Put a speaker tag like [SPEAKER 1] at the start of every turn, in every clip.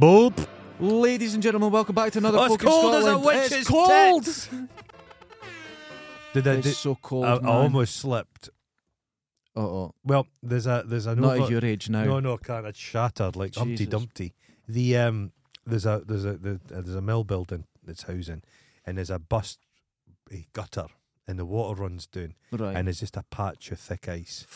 [SPEAKER 1] Boop. Ladies and gentlemen, welcome back to another
[SPEAKER 2] Oh, it's
[SPEAKER 1] Folk in
[SPEAKER 2] cold as a
[SPEAKER 1] Scotland.
[SPEAKER 2] witch's
[SPEAKER 1] It's cold.
[SPEAKER 2] tits.
[SPEAKER 3] Did I,
[SPEAKER 1] It's
[SPEAKER 3] did,
[SPEAKER 1] so cold.
[SPEAKER 3] I, I almost slipped.
[SPEAKER 1] Uh oh.
[SPEAKER 3] Well, there's a there's a
[SPEAKER 1] Not at your age now.
[SPEAKER 3] No, no, I can't. It's shattered like Humpty
[SPEAKER 1] Jesus.
[SPEAKER 3] Dumpty. The um, there's a there's a the, uh, there's a mill building that's housing, and there's a bust a gutter, and the water runs down,
[SPEAKER 1] Right.
[SPEAKER 3] and it's just a patch of thick ice,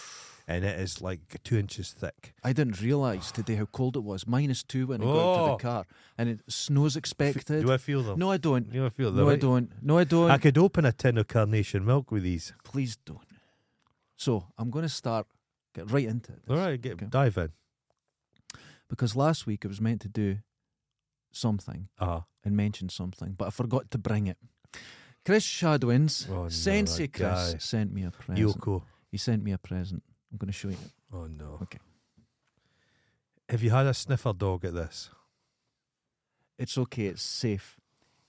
[SPEAKER 3] and it is like two inches thick.
[SPEAKER 1] I didn't realise today how cold it was. Minus two when I got into
[SPEAKER 3] Oh.
[SPEAKER 1] the car, and it snows expected.
[SPEAKER 3] Do I feel them?
[SPEAKER 1] no, I don't.
[SPEAKER 3] you know, I feel them.
[SPEAKER 1] No, I don't. No, I don't.
[SPEAKER 3] I could open a tin of carnation milk with these.
[SPEAKER 1] Please don't. So I'm going to start get right into it.
[SPEAKER 3] All right, get
[SPEAKER 1] Okay.
[SPEAKER 3] dive in.
[SPEAKER 1] Because last week I was meant to do something
[SPEAKER 3] Uh,
[SPEAKER 1] and mention something, but I forgot to bring it. Chris Shadwins,
[SPEAKER 3] Oh, no, that
[SPEAKER 1] Sensei Chris,
[SPEAKER 3] guy.
[SPEAKER 1] sent me a present.
[SPEAKER 3] Yoko.
[SPEAKER 1] He sent me a present. I'm going to show you.
[SPEAKER 3] Oh no.
[SPEAKER 1] Okay.
[SPEAKER 3] Have you had a sniffer dog at this?
[SPEAKER 1] It's okay, it's safe.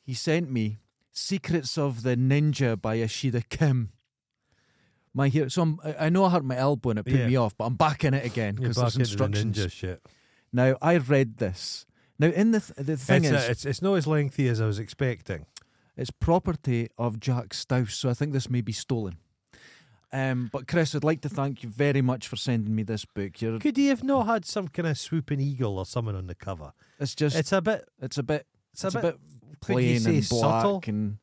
[SPEAKER 1] He sent me Secrets of the Ninja by Ashida Kim. My hero. So I'm, I I know I hurt my elbow and it put
[SPEAKER 3] Yeah.
[SPEAKER 1] me off, but I'm back in it again
[SPEAKER 3] You're
[SPEAKER 1] because
[SPEAKER 3] back
[SPEAKER 1] there's
[SPEAKER 3] into the
[SPEAKER 1] instructions.
[SPEAKER 3] ninja shit.
[SPEAKER 1] Now I read this. Now in the th- the thing
[SPEAKER 3] It's,
[SPEAKER 1] is,
[SPEAKER 3] uh, it's it's not as lengthy as I was expecting.
[SPEAKER 1] It's property of Jack Stouse, so I think this may be stolen. Um, but Chris, I'd like to thank you very much for sending me this book. You're,
[SPEAKER 3] Could he have not had some kind of swooping eagle or something on the cover?
[SPEAKER 1] it's just
[SPEAKER 3] It's
[SPEAKER 1] it's,
[SPEAKER 3] a bit.
[SPEAKER 1] a bit
[SPEAKER 3] It's,
[SPEAKER 1] it's, a, bit,
[SPEAKER 3] could you
[SPEAKER 1] plain
[SPEAKER 3] say
[SPEAKER 1] and black
[SPEAKER 3] subtle?
[SPEAKER 1] and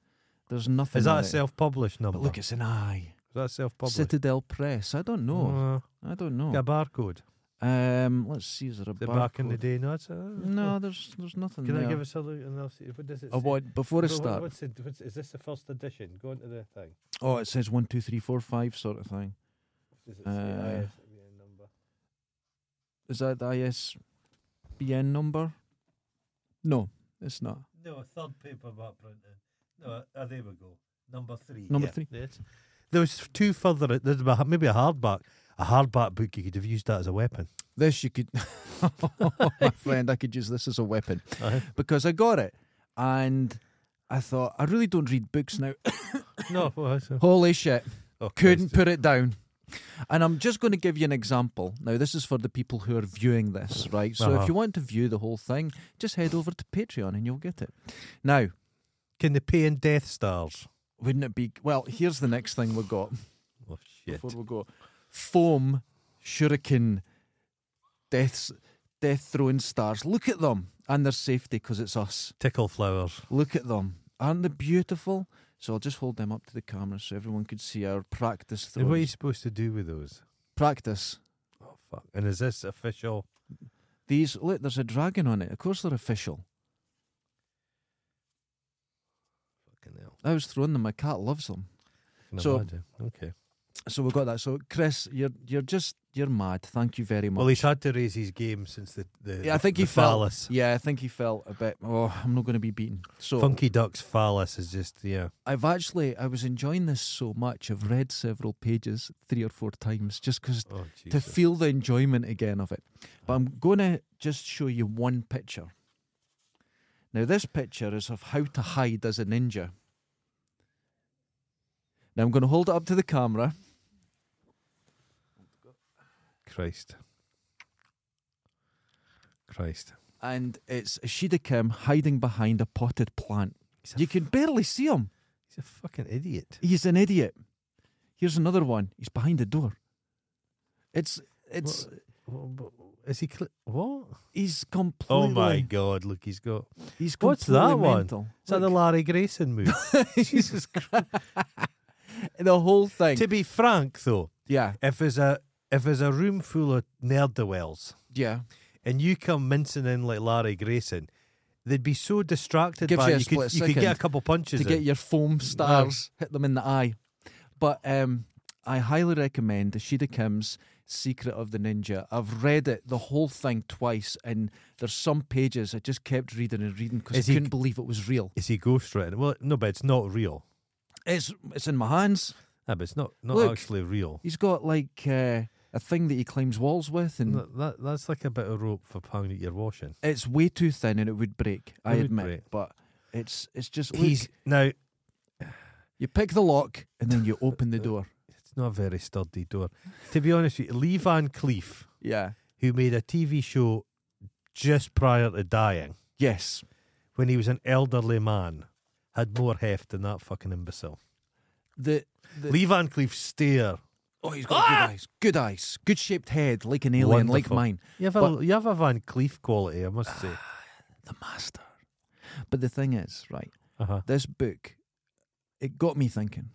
[SPEAKER 1] there's nothing.
[SPEAKER 3] Is that
[SPEAKER 1] on
[SPEAKER 3] a
[SPEAKER 1] it.
[SPEAKER 3] self-published number?
[SPEAKER 1] But look, it's an eye.
[SPEAKER 3] is that self-published?
[SPEAKER 1] Citadel Press. I don't know. I don't
[SPEAKER 3] Uh, a
[SPEAKER 1] know.
[SPEAKER 3] barcode.
[SPEAKER 1] Um, let's see. Is there a
[SPEAKER 3] Is it back in the
[SPEAKER 1] barcode?
[SPEAKER 3] day? No. It's, uh,
[SPEAKER 1] No, there's there's nothing.
[SPEAKER 3] Can
[SPEAKER 1] there.
[SPEAKER 3] I give us a look? And I'll see. What does it?
[SPEAKER 1] Oh,
[SPEAKER 3] say?
[SPEAKER 1] what, before I
[SPEAKER 3] What- what-
[SPEAKER 1] start,
[SPEAKER 3] What's it, what's, is this the first edition? Go into the thing.
[SPEAKER 1] oh, it says one, two, three, four, five, sort of thing.
[SPEAKER 3] Does it say
[SPEAKER 1] Uh,
[SPEAKER 3] ISBN number?
[SPEAKER 1] Is that the ISBN number? No, it's not.
[SPEAKER 3] No, third paperback printing. No, uh, there we go. Number three.
[SPEAKER 1] Number three.
[SPEAKER 3] That's, there was two further. uh, There's a- maybe a hardback. A hardback book you could have used that as a weapon.
[SPEAKER 1] This you could, Oh, my friend, I could use this as a weapon because I got it and I thought, I really don't read books now.
[SPEAKER 3] no, well, that's a-
[SPEAKER 1] Holy shit,
[SPEAKER 3] oh,
[SPEAKER 1] couldn't
[SPEAKER 3] Christ.
[SPEAKER 1] put it down. And I'm just going to give you an example. Now, this is for the people who are viewing this, right? So
[SPEAKER 3] Uh-huh.
[SPEAKER 1] if you want to view the whole thing, just head over to Patreon and you'll get it. Now,
[SPEAKER 3] Can they pay in Death Stars?
[SPEAKER 1] wouldn't it be, well, here's the next thing we got.
[SPEAKER 3] Oh shit!
[SPEAKER 1] before we go. Foam, shuriken, deaths, death throwing stars. Look at them and their safety because it's us.
[SPEAKER 3] Tickle flowers.
[SPEAKER 1] Look at them. Aren't they beautiful? So I'll just hold them up to the camera so everyone could see our practice
[SPEAKER 3] And what are you
[SPEAKER 1] throws.
[SPEAKER 3] supposed to do with those?
[SPEAKER 1] Practice.
[SPEAKER 3] Oh fuck! And is this official?
[SPEAKER 1] These, look, there's a dragon on it. Of course they're official.
[SPEAKER 3] Fucking hell!
[SPEAKER 1] I was throwing them. My cat loves them.
[SPEAKER 3] Can
[SPEAKER 1] So-
[SPEAKER 3] imagine. okay.
[SPEAKER 1] So we've got that. So Chris, you're you're just you're mad. Thank you very much.
[SPEAKER 3] Well, he's had to raise his game since the the.
[SPEAKER 1] yeah, I
[SPEAKER 3] the-
[SPEAKER 1] think
[SPEAKER 3] the
[SPEAKER 1] he felt.
[SPEAKER 3] phallus.
[SPEAKER 1] Yeah, I think he felt a bit. Oh, I'm not going to be beaten. So
[SPEAKER 3] Funky Duck's phallus is just yeah.
[SPEAKER 1] I've actually I was enjoying this so much. I've read several pages three or four times just because
[SPEAKER 3] Oh
[SPEAKER 1] to
[SPEAKER 3] Jesus!
[SPEAKER 1] feel the enjoyment again of it. But I'm going to just show you one picture. Now this picture is of how to hide as a ninja. Now I'm going to hold it up to the camera.
[SPEAKER 3] Christ. Christ.
[SPEAKER 1] And it's Ishida Kim hiding behind a potted plant.
[SPEAKER 3] He's
[SPEAKER 1] You can barely see him.
[SPEAKER 3] he's a fucking idiot.
[SPEAKER 1] He's an idiot. Here's another one. He's behind a door. It's it's
[SPEAKER 3] Is he? Cl- what?
[SPEAKER 1] he's completely
[SPEAKER 3] Oh my god! Look, he's got.
[SPEAKER 1] He's
[SPEAKER 3] What's
[SPEAKER 1] completely
[SPEAKER 3] that one?
[SPEAKER 1] mental.
[SPEAKER 3] Is that the
[SPEAKER 1] Look,
[SPEAKER 3] Larry Grayson move? Jesus Christ!
[SPEAKER 1] the whole thing.
[SPEAKER 3] to be frank, though,
[SPEAKER 1] yeah,
[SPEAKER 3] if there's a if there's a room full of nerd dwells
[SPEAKER 1] yeah.
[SPEAKER 3] and you come mincing in like Larry Grayson, they'd be so distracted
[SPEAKER 1] Gives
[SPEAKER 3] by
[SPEAKER 1] you a
[SPEAKER 3] you could
[SPEAKER 1] split
[SPEAKER 3] you could get a
[SPEAKER 1] second
[SPEAKER 3] couple punches
[SPEAKER 1] To get
[SPEAKER 3] in.
[SPEAKER 1] your foam stars, hit them in the eye. But um, I highly recommend Ashida Kim's Secret of the Ninja. I've read it, the whole thing twice, and there's some pages I just kept reading and reading because
[SPEAKER 3] Is
[SPEAKER 1] I
[SPEAKER 3] he-
[SPEAKER 1] couldn't believe it was real.
[SPEAKER 3] Is he ghostwritten? Well, no, but it's not real.
[SPEAKER 1] It's it's in my hands.
[SPEAKER 3] Ah, but it's not not
[SPEAKER 1] Look.
[SPEAKER 3] actually real.
[SPEAKER 1] He's got like uh, a thing that he climbs walls with, and
[SPEAKER 3] That, that- that's like a bit of rope for pang that you're washing.
[SPEAKER 1] it's way too thin and it would break. I
[SPEAKER 3] It would
[SPEAKER 1] admit,
[SPEAKER 3] break.
[SPEAKER 1] but it's it's just look,
[SPEAKER 3] He's now
[SPEAKER 1] You pick the lock and then you open the door.
[SPEAKER 3] it's not a very sturdy door. To be honest with you, Lee Van Cleef,
[SPEAKER 1] Yeah.
[SPEAKER 3] who made a TV show just prior to dying,
[SPEAKER 1] Yes.
[SPEAKER 3] when he was an elderly man, had more heft than that fucking imbecile.
[SPEAKER 1] The, the
[SPEAKER 3] Lee Van Cleef stare.
[SPEAKER 1] oh, he's got good eyes. Good eyes. Good shaped head, like an alien, like
[SPEAKER 3] Ah! Wonderful.
[SPEAKER 1] mine.
[SPEAKER 3] You have, a, you have a Van Cleef quality, I must say.
[SPEAKER 1] The master. But the thing is, right?
[SPEAKER 3] Uh-huh.
[SPEAKER 1] This book, it got me thinking.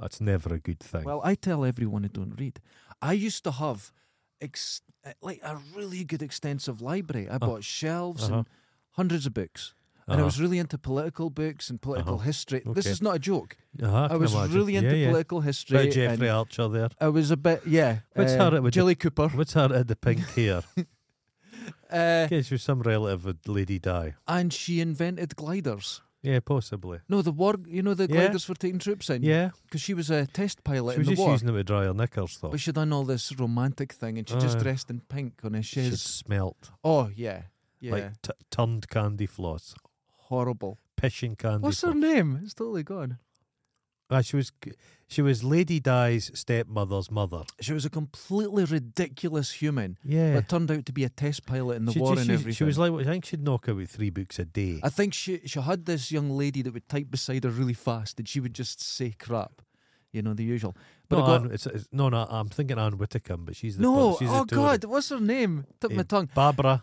[SPEAKER 3] That's never a good thing.
[SPEAKER 1] Well, I tell everyone I don't read. I used to have ex- uh, like a really good extensive library. I bought shelves
[SPEAKER 3] uh-huh.
[SPEAKER 1] and hundreds of books. And I
[SPEAKER 3] Uh-huh.
[SPEAKER 1] was really into political books and political history. This
[SPEAKER 3] Okay.
[SPEAKER 1] is not a joke.
[SPEAKER 3] uh-huh,
[SPEAKER 1] I
[SPEAKER 3] can
[SPEAKER 1] was
[SPEAKER 3] imagine.
[SPEAKER 1] really into
[SPEAKER 3] yeah, yeah.
[SPEAKER 1] political history.
[SPEAKER 3] Bit of Jeffrey
[SPEAKER 1] and
[SPEAKER 3] Archer there.
[SPEAKER 1] I was a bit, yeah.
[SPEAKER 3] What's
[SPEAKER 1] uh,
[SPEAKER 3] her- would you-
[SPEAKER 1] Jilly Cooper.
[SPEAKER 3] What's her at the pink hair?
[SPEAKER 1] Uh,
[SPEAKER 3] Guess you're some relative of Lady Di.
[SPEAKER 1] and she invented gliders.
[SPEAKER 3] Yeah, possibly.
[SPEAKER 1] No, the war, you know, the
[SPEAKER 3] Yeah.
[SPEAKER 1] gliders for taking troops in?
[SPEAKER 3] Yeah,
[SPEAKER 1] Because she was a test pilot
[SPEAKER 3] she was
[SPEAKER 1] in
[SPEAKER 3] just
[SPEAKER 1] the war.
[SPEAKER 3] using them to dry her knickers, though.
[SPEAKER 1] But she'd done all this romantic thing and she just
[SPEAKER 3] Aye.
[SPEAKER 1] dressed in pink on a
[SPEAKER 3] She
[SPEAKER 1] chaise.
[SPEAKER 3] smelt
[SPEAKER 1] Oh, yeah. Yeah.
[SPEAKER 3] like t- turned candy floss,
[SPEAKER 1] horrible.
[SPEAKER 3] pishing candy
[SPEAKER 1] What's
[SPEAKER 3] floss.
[SPEAKER 1] her name? It's totally gone.
[SPEAKER 3] Ah, she was, c- she was Lady Di's stepmother's mother.
[SPEAKER 1] She was a completely ridiculous human,
[SPEAKER 3] Yeah,
[SPEAKER 1] but turned out to be a test pilot in the
[SPEAKER 3] she,
[SPEAKER 1] war
[SPEAKER 3] just-
[SPEAKER 1] and
[SPEAKER 3] she-
[SPEAKER 1] everything.
[SPEAKER 3] She was like, I think she'd knock out with three books a day.
[SPEAKER 1] I think she she had this young lady that would type beside her really fast, and she would just say crap, you know the usual. But
[SPEAKER 3] no,
[SPEAKER 1] I got-
[SPEAKER 3] Anne- it's, it's, no, no, I'm thinking Anne Whitcomb, but she's the
[SPEAKER 1] no,
[SPEAKER 3] She's
[SPEAKER 1] oh
[SPEAKER 3] the Tory.
[SPEAKER 1] God, what's her name? Tip of my
[SPEAKER 3] Eh,
[SPEAKER 1] tongue.
[SPEAKER 3] Barbara.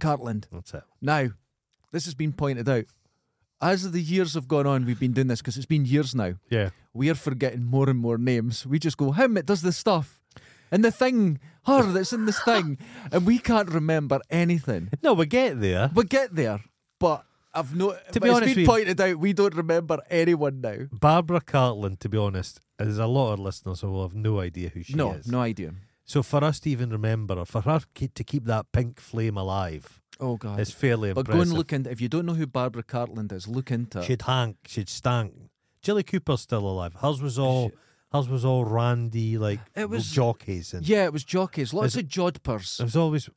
[SPEAKER 1] Cartland.
[SPEAKER 3] That's it.
[SPEAKER 1] Now, this has been pointed out. As the years have gone on, we've been doing this because it's been years now.
[SPEAKER 3] Yeah,
[SPEAKER 1] we are forgetting more and more names. We just go, him, it does this stuff. And the thing, her, that's in this thing. And we can't remember anything.
[SPEAKER 3] no, we get there.
[SPEAKER 1] We get there, but I've no.
[SPEAKER 3] To
[SPEAKER 1] but
[SPEAKER 3] be
[SPEAKER 1] it's
[SPEAKER 3] honest
[SPEAKER 1] been
[SPEAKER 3] with you-
[SPEAKER 1] pointed out, we don't remember anyone now.
[SPEAKER 3] Barbara Cartland, to be honest, there's a lot of listeners who will have no idea who she
[SPEAKER 1] no,
[SPEAKER 3] is.
[SPEAKER 1] no idea.
[SPEAKER 3] So for us to even remember her, for her keep, to keep that pink flame alive,
[SPEAKER 1] Oh, God.
[SPEAKER 3] is fairly
[SPEAKER 1] but go
[SPEAKER 3] impressive.
[SPEAKER 1] and look into If you don't know who Barbara Cartland is, look into her.
[SPEAKER 3] She'd hank, she'd stank. Jilly Cooper's still alive. Hers was all, hers was all randy like
[SPEAKER 1] It was-
[SPEAKER 3] jockeys and
[SPEAKER 1] Yeah, it was jockeys. Lots
[SPEAKER 3] Is-
[SPEAKER 1] of jodpers.
[SPEAKER 3] it was always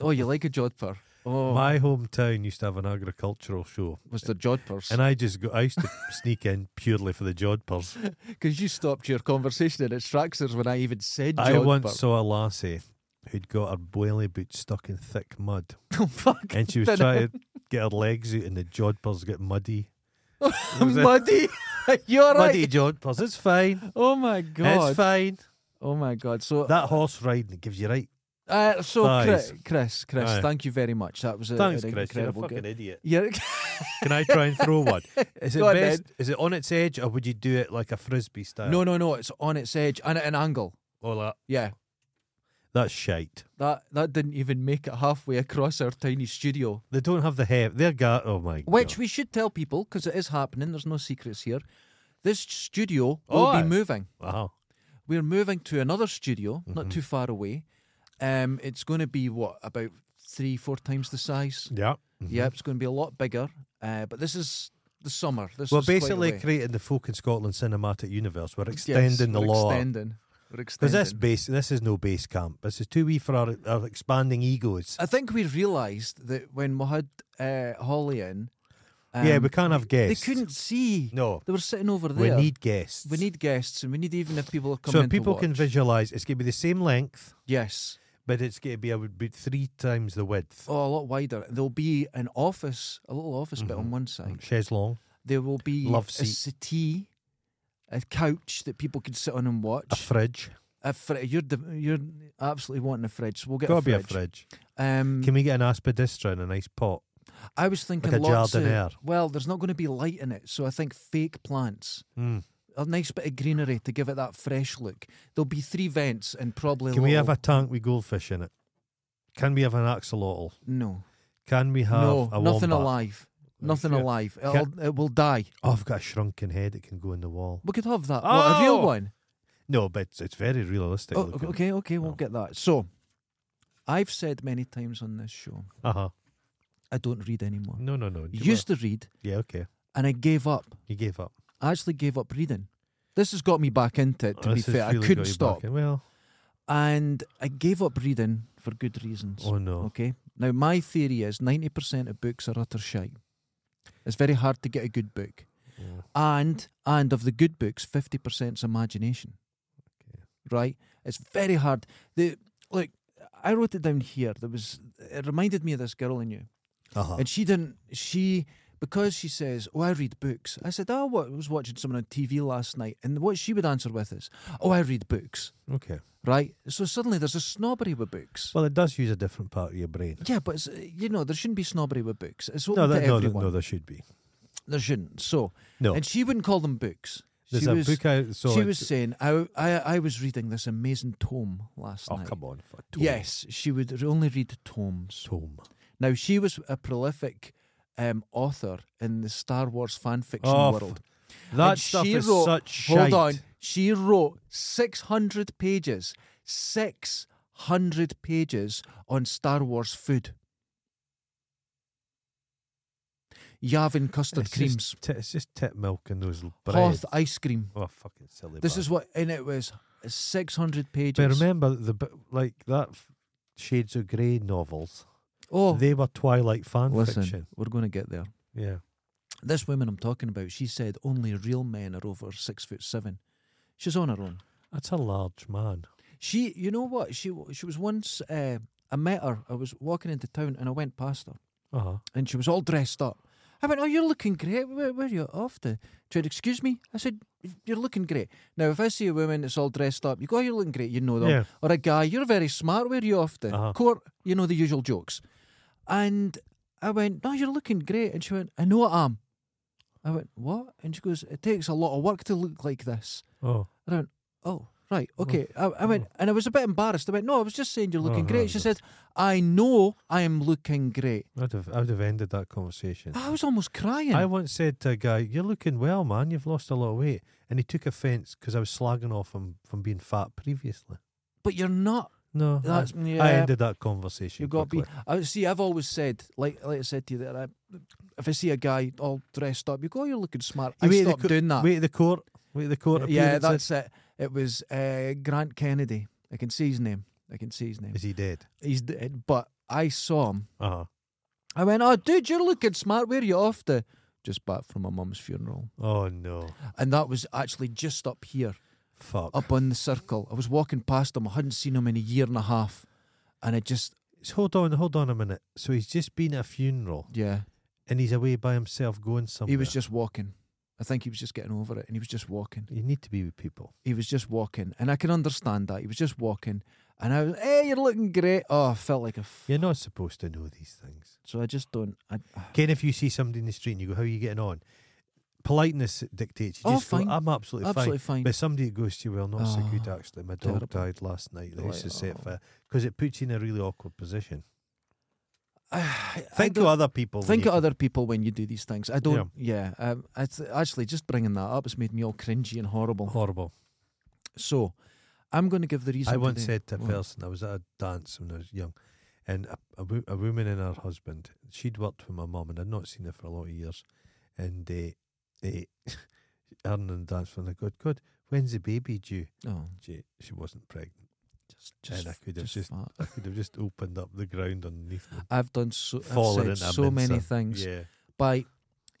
[SPEAKER 1] Oh, you like a jodper? Oh,
[SPEAKER 3] my hometown used to have an agricultural show,
[SPEAKER 1] was there jodpers?
[SPEAKER 3] and I just go, I used to sneak in purely for the jodpers.
[SPEAKER 1] Because you stopped your conversation in its tracks there when I even said jodper.
[SPEAKER 3] I once saw a lassie who'd got her boilie boots stuck in thick mud,
[SPEAKER 1] Oh, fuck.
[SPEAKER 3] and she was
[SPEAKER 1] Then-
[SPEAKER 3] trying to get her legs out, and the jodpers got muddy. It was a-
[SPEAKER 1] muddy. You're
[SPEAKER 3] Muddy
[SPEAKER 1] right.
[SPEAKER 3] jodpers, it's fine.
[SPEAKER 1] Oh my
[SPEAKER 3] It's
[SPEAKER 1] god.
[SPEAKER 3] fine.
[SPEAKER 1] oh my god. So,
[SPEAKER 3] That horse riding it gives you right.
[SPEAKER 1] uh, so Chris,
[SPEAKER 3] Thighs.
[SPEAKER 1] Chris, Chris,
[SPEAKER 3] Aye.
[SPEAKER 1] thank you very much. That was a,
[SPEAKER 3] Thanks,
[SPEAKER 1] an
[SPEAKER 3] Chris. You're a
[SPEAKER 1] incredible
[SPEAKER 3] fucking
[SPEAKER 1] game.
[SPEAKER 3] idiot.
[SPEAKER 1] Yeah.
[SPEAKER 3] Can I try and throw one? Is it
[SPEAKER 1] Go on,
[SPEAKER 3] best? Is it on its edge, or would you do it like a frisbee style?
[SPEAKER 1] no, no, no. It's on its edge and at an angle.
[SPEAKER 3] Oh, that,
[SPEAKER 1] Yeah.
[SPEAKER 3] that's shite.
[SPEAKER 1] That that didn't even make it halfway across our tiny studio.
[SPEAKER 3] They don't have the heft. They're gar. Oh my
[SPEAKER 1] Which
[SPEAKER 3] god.
[SPEAKER 1] we should tell people because it is happening. There's no secrets here. This studio will
[SPEAKER 3] Oh, aye.
[SPEAKER 1] be moving.
[SPEAKER 3] Wow.
[SPEAKER 1] We're moving to another studio,
[SPEAKER 3] Mm-hmm.
[SPEAKER 1] not too far away. Um, it's going to be what about three, four times the size.
[SPEAKER 3] Yeah.
[SPEAKER 1] Yep, it's going to be a lot bigger. Uh, but this is the summer. This
[SPEAKER 3] We're
[SPEAKER 1] is quite
[SPEAKER 3] basically
[SPEAKER 1] away.
[SPEAKER 3] creating the folk in Scotland cinematic universe. We're
[SPEAKER 1] Yes,
[SPEAKER 3] extending the
[SPEAKER 1] we're
[SPEAKER 3] law.
[SPEAKER 1] Extending. We're
[SPEAKER 3] Because
[SPEAKER 1] extending.
[SPEAKER 3] this base, this is no base camp. This is too wee for our, our expanding egos.
[SPEAKER 1] I think we realised that when we had uh, Holly in, um,
[SPEAKER 3] yeah, we can't have
[SPEAKER 1] they
[SPEAKER 3] guests.
[SPEAKER 1] couldn't see.
[SPEAKER 3] No,
[SPEAKER 1] They were sitting over
[SPEAKER 3] we
[SPEAKER 1] there.
[SPEAKER 3] need guests.
[SPEAKER 1] We need guests, and we need even if people are coming.
[SPEAKER 3] so
[SPEAKER 1] in
[SPEAKER 3] if people
[SPEAKER 1] to
[SPEAKER 3] can
[SPEAKER 1] watch.
[SPEAKER 3] visualize. It's going to be the same length.
[SPEAKER 1] Yes.
[SPEAKER 3] but it's going to be about three times the width.
[SPEAKER 1] Oh, a lot wider. There'll be an office, a little office bit
[SPEAKER 3] Mm-hmm.
[SPEAKER 1] on one side.
[SPEAKER 3] Chaise long,
[SPEAKER 1] There will be
[SPEAKER 3] Love
[SPEAKER 1] a
[SPEAKER 3] seat.
[SPEAKER 1] settee, a couch that people could sit on and watch.
[SPEAKER 3] a fridge.
[SPEAKER 1] A fri- you're de- you're absolutely wanting a fridge, so we'll get
[SPEAKER 3] Got
[SPEAKER 1] a
[SPEAKER 3] to be a fridge.
[SPEAKER 1] fridge. Um,
[SPEAKER 3] Can we get an aspidistra in a nice pot?
[SPEAKER 1] I was thinking
[SPEAKER 3] a
[SPEAKER 1] lots
[SPEAKER 3] jardiniere?
[SPEAKER 1] of well, there's not going to be light in it, so I think fake plants, a nice bit of greenery to give it that fresh look. There'll be three vents and probably.
[SPEAKER 3] Can we have a
[SPEAKER 1] little-
[SPEAKER 3] tank with goldfish in it? Can we have an axolotl?
[SPEAKER 1] no,
[SPEAKER 3] Can we have
[SPEAKER 1] no,
[SPEAKER 3] a wombat?
[SPEAKER 1] nothing alive, nothing
[SPEAKER 3] shit.
[SPEAKER 1] alive. It'll, it will die.
[SPEAKER 3] Oh, I've got a shrunken head that can go in the wall.
[SPEAKER 1] We could have that. What, a real
[SPEAKER 3] Oh!
[SPEAKER 1] one.
[SPEAKER 3] No, but it's, it's very realistic.
[SPEAKER 1] Oh,
[SPEAKER 3] looking.
[SPEAKER 1] okay, okay, we'll get that. So, I've said many times on this show,
[SPEAKER 3] Uh huh.
[SPEAKER 1] I don't read anymore.
[SPEAKER 3] No, no, no. Do Mm, you
[SPEAKER 1] Used to read,
[SPEAKER 3] wa- yeah, okay.
[SPEAKER 1] and I gave up.
[SPEAKER 3] You gave up.
[SPEAKER 1] I actually gave up reading. This has got me back into it, to
[SPEAKER 3] Oh, This
[SPEAKER 1] be
[SPEAKER 3] has
[SPEAKER 1] fair.
[SPEAKER 3] really
[SPEAKER 1] I
[SPEAKER 3] got
[SPEAKER 1] couldn't
[SPEAKER 3] you back
[SPEAKER 1] stop.
[SPEAKER 3] in. Well,
[SPEAKER 1] And I gave up reading for good reasons.
[SPEAKER 3] oh no.
[SPEAKER 1] Okay. Now, my theory is 90% of books are utter shite. It's very hard to get a good book.
[SPEAKER 3] Yeah.
[SPEAKER 1] And and of the good books, 50% is imagination.
[SPEAKER 3] Okay.
[SPEAKER 1] Right? It's very hard. The Look, I wrote it down here. There was it reminded me of this girl I knew,
[SPEAKER 3] Uh-huh.
[SPEAKER 1] and she didn't. She because she says, "Oh, I read books." I said, "Oh, what, I was watching someone on TV last night," and what she would answer with is, "Oh, I read books."
[SPEAKER 3] Okay.
[SPEAKER 1] Right. So suddenly there's a snobbery with books.
[SPEAKER 3] Well, it does use a different part of your brain.
[SPEAKER 1] yeah, but it's, you know there shouldn't be snobbery with books. It's open
[SPEAKER 3] No, that,
[SPEAKER 1] to
[SPEAKER 3] no,
[SPEAKER 1] everyone.
[SPEAKER 3] no, there should be.
[SPEAKER 1] There shouldn't. So
[SPEAKER 3] No,
[SPEAKER 1] and she wouldn't call them books.
[SPEAKER 3] there's
[SPEAKER 1] she
[SPEAKER 3] a
[SPEAKER 1] was,
[SPEAKER 3] book out. So
[SPEAKER 1] she
[SPEAKER 3] it's-
[SPEAKER 1] was saying, I, "I I was reading this amazing tome last
[SPEAKER 3] Oh,
[SPEAKER 1] night."
[SPEAKER 3] come on. For
[SPEAKER 1] Yes, she would only read tomes.
[SPEAKER 3] Tome.
[SPEAKER 1] Now she was a prolific um, author in the Star Wars fan fiction
[SPEAKER 3] Oh, f-
[SPEAKER 1] world.
[SPEAKER 3] That
[SPEAKER 1] And
[SPEAKER 3] stuff
[SPEAKER 1] she
[SPEAKER 3] is
[SPEAKER 1] wrote-
[SPEAKER 3] such shit.
[SPEAKER 1] Hold on, she wrote six hundred pages, six hundred pages on Star Wars food. Yavin custard
[SPEAKER 3] It's
[SPEAKER 1] creams,
[SPEAKER 3] just, ti- it's just tip milk and those l- bread.
[SPEAKER 1] Hoth ice cream.
[SPEAKER 3] Oh, fucking silly.
[SPEAKER 1] This
[SPEAKER 3] bastard.
[SPEAKER 1] is what, and it was six hundred pages.
[SPEAKER 3] But remember the bit- like that f- Shades of Grey novels.
[SPEAKER 1] oh,
[SPEAKER 3] They were Twilight fan
[SPEAKER 1] listen,
[SPEAKER 3] fiction.
[SPEAKER 1] we're going to get there.
[SPEAKER 3] Yeah.
[SPEAKER 1] This woman I'm talking about, she said only real men are over six foot seven. She's on her own.
[SPEAKER 3] That's a large man.
[SPEAKER 1] She, you know what? She w- she was once. Uh, I met her. I was walking into town and I went past her,
[SPEAKER 3] Uh-huh.
[SPEAKER 1] and she was all dressed up. I went, "Oh, you're looking great. Where, where are you off to?" She went, "Excuse me." I said, "You're looking great." Now, if I see a woman that's all dressed up, you go, oh, "You're looking great." You know them.
[SPEAKER 3] Yeah.
[SPEAKER 1] Or a guy, "You're very smart. Where are you off to?"
[SPEAKER 3] Uh-huh.
[SPEAKER 1] Court, you know the usual jokes. And I went, "No, you're looking great." And she went, "I know I am." I went, "What?" And she goes, "It takes a lot of work to look like this."
[SPEAKER 3] Oh.
[SPEAKER 1] I went, oh, right, okay. I, I went, and I was a bit embarrassed. I went, no, I was just saying you're looking
[SPEAKER 3] Oh,
[SPEAKER 1] great.
[SPEAKER 3] right,
[SPEAKER 1] She said, I know I am looking great.
[SPEAKER 3] I'd have I'd have ended that conversation.
[SPEAKER 1] I was almost crying.
[SPEAKER 3] I once said to a guy, "You're looking well, man. You've lost a lot of weight," and he took offence because I was slagging off him from being fat previously.
[SPEAKER 1] but you're not.
[SPEAKER 3] No, I-
[SPEAKER 1] That's,
[SPEAKER 3] I,
[SPEAKER 1] yeah,
[SPEAKER 3] ended that conversation.
[SPEAKER 1] you've got to be.
[SPEAKER 3] quickly.
[SPEAKER 1] I, see, I've always said, like, like I said to you, that I, if I see a guy all dressed up, you go, oh, you're looking smart. I
[SPEAKER 3] Wait at the
[SPEAKER 1] stopped
[SPEAKER 3] co-
[SPEAKER 1] doing that.
[SPEAKER 3] Wait at the court. Wait at the court.
[SPEAKER 1] yeah,
[SPEAKER 3] appearances.
[SPEAKER 1] that's it. It was uh, Grant Kennedy. I can see his name. I can see his name.
[SPEAKER 3] Is he dead?
[SPEAKER 1] He's dead, but I saw him
[SPEAKER 3] Uh huh.
[SPEAKER 1] I went, oh, dude, you're looking smart. Where are you off to? Just back from my mum's funeral.
[SPEAKER 3] Oh no.
[SPEAKER 1] And that was actually just up here,
[SPEAKER 3] Fuck.
[SPEAKER 1] up on the circle. I was walking past him. I hadn't seen him in a year and a half. And I just,
[SPEAKER 3] So hold on, hold on a minute. So he's just been at a funeral
[SPEAKER 1] yeah,
[SPEAKER 3] and he's away by himself going somewhere.
[SPEAKER 1] he was just walking. I think he was just getting over it and he was just walking.
[SPEAKER 3] You need to be with people.
[SPEAKER 1] He was just walking. And I can understand that. He was just walking. And I was, hey, you're looking great. Oh, I felt like a. F-
[SPEAKER 3] You're not supposed to know these things.
[SPEAKER 1] so I just don't. I,
[SPEAKER 3] Ken, if you see somebody in the street and you go, "How are you getting on?" Politeness dictates. You
[SPEAKER 1] Oh,
[SPEAKER 3] just go,
[SPEAKER 1] fine.
[SPEAKER 3] I'm absolutely,
[SPEAKER 1] absolutely
[SPEAKER 3] fine.
[SPEAKER 1] fine.
[SPEAKER 3] But somebody that goes to you, well, not so good
[SPEAKER 1] Oh,
[SPEAKER 3] actually. My dog
[SPEAKER 1] terrible.
[SPEAKER 3] died last night. The house
[SPEAKER 1] Right,
[SPEAKER 3] is set
[SPEAKER 1] oh.
[SPEAKER 3] fire because it puts you in a really awkward position.
[SPEAKER 1] I- I
[SPEAKER 3] Think of
[SPEAKER 1] don't-
[SPEAKER 3] other people. when
[SPEAKER 1] Think
[SPEAKER 3] you
[SPEAKER 1] of
[SPEAKER 3] can-
[SPEAKER 1] other people when you do these things. I don't. Yeah. um, it's, actually, just bringing that up has made me all cringy and horrible.
[SPEAKER 3] Horrible.
[SPEAKER 1] So, I'm going to give the reason.
[SPEAKER 3] I once
[SPEAKER 1] today.
[SPEAKER 3] said to a
[SPEAKER 1] Well,
[SPEAKER 3] person, I was at a dance when I was young, and a, a, wo- a woman and her husband, she'd worked for my mum, and I'd not seen her for a lot of years. And they, they, her and the dance floor, and I go, God, when's the baby due?
[SPEAKER 1] Oh,
[SPEAKER 3] She, she wasn't pregnant.
[SPEAKER 1] just, just,
[SPEAKER 3] I could have
[SPEAKER 1] just,
[SPEAKER 3] just-
[SPEAKER 1] fart.
[SPEAKER 3] I could have just opened up the ground underneath me.
[SPEAKER 1] I've done so.
[SPEAKER 3] Fallen
[SPEAKER 1] I've
[SPEAKER 3] into a
[SPEAKER 1] said so
[SPEAKER 3] bin,
[SPEAKER 1] many
[SPEAKER 3] son.
[SPEAKER 1] things.
[SPEAKER 3] Yeah.
[SPEAKER 1] By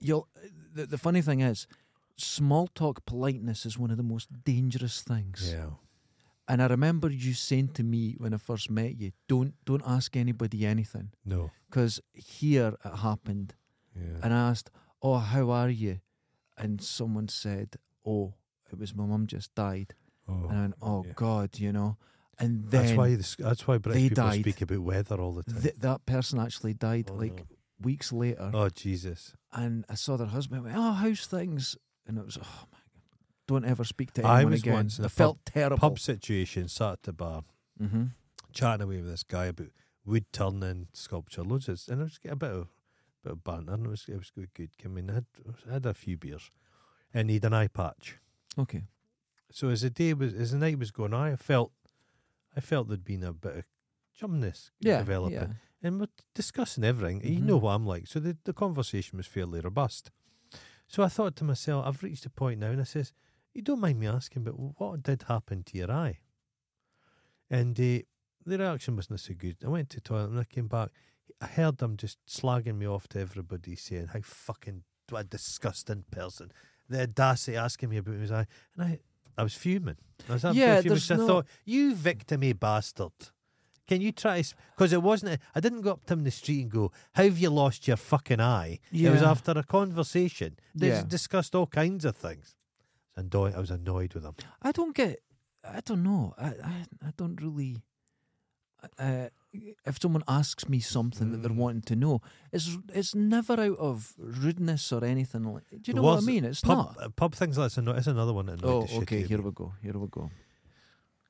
[SPEAKER 1] you'll. The, the funny thing is, small talk politeness is one of the most dangerous things.
[SPEAKER 3] Yeah.
[SPEAKER 1] And I remember you saying to me when I first met you, "Don't don't ask anybody anything,"
[SPEAKER 3] No.
[SPEAKER 1] because here it happened.
[SPEAKER 3] Yeah.
[SPEAKER 1] and I asked, "Oh, how are you?" And someone said, "Oh, it was my mum just died."
[SPEAKER 3] Oh.
[SPEAKER 1] And I went, "Oh
[SPEAKER 3] yeah.
[SPEAKER 1] God," you know. And then
[SPEAKER 3] that's why. This, that's why British
[SPEAKER 1] they
[SPEAKER 3] people
[SPEAKER 1] died.
[SPEAKER 3] speak about weather all the time.
[SPEAKER 1] th- that person actually died
[SPEAKER 3] Oh,
[SPEAKER 1] like weeks later,
[SPEAKER 3] oh Jesus!
[SPEAKER 1] and I saw their husband. I went, "Oh, how's things?" And it was, "Oh my God, don't ever speak to
[SPEAKER 3] I
[SPEAKER 1] anyone
[SPEAKER 3] was
[SPEAKER 1] again."
[SPEAKER 3] once in
[SPEAKER 1] I
[SPEAKER 3] a pub-
[SPEAKER 1] felt terrible.
[SPEAKER 3] Pub situation. Sat at the bar.
[SPEAKER 1] hmm
[SPEAKER 3] chatting away with this guy about wood turning sculpture, loads of, and I was getting a bit of, bit of banter, and it was, it was good, good. I mean, I had, I had a few beers, and he had an eye patch.
[SPEAKER 1] Okay.
[SPEAKER 3] So as the day was, as the night was going on, I felt, I felt there'd been a bit of chumness
[SPEAKER 1] Yeah.
[SPEAKER 3] developing,
[SPEAKER 1] Yeah.
[SPEAKER 3] and we're discussing everything. You know
[SPEAKER 1] Mhm.
[SPEAKER 3] what I'm like, so the, the conversation was fairly robust. So I thought to myself, I've reached a point now, and I says, "You don't mind me asking, but what did happen to your eye?" And uh, the reaction wasn't so good. I went to the toilet and I came back. I heard them just slagging me off to everybody, saying how fucking what a disgusting person. The audacity asking me about his eye, and I, I was fuming. I was absolutely
[SPEAKER 1] Yeah,
[SPEAKER 3] fuming.
[SPEAKER 1] there's
[SPEAKER 3] 'cause I
[SPEAKER 1] no-
[SPEAKER 3] thought, you victimy bastard. Can you try to? Because it wasn't. I didn't go up to him in the street and go, "How have you lost your fucking eye?" It was
[SPEAKER 1] Yeah.
[SPEAKER 3] after a conversation. They
[SPEAKER 1] Yeah. discussed
[SPEAKER 3] discussed all kinds of things. I was annoyed, I was annoyed with him.
[SPEAKER 1] I don't get. I don't know. I I, I don't really. Uh, if someone asks me something that they're
[SPEAKER 3] Mm.
[SPEAKER 1] wanting to know, it's it's never out of rudeness or anything. Like, do you know what I
[SPEAKER 3] Was
[SPEAKER 1] mean? It's
[SPEAKER 3] Pub,
[SPEAKER 1] not.
[SPEAKER 3] uh, pub things like that's anno- that's another one that annoyed
[SPEAKER 1] Oh,
[SPEAKER 3] the shit out
[SPEAKER 1] okay.
[SPEAKER 3] of
[SPEAKER 1] Here
[SPEAKER 3] me.
[SPEAKER 1] we go. Here we go.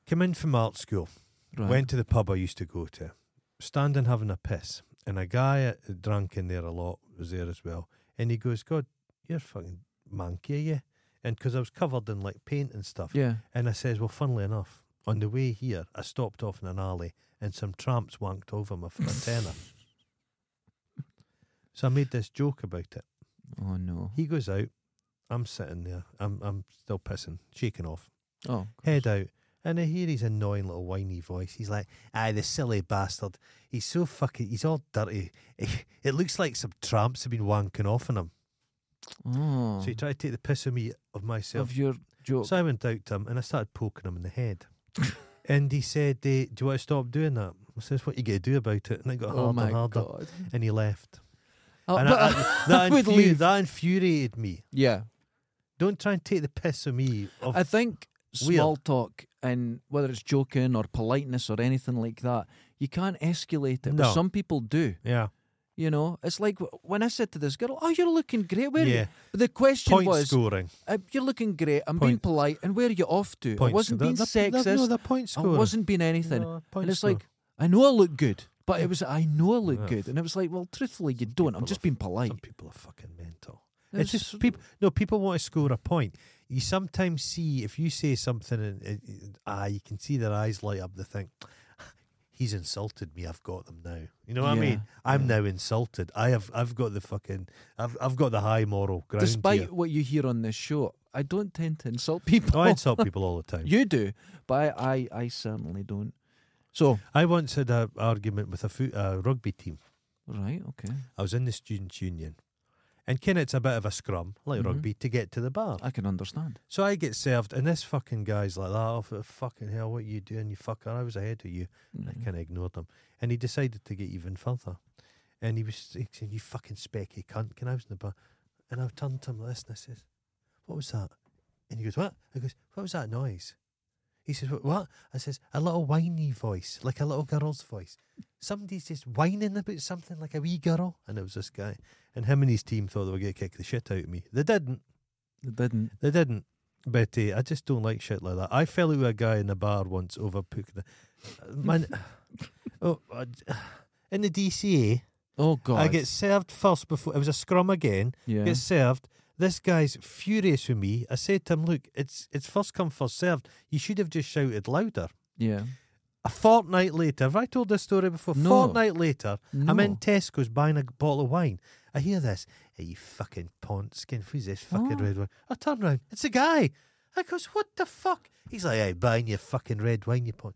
[SPEAKER 3] Came in from art school.
[SPEAKER 1] Right.
[SPEAKER 3] Went to the pub I used to go to. Standing having a piss, and a guy that drank in there a lot was there as well. And he goes, "God, you're fucking manky, are you?" And because I was covered in like paint and stuff.
[SPEAKER 1] yeah.
[SPEAKER 3] And I says, Well, funnily enough, on the way here, I stopped off in an alley and some tramps wanked over me for a tenner. So I made this joke about it.
[SPEAKER 1] Oh no.
[SPEAKER 3] He goes out, I'm sitting there, I'm, I'm still pissing, shaking off,
[SPEAKER 1] Oh.
[SPEAKER 3] head out. And I hear his annoying little whiny voice. He's like, aye, the silly bastard. He's so fucking, he's all dirty. It looks like some tramps have been wanking off on him.
[SPEAKER 1] Oh.
[SPEAKER 3] So he tried to take the piss of me, of myself.
[SPEAKER 1] of your joke.
[SPEAKER 3] So I went out to him and I started poking him in the head. and he said, eh, Do you want to stop doing that? I says, What you going to do about it? And it got
[SPEAKER 1] oh
[SPEAKER 3] harder
[SPEAKER 1] my
[SPEAKER 3] and harder.
[SPEAKER 1] god.
[SPEAKER 3] And he left.
[SPEAKER 1] Oh,
[SPEAKER 3] and
[SPEAKER 1] but
[SPEAKER 3] I- I- that,
[SPEAKER 1] would
[SPEAKER 3] infu-
[SPEAKER 1] leave.
[SPEAKER 3] that infuriated me.
[SPEAKER 1] yeah.
[SPEAKER 3] Don't try and take the piss of me. Of,
[SPEAKER 1] I think
[SPEAKER 3] Weird.
[SPEAKER 1] small talk and whether it's joking or politeness or anything like that, you can't escalate it. But
[SPEAKER 3] No.
[SPEAKER 1] some people do.
[SPEAKER 3] yeah.
[SPEAKER 1] You know, it's like w- when I said to this girl, "Oh, you're looking great." Where? Are you?
[SPEAKER 3] Yeah.
[SPEAKER 1] But the question
[SPEAKER 3] Point
[SPEAKER 1] was,
[SPEAKER 3] scoring.
[SPEAKER 1] uh, "You're looking great." I'm being
[SPEAKER 3] Point-
[SPEAKER 1] polite, and where are you off to?
[SPEAKER 3] Point
[SPEAKER 1] I wasn't
[SPEAKER 3] scoring.
[SPEAKER 1] being
[SPEAKER 3] They're- they're-
[SPEAKER 1] sexist.
[SPEAKER 3] No, they're point
[SPEAKER 1] I
[SPEAKER 3] scoring.
[SPEAKER 1] wasn't being anything.
[SPEAKER 3] No, point
[SPEAKER 1] and it's
[SPEAKER 3] scoring.
[SPEAKER 1] like, I know I look good, but it was I know I look
[SPEAKER 3] Yeah.
[SPEAKER 1] good, and it was like, well, truthfully, you don't. I'm
[SPEAKER 3] people are-
[SPEAKER 1] just being polite.
[SPEAKER 3] Some people are fucking mental.
[SPEAKER 1] It
[SPEAKER 3] It's
[SPEAKER 1] was
[SPEAKER 3] just people. No, people want to score a point. You sometimes see if you say something and it, it- ah, you can see their eyes light up. They think he's insulted me. I've got them now. You know what I
[SPEAKER 1] Yeah,
[SPEAKER 3] mean? I'm
[SPEAKER 1] yeah.
[SPEAKER 3] now insulted. I have. I've got the fucking. I've. I've got the high moral ground.
[SPEAKER 1] Despite
[SPEAKER 3] here.
[SPEAKER 1] what you hear on this show, I don't tend to insult people.
[SPEAKER 3] I insult people all the time.
[SPEAKER 1] You do, but I, I, I certainly don't. So
[SPEAKER 3] I once had an argument with a foo- a rugby team.
[SPEAKER 1] right, okay,
[SPEAKER 3] I was in the students' union, and ken it's a bit of a scrum like
[SPEAKER 1] Mhm.
[SPEAKER 3] rugby to get to the bar.
[SPEAKER 1] I can understand.
[SPEAKER 3] So I get served, and this fucking guy's like, "Oh, for fucking hell, what you doing, you fucker? I was ahead of you."
[SPEAKER 1] Mm.
[SPEAKER 3] And I kind of ignored him, and he decided to get even further, and he was he saying, "You fucking specky cunt!" Can I was in the bar, and I turned to him like this, and I says, "What was that?" And he goes, "What?" I goes, "What was that noise?" He says, "What?" what? I says, "A little whiny voice, like a little girl's voice. Somebody's just whining about something, like a wee girl." And it was this guy, and him and his team thought they were going to kick the shit out of me. They didn't.
[SPEAKER 1] It didn't.
[SPEAKER 3] They didn't. But uh, I just don't like shit like that. I fell out with a guy in a bar once over Pukna. Man, oh, I- in the DCA,
[SPEAKER 1] Oh God,
[SPEAKER 3] I get served first before it was a scrum again.
[SPEAKER 1] yeah.
[SPEAKER 3] Get served. This guy's furious with me. I said to him, "Look, it's it's first come first served. You should have just shouted louder."
[SPEAKER 1] yeah.
[SPEAKER 3] A fortnight later, have I told this story before?
[SPEAKER 1] No.
[SPEAKER 3] Fortnight later, I'm in
[SPEAKER 1] No.
[SPEAKER 3] Tesco's buying a bottle of wine. I hear this. Hey, you fucking pont skin. Who's this fucking
[SPEAKER 1] Oh.
[SPEAKER 3] red wine? I turn round. It's a guy. I goes, what the fuck? He's like, hey, buying your fucking red wine, you pont.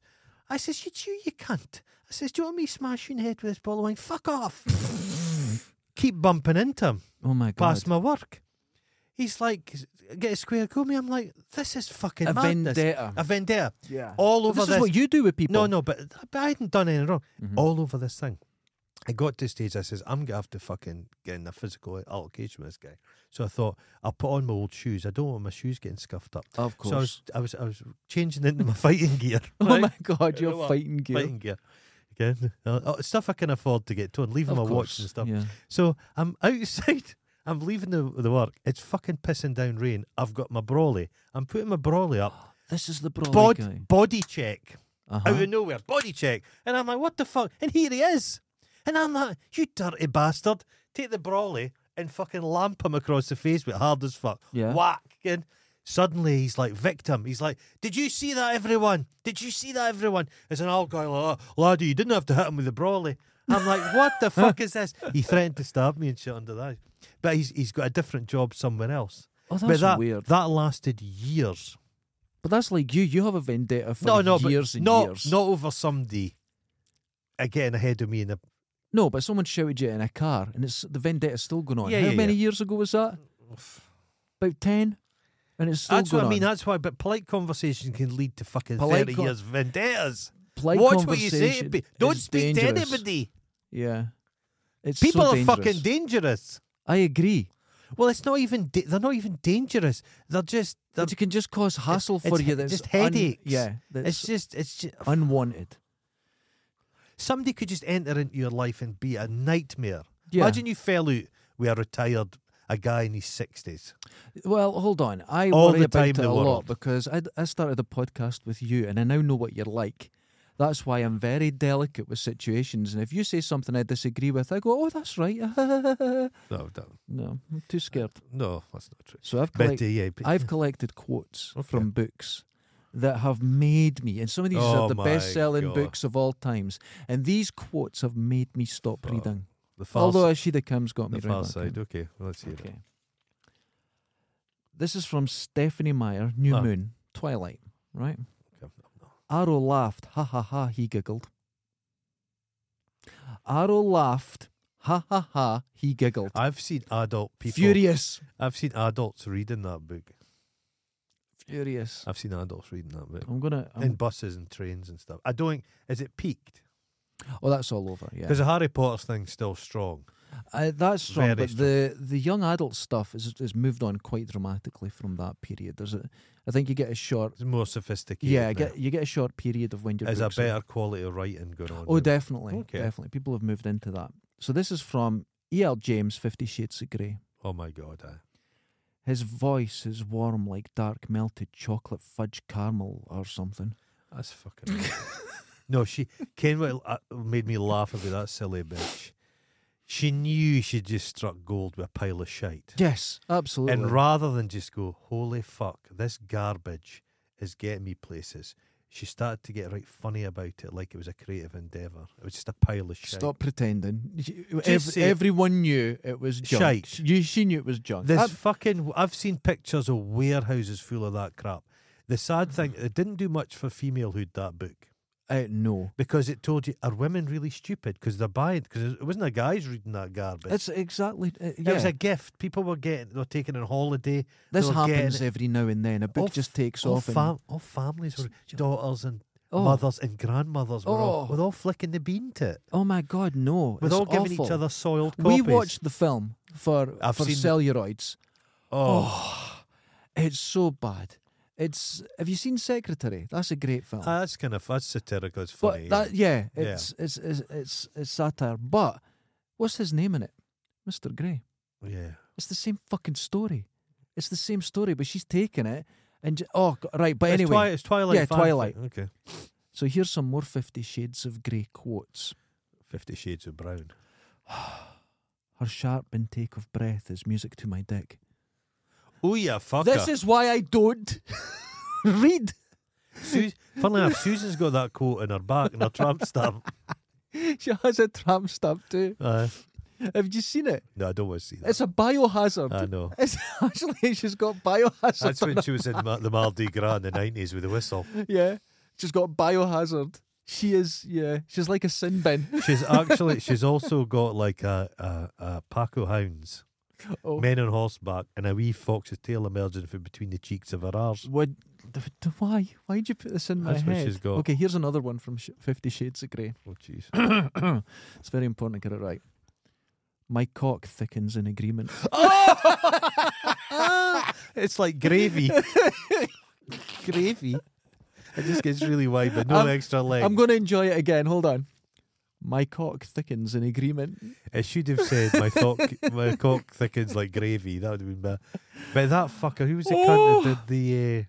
[SPEAKER 3] I says, you chew, you cunt. I says, do you want me smashing your head with this bottle of wine? Fuck off. Keep bumping into him
[SPEAKER 1] Oh my God.
[SPEAKER 3] past my work. He's like, get a square go me. I'm like, this is fucking
[SPEAKER 1] a
[SPEAKER 3] madness.
[SPEAKER 1] vendetta.
[SPEAKER 3] A vendetta.
[SPEAKER 1] yeah.
[SPEAKER 3] All
[SPEAKER 1] Well,
[SPEAKER 3] over
[SPEAKER 1] this,
[SPEAKER 3] this.
[SPEAKER 1] is what you do with people. Mm-hmm.
[SPEAKER 3] No, no, but, but I hadn't done anything wrong. All over this thing. I got to the stage, I says, I'm going to have to fucking get in a physical altercation with this guy. So I thought, I'll put on my old shoes. I don't want my shoes getting scuffed up.
[SPEAKER 1] Of course.
[SPEAKER 3] So I was, I was, I was changing into my fighting gear.
[SPEAKER 1] oh
[SPEAKER 3] right?
[SPEAKER 1] my God,
[SPEAKER 3] know
[SPEAKER 1] you're
[SPEAKER 3] what?
[SPEAKER 1] fighting gear.
[SPEAKER 3] Fighting gear. Again, uh, oh, stuff I can afford to get torn, leaving
[SPEAKER 1] of
[SPEAKER 3] my
[SPEAKER 1] course.
[SPEAKER 3] watch and stuff.
[SPEAKER 1] Yeah.
[SPEAKER 3] So I'm outside. I'm leaving the, the work. It's fucking pissing down rain. I've got my brolly. I'm putting my brolly up.
[SPEAKER 1] This is the brawly guy.
[SPEAKER 3] Bod, body check out
[SPEAKER 1] Oh, Uh-huh.
[SPEAKER 3] of nowhere, body check. And I'm like, what the fuck? And here he is. And I'm like, you dirty bastard. Take the brawly and fucking lamp him across the face with hard as fuck.
[SPEAKER 1] Yeah.
[SPEAKER 3] Whack. And suddenly he's like, victim. He's like, did you see that, everyone? Did you see that, everyone? It's an old guy like, oh, laddie, you didn't have to hit him with the brawly. I'm like, what the fuck is this? He threatened to stab me and shit under that. But he's, he's got a different job somewhere else.
[SPEAKER 1] Oh,
[SPEAKER 3] but
[SPEAKER 1] that's
[SPEAKER 3] that,
[SPEAKER 1] weird.
[SPEAKER 3] that lasted years.
[SPEAKER 1] But that's like you. You have a vendetta for
[SPEAKER 3] No, no,
[SPEAKER 1] years
[SPEAKER 3] but
[SPEAKER 1] and
[SPEAKER 3] not,
[SPEAKER 1] years.
[SPEAKER 3] not over somebody uh, getting ahead of me in the
[SPEAKER 1] No, but someone shouted you in a car, and it's the vendetta's still going on.
[SPEAKER 3] Yeah,
[SPEAKER 1] How
[SPEAKER 3] yeah,
[SPEAKER 1] many
[SPEAKER 3] yeah.
[SPEAKER 1] years ago was that? About ten, and it's still
[SPEAKER 3] That's
[SPEAKER 1] going
[SPEAKER 3] what I mean.
[SPEAKER 1] on.
[SPEAKER 3] That's why. But polite conversation can lead to fucking
[SPEAKER 1] Polite
[SPEAKER 3] thirty
[SPEAKER 1] con-
[SPEAKER 3] years vendettas.
[SPEAKER 1] polite
[SPEAKER 3] Watch what you
[SPEAKER 1] conversation.
[SPEAKER 3] say. be- Don't
[SPEAKER 1] is
[SPEAKER 3] speak to
[SPEAKER 1] dangerous.
[SPEAKER 3] anybody.
[SPEAKER 1] Yeah. It's so
[SPEAKER 3] People are fucking
[SPEAKER 1] dangerous.
[SPEAKER 3] dangerous.
[SPEAKER 1] I agree.
[SPEAKER 3] Well, it's not even. Da- they're not even dangerous. They're just. They're,
[SPEAKER 1] But it can just cause hassle
[SPEAKER 3] it's
[SPEAKER 1] for you.
[SPEAKER 3] he-
[SPEAKER 1] That's
[SPEAKER 3] just
[SPEAKER 1] un-
[SPEAKER 3] headaches.
[SPEAKER 1] yeah, that's
[SPEAKER 3] it's just. It's just.
[SPEAKER 1] unwanted.
[SPEAKER 3] Somebody could just enter into your life and be a nightmare.
[SPEAKER 1] Yeah.
[SPEAKER 3] Imagine you fell out with a retired a guy in his sixties.
[SPEAKER 1] Well, hold on. I
[SPEAKER 3] All
[SPEAKER 1] worry
[SPEAKER 3] the
[SPEAKER 1] about
[SPEAKER 3] time
[SPEAKER 1] it
[SPEAKER 3] in the
[SPEAKER 1] a
[SPEAKER 3] world.
[SPEAKER 1] lot because I, I started a podcast with you, and I now know what you're like. That's why I'm very delicate with situations. And if you say something I disagree with, I go, "Oh, that's right." no,
[SPEAKER 3] No, no,
[SPEAKER 1] I'm too scared.
[SPEAKER 3] no, that's not true.
[SPEAKER 1] So I've
[SPEAKER 3] But
[SPEAKER 1] collect-
[SPEAKER 3] uh, yeah, but-
[SPEAKER 1] I've collected quotes
[SPEAKER 3] Okay.
[SPEAKER 1] from books that have made me, and some of these
[SPEAKER 3] Oh
[SPEAKER 1] are the
[SPEAKER 3] my
[SPEAKER 1] best-selling
[SPEAKER 3] God.
[SPEAKER 1] books of all times. And these quotes have made me stop reading.
[SPEAKER 3] the far,
[SPEAKER 1] Although
[SPEAKER 3] s-
[SPEAKER 1] Ashida Kim's got me
[SPEAKER 3] the
[SPEAKER 1] round
[SPEAKER 3] far
[SPEAKER 1] that
[SPEAKER 3] side.
[SPEAKER 1] time.
[SPEAKER 3] Okay, let's hear it.
[SPEAKER 1] Okay. This is from Stephanie Meyer, New
[SPEAKER 3] Ah.
[SPEAKER 1] Moon, Twilight, right?
[SPEAKER 3] Okay.
[SPEAKER 1] Arrow laughed, ha ha ha, he giggled. Arrow laughed, ha ha ha, he giggled.
[SPEAKER 3] I've seen adult Ah, people.
[SPEAKER 1] Furious.
[SPEAKER 3] I've seen adults reading that book.
[SPEAKER 1] Furious.
[SPEAKER 3] I've seen adults reading that book
[SPEAKER 1] I'm gonna. I'm-
[SPEAKER 3] in buses and trains and stuff. I don't. Is it peaked?
[SPEAKER 1] oh, that's all over. Yeah,
[SPEAKER 3] Because the Harry Potter thing's still strong.
[SPEAKER 1] uh, that's strong.
[SPEAKER 3] very
[SPEAKER 1] But
[SPEAKER 3] strong.
[SPEAKER 1] the the young adult stuff is is moved on quite dramatically from that period. There's a, I think you get a short.
[SPEAKER 3] It's more sophisticated.
[SPEAKER 1] Yeah,
[SPEAKER 3] now.
[SPEAKER 1] get, you get a short period of when you're.
[SPEAKER 3] There's a better quality of writing going on.
[SPEAKER 1] Oh,
[SPEAKER 3] now.
[SPEAKER 1] definitely,
[SPEAKER 3] Okay.
[SPEAKER 1] definitely. People have moved into that. So this is from E.L. James, Fifty Shades of Grey.
[SPEAKER 3] oh my god. aye.
[SPEAKER 1] His voice is warm like dark melted chocolate fudge caramel or something.
[SPEAKER 3] That's fucking. no, she Kenwell uh, made me laugh about that silly bitch. She knew she just struck gold with a pile of shite,
[SPEAKER 1] Yes, absolutely.
[SPEAKER 3] and rather than just go, "Holy fuck, this garbage is getting me places," she started to get right funny about it, like it was a creative endeavor. It was just a pile of shite.
[SPEAKER 1] Stop pretending. You-
[SPEAKER 3] Just
[SPEAKER 1] ev-
[SPEAKER 3] say it.
[SPEAKER 1] everyone knew it was junk.
[SPEAKER 3] Shite.
[SPEAKER 1] You, she knew it was junk.
[SPEAKER 3] This
[SPEAKER 1] Ab-
[SPEAKER 3] fucking. I've seen pictures of warehouses full of that crap. The sad thing, it didn't do much for femalehood that book.
[SPEAKER 1] uh, no.
[SPEAKER 3] because it told you are women really stupid because they're buying because it wasn't a guy's reading that garbage.
[SPEAKER 1] It's exactly. Uh,
[SPEAKER 3] It was
[SPEAKER 1] yeah.
[SPEAKER 3] a gift. People were getting they're taking on holiday.
[SPEAKER 1] this
[SPEAKER 3] they were getting
[SPEAKER 1] happens eh,
[SPEAKER 3] it.
[SPEAKER 1] every now and then. A book
[SPEAKER 3] All
[SPEAKER 1] just
[SPEAKER 3] f-
[SPEAKER 1] takes
[SPEAKER 3] all
[SPEAKER 1] off. and-
[SPEAKER 3] fam- all families were daughters and
[SPEAKER 1] oh,
[SPEAKER 3] mothers and grandmothers were all,
[SPEAKER 1] Oh.
[SPEAKER 3] were all flicking the bean to it.
[SPEAKER 1] oh my God, no.
[SPEAKER 3] We're
[SPEAKER 1] it's
[SPEAKER 3] all giving each
[SPEAKER 1] awful.
[SPEAKER 3] other soiled
[SPEAKER 1] We
[SPEAKER 3] copies.
[SPEAKER 1] watched the film for
[SPEAKER 3] I've
[SPEAKER 1] for
[SPEAKER 3] seen the-
[SPEAKER 1] celluloids.
[SPEAKER 3] Oh,
[SPEAKER 1] It's so bad. It's have you seen Secretary? That's a great film.
[SPEAKER 3] Ah, that's kind of that's satirical. It's
[SPEAKER 1] oh. but
[SPEAKER 3] funny. yeah.
[SPEAKER 1] that yeah,
[SPEAKER 3] Yeah.
[SPEAKER 1] it's, It's, it's it's it's satire. But what's his name in it? Mr. Grey.
[SPEAKER 3] yeah.
[SPEAKER 1] It's the same fucking story. It's the same story, but she's taken it and j- oh g- right. But
[SPEAKER 3] it's,
[SPEAKER 1] anyway,
[SPEAKER 3] Twi- it's Twilight.
[SPEAKER 1] yeah,
[SPEAKER 3] fanfic.
[SPEAKER 1] Twilight.
[SPEAKER 3] Okay.
[SPEAKER 1] so here's some more Fifty Shades of Grey quotes.
[SPEAKER 3] Fifty Shades of Brown.
[SPEAKER 1] Her sharp intake of breath is music to my dick.
[SPEAKER 3] Oh yeah, fucker.
[SPEAKER 1] This is why I don't read.
[SPEAKER 3] Sus- funnily enough, Susan's got that coat in her back and her tramp stamp.
[SPEAKER 1] She has a tramp stamp too.
[SPEAKER 3] Uh,
[SPEAKER 1] Have you seen it?
[SPEAKER 3] no, I don't want to see that.
[SPEAKER 1] It's a biohazard.
[SPEAKER 3] I know.
[SPEAKER 1] It's actually she's got biohazard.
[SPEAKER 3] That's when she was in Ma- the Mardi Gras in the nineties with the whistle.
[SPEAKER 1] yeah, she's got biohazard. She is. Yeah, she's like a sin bin.
[SPEAKER 3] She's actually she's also got like a a, a pack of hounds,
[SPEAKER 1] Oh.
[SPEAKER 3] men on horseback, and a wee fox's tail emerging from between the cheeks of her arse.
[SPEAKER 1] What? th- th- Why? Why would you put this in my
[SPEAKER 3] That's
[SPEAKER 1] head?
[SPEAKER 3] what she's got.
[SPEAKER 1] Okay, here's another one from Sh- Fifty Shades of Grey.
[SPEAKER 3] Oh jeez.
[SPEAKER 1] it's very important to get it right. My cock thickens in agreement. Ah!
[SPEAKER 3] it's like gravy.
[SPEAKER 1] Gravy.
[SPEAKER 3] It just gets really wide, but no
[SPEAKER 1] I'm-
[SPEAKER 3] extra leg.
[SPEAKER 1] I'm going to enjoy it again. Hold on. My cock thickens in agreement.
[SPEAKER 3] I should have said my thought, my cock thickens like gravy. That would have been better. But that fucker, who was the cunt that did
[SPEAKER 1] Oh.
[SPEAKER 3] the uh,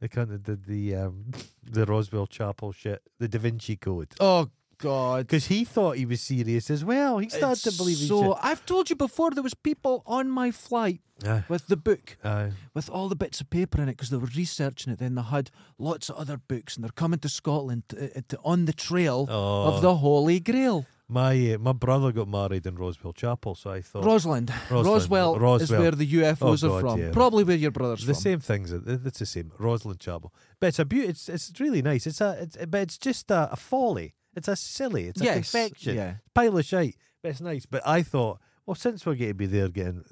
[SPEAKER 3] the cunt that did the um, the Roswell Chapel shit, the Da Vinci Code.
[SPEAKER 1] Oh God.
[SPEAKER 3] because he thought he was serious as well. He started to
[SPEAKER 1] It's
[SPEAKER 3] believe he
[SPEAKER 1] so I've told you before there was people on my flight
[SPEAKER 3] should. Aye,
[SPEAKER 1] with the book
[SPEAKER 3] aye.
[SPEAKER 1] with all the bits of paper in it because they were researching it then they had lots of other books and they're coming to Scotland to, uh, to, on the trail
[SPEAKER 3] Oh,
[SPEAKER 1] of the Holy Grail
[SPEAKER 3] my uh, my brother got married in Roswell Chapel, so I thought
[SPEAKER 1] Rosland
[SPEAKER 3] Oh. Rosalind,
[SPEAKER 1] Roswell is
[SPEAKER 3] Roswell.
[SPEAKER 1] where the UFOs
[SPEAKER 3] Oh,
[SPEAKER 1] are
[SPEAKER 3] God,
[SPEAKER 1] from
[SPEAKER 3] yeah.
[SPEAKER 1] probably where your brother's
[SPEAKER 3] the
[SPEAKER 1] from
[SPEAKER 3] same things. uh, It's the same Rosalind Chapel, but it's a beauty. It's it's really nice. It's a it's but it's just a, a folly. It's a silly. It's a
[SPEAKER 1] yes
[SPEAKER 3] confection.
[SPEAKER 1] yeah
[SPEAKER 3] Pile of shite. But it's nice. But I thought, well, since we're going to be there getting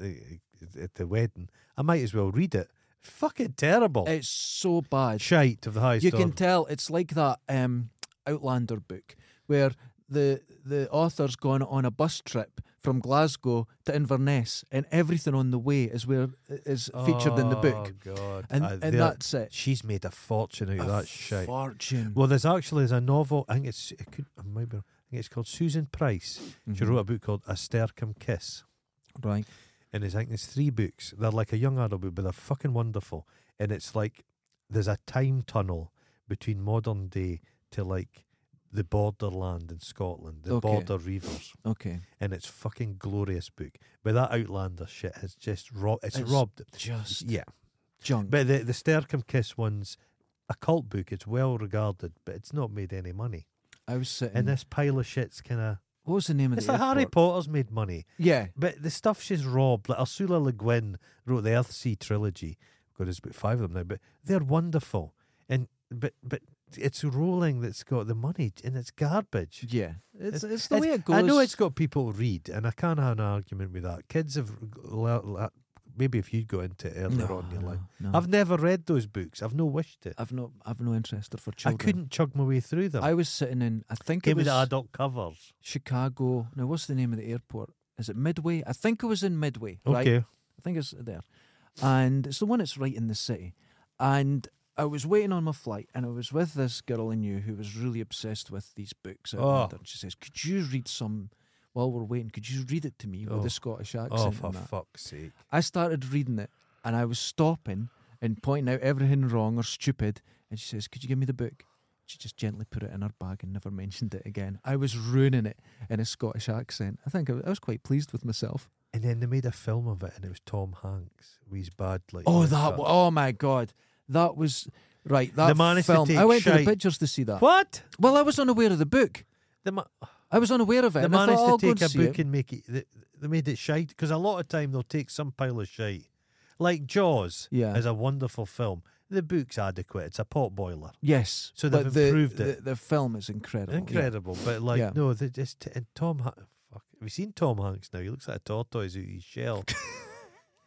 [SPEAKER 3] uh, at the wedding, I might as well read it. Fucking terrible.
[SPEAKER 1] it's so bad
[SPEAKER 3] shite of the highest
[SPEAKER 1] Eh, you can
[SPEAKER 3] order.
[SPEAKER 1] tell it's like that um Outlander book, where the the author's gone on a bus trip from Glasgow to Inverness, and everything on the way is where is featured in the book,
[SPEAKER 3] Oh, God.
[SPEAKER 1] and
[SPEAKER 3] Uh,
[SPEAKER 1] and
[SPEAKER 3] there-
[SPEAKER 1] that's it.
[SPEAKER 3] she's made a fortune out of
[SPEAKER 1] A
[SPEAKER 3] that shit.
[SPEAKER 1] Fortune.
[SPEAKER 3] Well, there's actually there's a novel. I think it's it could I might be. wrong, I think it's called Susan Price. She
[SPEAKER 1] Mhm.
[SPEAKER 3] wrote a book called A Stercum Kiss,
[SPEAKER 1] Right.
[SPEAKER 3] and it's I think there's three books. They're like a young adult book, but they're fucking wonderful. And it's like there's a time tunnel between modern day to like the borderland in Scotland, the
[SPEAKER 1] Okay.
[SPEAKER 3] border reivers,
[SPEAKER 1] Okay.
[SPEAKER 3] and it's fucking glorious book. But that Outlander shit has just robbed. It's,
[SPEAKER 1] It's
[SPEAKER 3] robbed.
[SPEAKER 1] Just
[SPEAKER 3] Yeah,
[SPEAKER 1] junk.
[SPEAKER 3] but the the Stercum Kiss one's a cult book. It's well regarded, but it's not made any money.
[SPEAKER 1] I was sitting.
[SPEAKER 3] and this pile of shit's kind of.
[SPEAKER 1] what was the name of
[SPEAKER 3] Mm. It's
[SPEAKER 1] the
[SPEAKER 3] like Harry
[SPEAKER 1] airport?
[SPEAKER 3] Potter's made money,
[SPEAKER 1] Yeah.
[SPEAKER 3] but the stuff she's robbed, like Ursula Le Guin wrote the Earthsea trilogy. God, there's about five of them now, but they're wonderful. And but but it's Rowling that's got the money, and it's garbage.
[SPEAKER 1] Yeah. It's, it's, the way
[SPEAKER 3] It's-
[SPEAKER 1] it goes.
[SPEAKER 3] I know it's got people read, and I can't have an argument with that. Kids have le- le- maybe if you go into it earlier on in your life.
[SPEAKER 1] No,
[SPEAKER 3] I've never read those books. I've no wish to.
[SPEAKER 1] I've no I've no interest there for children.
[SPEAKER 3] I couldn't chug my way through them.
[SPEAKER 1] I was sitting in I think
[SPEAKER 3] Give
[SPEAKER 1] it
[SPEAKER 3] me the
[SPEAKER 1] was
[SPEAKER 3] adult covers.
[SPEAKER 1] Chicago. Now what's the name of the airport? Is it Midway? I think it was in Midway. Right.
[SPEAKER 3] Okay.
[SPEAKER 1] I think it's there. And it's the one that's right in the city. And I was waiting on my flight and I was with this girl I knew who was really obsessed with these books. out
[SPEAKER 3] Oh.
[SPEAKER 1] there. And she says, Could you read some while we're waiting? Could you read it to me
[SPEAKER 3] Oh.
[SPEAKER 1] with a Scottish accent?
[SPEAKER 3] Oh,
[SPEAKER 1] and
[SPEAKER 3] for
[SPEAKER 1] that?"
[SPEAKER 3] fuck's sake.
[SPEAKER 1] I started reading it and I was stopping and pointing out everything wrong or stupid. And she says, Could you give me the book? She just gently put it in her bag and never mentioned it again. I was ruining it in a Scottish accent. I think I was, I was quite pleased with myself.
[SPEAKER 3] And then they made a film of it, and it was Tom Hanks. with his bad like.
[SPEAKER 1] Oh,
[SPEAKER 3] haircut.
[SPEAKER 1] that! Oh my God, that was right. That
[SPEAKER 3] The man is to
[SPEAKER 1] film. I
[SPEAKER 3] take
[SPEAKER 1] went to the
[SPEAKER 3] shite.
[SPEAKER 1] pictures to see that.
[SPEAKER 3] What?
[SPEAKER 1] Well, I was unaware of the book.
[SPEAKER 3] The, ma-
[SPEAKER 1] I was unaware of it.
[SPEAKER 3] the
[SPEAKER 1] and I
[SPEAKER 3] man is
[SPEAKER 1] thought, oh,
[SPEAKER 3] to
[SPEAKER 1] "I'll go
[SPEAKER 3] take
[SPEAKER 1] and
[SPEAKER 3] a
[SPEAKER 1] see it."
[SPEAKER 3] book and make it. They, they made it shite because a lot of time they'll take some pile of shite, like Jaws.
[SPEAKER 1] Yeah.
[SPEAKER 3] is a wonderful film. The book's adequate. It's a pot boiler.
[SPEAKER 1] Yes,
[SPEAKER 3] So
[SPEAKER 1] but
[SPEAKER 3] they've
[SPEAKER 1] the,
[SPEAKER 3] improved
[SPEAKER 1] the,
[SPEAKER 3] it.
[SPEAKER 1] The film is incredible. yeah.
[SPEAKER 3] Incredible, but like
[SPEAKER 1] Yeah.
[SPEAKER 3] no, they just and Tom. Ha- fuck, have you seen Tom Hanks now? He looks like a tortoise out of his shell.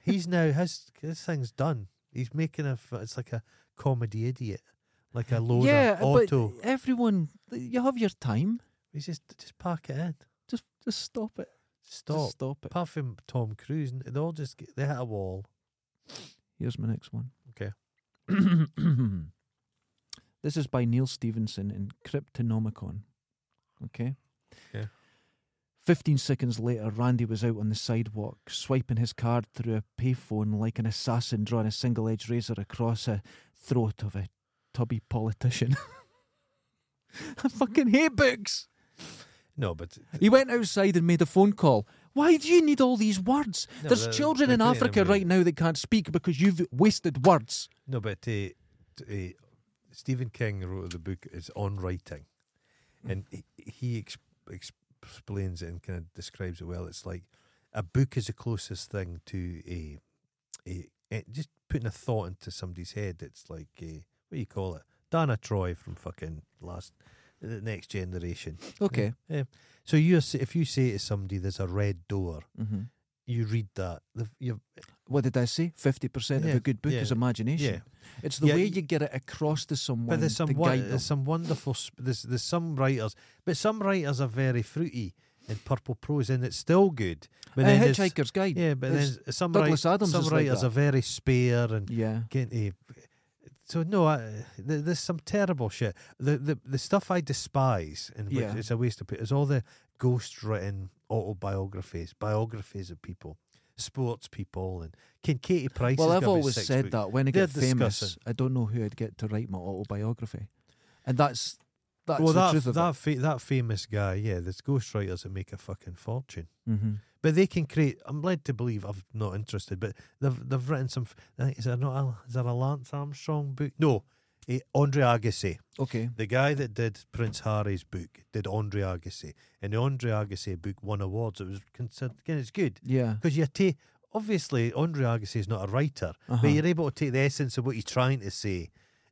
[SPEAKER 3] He's now his his thing's done. He's making a. f- It's like a comedy idiot, like a loader
[SPEAKER 1] Yeah,
[SPEAKER 3] auto.
[SPEAKER 1] but everyone, you have your time.
[SPEAKER 3] He's just just park it in.
[SPEAKER 1] Just, just stop it.
[SPEAKER 3] Stop.
[SPEAKER 1] Just stop it.
[SPEAKER 3] Apart from Tom Cruise, n- they all just get, they hit a wall.
[SPEAKER 1] Here's my next one.
[SPEAKER 3] Okay.
[SPEAKER 1] this is by Neil Stevenson in Cryptonomicon. Okay.
[SPEAKER 3] Okay.
[SPEAKER 1] 15 seconds later, Randy was out on the sidewalk, swiping his card through a payphone like an assassin drawing a single edged razor across a throat of a tubby politician. I fucking hate books.
[SPEAKER 3] No, but
[SPEAKER 1] He went outside and made a phone call. Why do you need all these words?
[SPEAKER 3] No,
[SPEAKER 1] There's
[SPEAKER 3] they're-
[SPEAKER 1] children
[SPEAKER 3] they're
[SPEAKER 1] in
[SPEAKER 3] great,
[SPEAKER 1] Africa
[SPEAKER 3] aren't they?
[SPEAKER 1] right now that can't speak because you've wasted words.
[SPEAKER 3] no, but uh, t- uh, Stephen King wrote the book is on writing, and he, he ex- ex- explains it and kind of describes it well. It's like a book is the closest thing to a, a, a just putting a thought into somebody's head. It's like a, what do you call it? Dana Troy from fucking last the next generation.
[SPEAKER 1] Okay.
[SPEAKER 3] Yeah. So you s- if you say to somebody there's a red door,
[SPEAKER 1] Mm-hmm.
[SPEAKER 3] you read that. The, you
[SPEAKER 1] What did I say? Fifty percent of
[SPEAKER 3] Yeah,
[SPEAKER 1] a good book
[SPEAKER 3] yeah,
[SPEAKER 1] is imagination.
[SPEAKER 3] yeah.
[SPEAKER 1] It's the
[SPEAKER 3] Yeah,
[SPEAKER 1] way
[SPEAKER 3] y-
[SPEAKER 1] you get it across to someone.
[SPEAKER 3] But there's
[SPEAKER 1] to
[SPEAKER 3] some
[SPEAKER 1] guide
[SPEAKER 3] won-
[SPEAKER 1] them.
[SPEAKER 3] there's some wonderful sp- there's there's some writers, but some writers are very fruity in purple prose, and it's still good. But
[SPEAKER 1] a
[SPEAKER 3] then there's-
[SPEAKER 1] Hitchhiker's Guide.
[SPEAKER 3] yeah, but
[SPEAKER 1] There's
[SPEAKER 3] then some writers
[SPEAKER 1] Douglas Adams
[SPEAKER 3] some
[SPEAKER 1] is like
[SPEAKER 3] writers
[SPEAKER 1] that.
[SPEAKER 3] are very spare and
[SPEAKER 1] yeah.
[SPEAKER 3] getting. So no, I, th- there's some terrible shit. The the, the stuff I despise, and which
[SPEAKER 1] Yeah.
[SPEAKER 3] it's a waste of it, is all the ghost written autobiographies, biographies of people, sports people, and can Katie Price?
[SPEAKER 1] Well,
[SPEAKER 3] has
[SPEAKER 1] I've
[SPEAKER 3] got about
[SPEAKER 1] always
[SPEAKER 3] six
[SPEAKER 1] said
[SPEAKER 3] books.
[SPEAKER 1] that when I
[SPEAKER 3] They're
[SPEAKER 1] get famous,
[SPEAKER 3] discussing.
[SPEAKER 1] I don't know who I'd get to write my autobiography, and that's that's
[SPEAKER 3] well,
[SPEAKER 1] the
[SPEAKER 3] that
[SPEAKER 1] truth of
[SPEAKER 3] that fa- that famous guy, yeah, there's ghostwriters that make a fucking fortune,
[SPEAKER 1] it. Mm-hmm.
[SPEAKER 3] but they can create. I'm led to believe I'm not interested, but they've they've written some. f- I think- Is there not a, is there a Lance Armstrong book? No, eh, Andre Agassi,
[SPEAKER 1] Okay.
[SPEAKER 3] the guy that did Prince Harry's book, did Andre Agassi, and the Andre Agassi book won awards. It was considered again, it's good
[SPEAKER 1] Yeah.
[SPEAKER 3] because you take obviously Andre Agassi is not a writer,
[SPEAKER 1] Uh-huh.
[SPEAKER 3] but you're able to take the essence of what he's trying to say,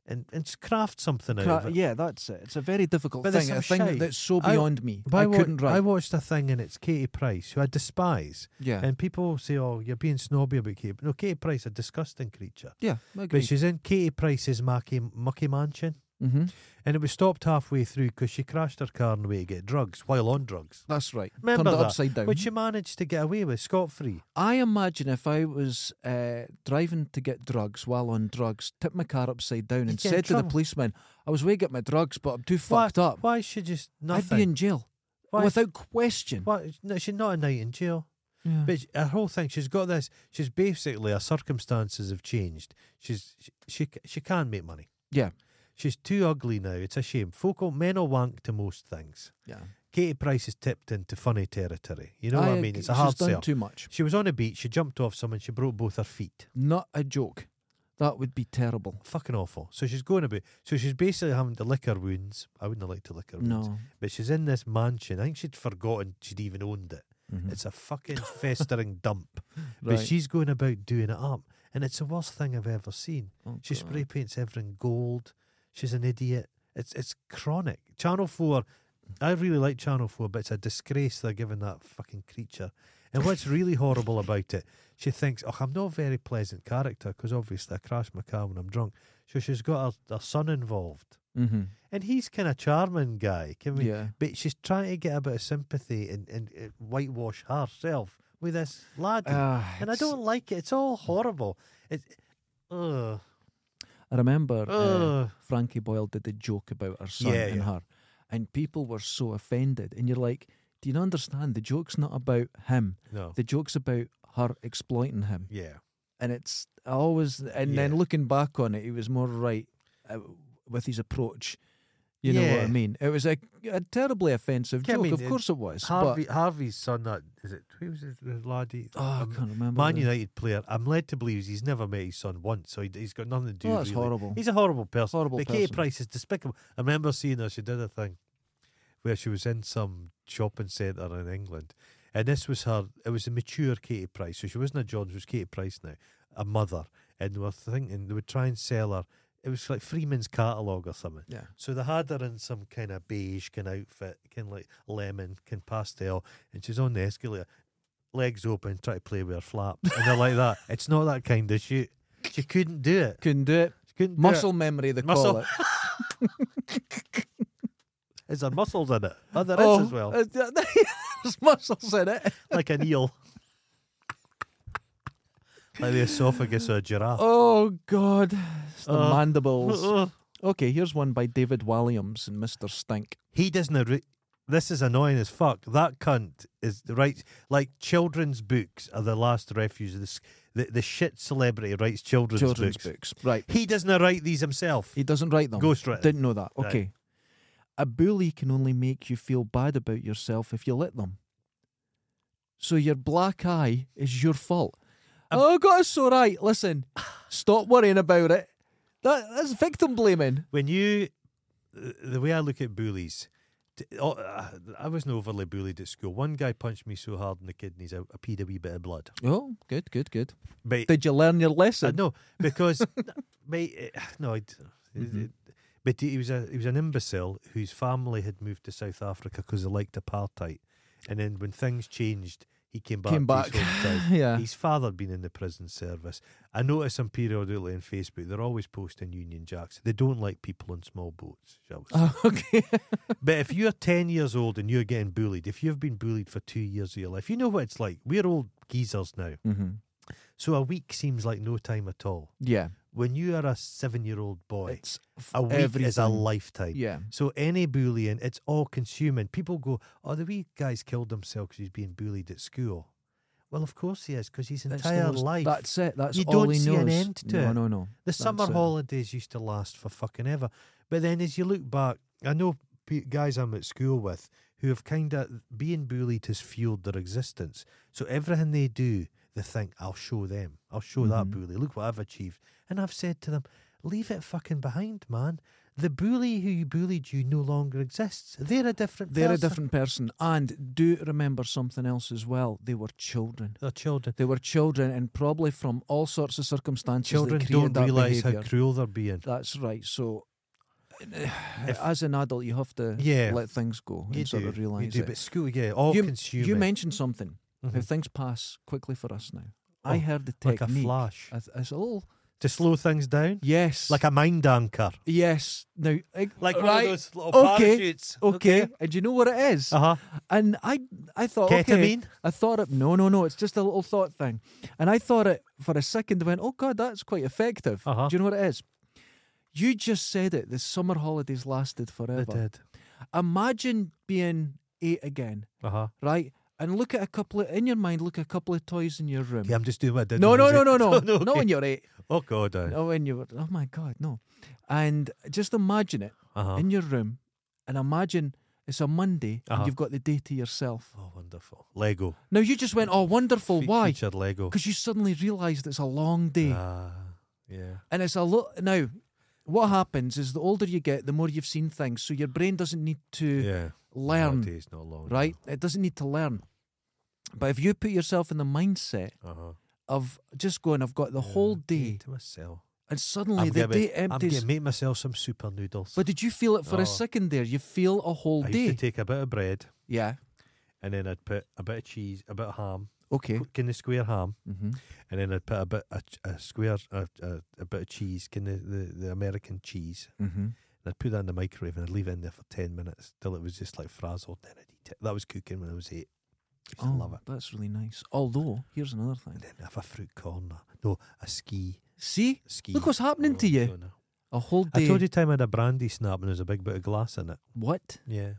[SPEAKER 3] and and just craft something out
[SPEAKER 1] Cra-
[SPEAKER 3] of it.
[SPEAKER 1] yeah, that's it. It's a very difficult
[SPEAKER 3] But there's
[SPEAKER 1] thing.
[SPEAKER 3] some
[SPEAKER 1] A thing
[SPEAKER 3] shite.
[SPEAKER 1] that's so
[SPEAKER 3] I-
[SPEAKER 1] beyond me.
[SPEAKER 3] But
[SPEAKER 1] I,
[SPEAKER 3] wa-
[SPEAKER 1] couldn't write.
[SPEAKER 3] I watched a thing and it's Katie Price, who I despise.
[SPEAKER 1] yeah.
[SPEAKER 3] And people say, "Oh, you're being snobby about Katie." No, Katie Price, a disgusting creature.
[SPEAKER 1] yeah. I
[SPEAKER 3] But
[SPEAKER 1] agree.
[SPEAKER 3] she's in Katie Price's mucky, mucky mansion,
[SPEAKER 1] Mm-hmm.
[SPEAKER 3] And it was stopped halfway through because she crashed her car on the way to get drugs while on drugs,
[SPEAKER 1] That's right.
[SPEAKER 3] Remember
[SPEAKER 1] Turned it
[SPEAKER 3] that,
[SPEAKER 1] upside down.
[SPEAKER 3] which she managed to get away with scot free.
[SPEAKER 1] I imagine if I was uh, driving to get drugs while on drugs, tipped my car upside down
[SPEAKER 3] You'd
[SPEAKER 1] and
[SPEAKER 3] get in
[SPEAKER 1] said to the
[SPEAKER 3] trouble.
[SPEAKER 1] policeman, I was way to get my drugs, but I'm too
[SPEAKER 3] Why,
[SPEAKER 1] fucked up.
[SPEAKER 3] why should just
[SPEAKER 1] I'd
[SPEAKER 3] nothing?
[SPEAKER 1] be in jail
[SPEAKER 3] why,
[SPEAKER 1] without question.
[SPEAKER 3] why, no, she's not a night in jail.
[SPEAKER 1] Yeah.
[SPEAKER 3] But sh- her whole thing, she's got this. She's basically her circumstances have changed. She's she she, c- she can't make money.
[SPEAKER 1] Yeah.
[SPEAKER 3] She's too ugly now. It's a shame. Folk will- men will wank to most things.
[SPEAKER 1] yeah.
[SPEAKER 3] Katie Price is tipped into funny territory. You know what I mean?
[SPEAKER 1] ag-
[SPEAKER 3] It's a hard
[SPEAKER 1] She's done
[SPEAKER 3] sell.
[SPEAKER 1] too much.
[SPEAKER 3] She was on a beach. She jumped off someone. She broke both her feet.
[SPEAKER 1] Not a joke. That would be terrible.
[SPEAKER 3] Fucking awful. So she's going about. So she's basically having to lick her wounds. I wouldn't like to lick her wounds.
[SPEAKER 1] No.
[SPEAKER 3] But she's in this mansion. I think she'd forgotten she'd even owned it.
[SPEAKER 1] Mhm.
[SPEAKER 3] It's a fucking festering dump.
[SPEAKER 1] Right.
[SPEAKER 3] Mm-hmm. But she's going about doing it up. And it's the worst thing I've ever seen.
[SPEAKER 1] Oh,
[SPEAKER 3] She
[SPEAKER 1] God.
[SPEAKER 3] spray paints everything gold. She's an idiot. It's it's chronic. Channel Four. I really like Channel Four, but it's a disgrace they're giving that fucking creature. And what's really horrible about it, she thinks, "Oh, I'm not a very pleasant character because obviously I crash my car when I'm drunk." So she's got her, her son involved,
[SPEAKER 1] Mhm.
[SPEAKER 3] and he's kind of charming guy. Can we?
[SPEAKER 1] Yeah.
[SPEAKER 3] But she's trying to get a bit of sympathy and and uh, whitewash herself with this laddie,
[SPEAKER 1] Ah,
[SPEAKER 3] and I
[SPEAKER 1] it's-
[SPEAKER 3] don't like it. It's all horrible. It. Ugh.
[SPEAKER 1] I remember uh,
[SPEAKER 3] Ugh.
[SPEAKER 1] Frankie Boyle did a joke about her son
[SPEAKER 3] Yeah,
[SPEAKER 1] and
[SPEAKER 3] yeah.
[SPEAKER 1] her, and people were so offended. And you're like, do you not understand? The joke's not about him.
[SPEAKER 3] No.
[SPEAKER 1] The joke's about her exploiting him.
[SPEAKER 3] Yeah.
[SPEAKER 1] And it's I always. And then
[SPEAKER 3] Yeah.
[SPEAKER 1] looking back on it, he was more right uh, with his approach. You know what I
[SPEAKER 3] Yeah.
[SPEAKER 1] mean? It was a, a terribly offensive
[SPEAKER 3] Yeah, I
[SPEAKER 1] joke.
[SPEAKER 3] mean,
[SPEAKER 1] of
[SPEAKER 3] it-
[SPEAKER 1] course it was.
[SPEAKER 3] Harvey Harvey's son that is it who was his his laddie?
[SPEAKER 1] but, oh,
[SPEAKER 3] Um,
[SPEAKER 1] I can't remember.
[SPEAKER 3] Man
[SPEAKER 1] the-
[SPEAKER 3] United player. I'm led to believe he's never met his son once, so he, he's got nothing to do.
[SPEAKER 1] Oh, that's
[SPEAKER 3] really.
[SPEAKER 1] horrible.
[SPEAKER 3] He's a horrible person.
[SPEAKER 1] Horrible
[SPEAKER 3] but Katie
[SPEAKER 1] person.
[SPEAKER 3] Price is despicable. I remember seeing her. She did a thing where she was in some shopping centre in England, and this was her. It was a mature Katie Price, so she wasn't a John. She was Katie Price now, a mother, and they were thinking they would try and sell her. It was like Freeman's catalogue or something.
[SPEAKER 1] Yeah.
[SPEAKER 3] So they had her in some kind of beige kind of outfit, kind of like lemon, kind of pastel, and she's on the escalator, legs open, trying to play with her flaps, and they're like that. It's not that kind of shoot. She couldn't do it.
[SPEAKER 1] Couldn't do it.
[SPEAKER 3] She couldn't
[SPEAKER 1] Muscle
[SPEAKER 3] Do
[SPEAKER 1] memory, they call
[SPEAKER 3] Muscle-
[SPEAKER 1] it.
[SPEAKER 3] it. Is there muscles in it? Oh, there is as well.
[SPEAKER 1] uh, There's muscles in it.
[SPEAKER 3] Like an eel. like the esophagus of a giraffe.
[SPEAKER 1] Oh God, it's the
[SPEAKER 3] Oh.
[SPEAKER 1] mandibles. Okay, here's one by David Walliams and Mr. Stink.
[SPEAKER 3] he doesn't. Re- this is annoying as fuck. That cunt is the right. Like children's books are the last refuge. of This the the shit celebrity writes children's,
[SPEAKER 1] Children's
[SPEAKER 3] books.
[SPEAKER 1] books. Right.
[SPEAKER 3] He doesn't write these himself.
[SPEAKER 1] He doesn't write them.
[SPEAKER 3] Ghostwriter.
[SPEAKER 1] Didn't know that.
[SPEAKER 3] Right.
[SPEAKER 1] Okay. A bully can only make you feel bad about yourself if you let them. So your black eye is your fault. oh God, it's all right. Listen, stop worrying about it. That, that's victim blaming.
[SPEAKER 3] when you the the way I look at bullies, t- oh, uh, I wasn't overly bullied at school. One guy punched me so hard in the kidneys, I, I peed a wee bit of blood.
[SPEAKER 1] Oh, good, good, good.
[SPEAKER 3] But
[SPEAKER 1] Did you learn your
[SPEAKER 3] I
[SPEAKER 1] lesson?
[SPEAKER 3] know Uh, because mate, eh, no, I'd,
[SPEAKER 1] Mhm.
[SPEAKER 3] but he was a he was an imbecile whose family had moved to South Africa because they liked apartheid, and then when things changed, he came back.
[SPEAKER 1] Came
[SPEAKER 3] to
[SPEAKER 1] back.
[SPEAKER 3] His hometown.
[SPEAKER 1] yeah.
[SPEAKER 3] His father had been in the prison service. I notice him periodically on Facebook. They're always posting Union Jacks. They don't like people on small boats, shall we say.
[SPEAKER 1] Oh, okay.
[SPEAKER 3] But if you're 10 years old and you're getting bullied, if you've been bullied for two years of your life, you know what it's like. We're old geezers now.
[SPEAKER 1] mm-hmm.
[SPEAKER 3] So a week seems like no time at all.
[SPEAKER 1] Yeah.
[SPEAKER 3] When you are a seven year old boy,
[SPEAKER 1] It's f-
[SPEAKER 3] a week is a
[SPEAKER 1] everything.
[SPEAKER 3] lifetime.
[SPEAKER 1] Yeah.
[SPEAKER 3] So any bullying, it's all consuming. People go, oh, the wee guy's killed himself because he's being bullied at school. Well, of course he is, because his
[SPEAKER 1] That's the
[SPEAKER 3] entire
[SPEAKER 1] most-
[SPEAKER 3] life.
[SPEAKER 1] That's it. That's
[SPEAKER 3] You
[SPEAKER 1] all
[SPEAKER 3] don't
[SPEAKER 1] he
[SPEAKER 3] see
[SPEAKER 1] knows.
[SPEAKER 3] an end to
[SPEAKER 1] no,
[SPEAKER 3] it.
[SPEAKER 1] no, no.
[SPEAKER 3] The
[SPEAKER 1] That's
[SPEAKER 3] summer
[SPEAKER 1] it.
[SPEAKER 3] holidays used to last for fucking ever. But then as you look back, I know pe- guys I'm at school with who have kind of being bullied has fueled their existence. So everything they do, they think, I'll show them. I'll show that
[SPEAKER 1] Mhm.
[SPEAKER 3] bully. Look what I've achieved. And I've said to them, leave it fucking behind, man. The bully who you bullied you no longer exists. They're a different
[SPEAKER 1] They're a
[SPEAKER 3] person.
[SPEAKER 1] different person. And do remember something else as well. They were children.
[SPEAKER 3] They're children.
[SPEAKER 1] They were children, and probably from all sorts of circumstances. that
[SPEAKER 3] Children
[SPEAKER 1] created
[SPEAKER 3] don't
[SPEAKER 1] that
[SPEAKER 3] realise how
[SPEAKER 1] behaviour.
[SPEAKER 3] cruel they're being.
[SPEAKER 1] That's right. So, as an adult, you have to
[SPEAKER 3] Yeah.
[SPEAKER 1] let things go
[SPEAKER 3] You
[SPEAKER 1] and sort
[SPEAKER 3] do.
[SPEAKER 1] of realise
[SPEAKER 3] you do.
[SPEAKER 1] it.
[SPEAKER 3] But school, yeah, all
[SPEAKER 1] you,
[SPEAKER 3] consuming.
[SPEAKER 1] you mentioned something. How
[SPEAKER 3] Mhm.
[SPEAKER 1] things pass quickly for us now. I
[SPEAKER 3] Oh,
[SPEAKER 1] heard the
[SPEAKER 3] like a
[SPEAKER 1] technique.
[SPEAKER 3] flash.
[SPEAKER 1] a th- It's a little
[SPEAKER 3] to slow things down,
[SPEAKER 1] Yes.
[SPEAKER 3] like a mind anchor,
[SPEAKER 1] yes. Now, I-
[SPEAKER 3] like one
[SPEAKER 1] right.
[SPEAKER 3] of those little
[SPEAKER 1] Okay.
[SPEAKER 3] parachutes.
[SPEAKER 1] okay. And do you know what it is?
[SPEAKER 3] Uh huh.
[SPEAKER 1] and I, I thought, okay,
[SPEAKER 3] Ketamine.
[SPEAKER 1] I thought it. No, no, no. It's just a little thought thing. And I thought it for a second. Went, oh god, that's quite effective.
[SPEAKER 3] Uh-huh.
[SPEAKER 1] Do you know what it is? You just said it. The summer holidays lasted
[SPEAKER 3] They
[SPEAKER 1] forever.
[SPEAKER 3] did.
[SPEAKER 1] Imagine being eight again,
[SPEAKER 3] Uh huh.
[SPEAKER 1] right? And look at a couple of in your mind. Look at a couple of toys in your room.
[SPEAKER 3] Yeah, I'm just doing what I did.
[SPEAKER 1] No,
[SPEAKER 3] when I
[SPEAKER 1] no,
[SPEAKER 3] was
[SPEAKER 1] no,
[SPEAKER 3] eight.
[SPEAKER 1] no, no,
[SPEAKER 3] okay.
[SPEAKER 1] not when you're eight.
[SPEAKER 3] Oh God. Uh
[SPEAKER 1] No, when you were. Oh my god, no. And just imagine it
[SPEAKER 3] huh.
[SPEAKER 1] in your room, and imagine it's a Monday
[SPEAKER 3] Uh-huh.
[SPEAKER 1] and you've got the day to yourself.
[SPEAKER 3] Oh, wonderful. Lego.
[SPEAKER 1] Now you just went, oh, wonderful.
[SPEAKER 3] Fe-
[SPEAKER 1] Why?
[SPEAKER 3] Featured Lego.
[SPEAKER 1] Because you suddenly realised it's a long day,
[SPEAKER 3] Ah, yeah.
[SPEAKER 1] and it's a lot. Now, what happens is the older you get, the more you've seen things, so your brain doesn't need to
[SPEAKER 3] Yeah.
[SPEAKER 1] learn,
[SPEAKER 3] Nowadays, not long.
[SPEAKER 1] right? It doesn't need to learn. But if you put yourself in the mindset
[SPEAKER 3] Uh huh.
[SPEAKER 1] of just going, I've got the whole day,
[SPEAKER 3] to myself.
[SPEAKER 1] and suddenly the
[SPEAKER 3] gonna
[SPEAKER 1] day
[SPEAKER 3] be- I'm
[SPEAKER 1] empties.
[SPEAKER 3] gonna make myself some super noodles.
[SPEAKER 1] But did you feel it for
[SPEAKER 3] Oh.
[SPEAKER 1] a second there? You feel a whole
[SPEAKER 3] I
[SPEAKER 1] day.
[SPEAKER 3] used to take a bit of bread
[SPEAKER 1] yeah.
[SPEAKER 3] and then I'd put a bit of cheese, a bit of ham,
[SPEAKER 1] Okay.
[SPEAKER 3] can the square ham,
[SPEAKER 1] Mm-hmm.
[SPEAKER 3] and then I'd put a bit a, ch- a square a, a, a bit of cheese, can the, the, the American cheese,
[SPEAKER 1] Mm-hmm.
[SPEAKER 3] and I'd put that in the microwave and I'd leave it in there for ten minutes till it was just like frazzled. Then I'd eat it. That was cooking when I was eight. I
[SPEAKER 1] Oh.
[SPEAKER 3] used to love it.
[SPEAKER 1] That's really nice. Although, here's another thing.
[SPEAKER 3] And then have a fruit corner. No, a ski.
[SPEAKER 1] See,
[SPEAKER 3] Ski.
[SPEAKER 1] look what's happening to
[SPEAKER 3] Oh,
[SPEAKER 1] you.
[SPEAKER 3] no, no.
[SPEAKER 1] A whole day.
[SPEAKER 3] I told you time I had a brandy snap and there was a big bit of glass in it.
[SPEAKER 1] What?
[SPEAKER 3] Yeah.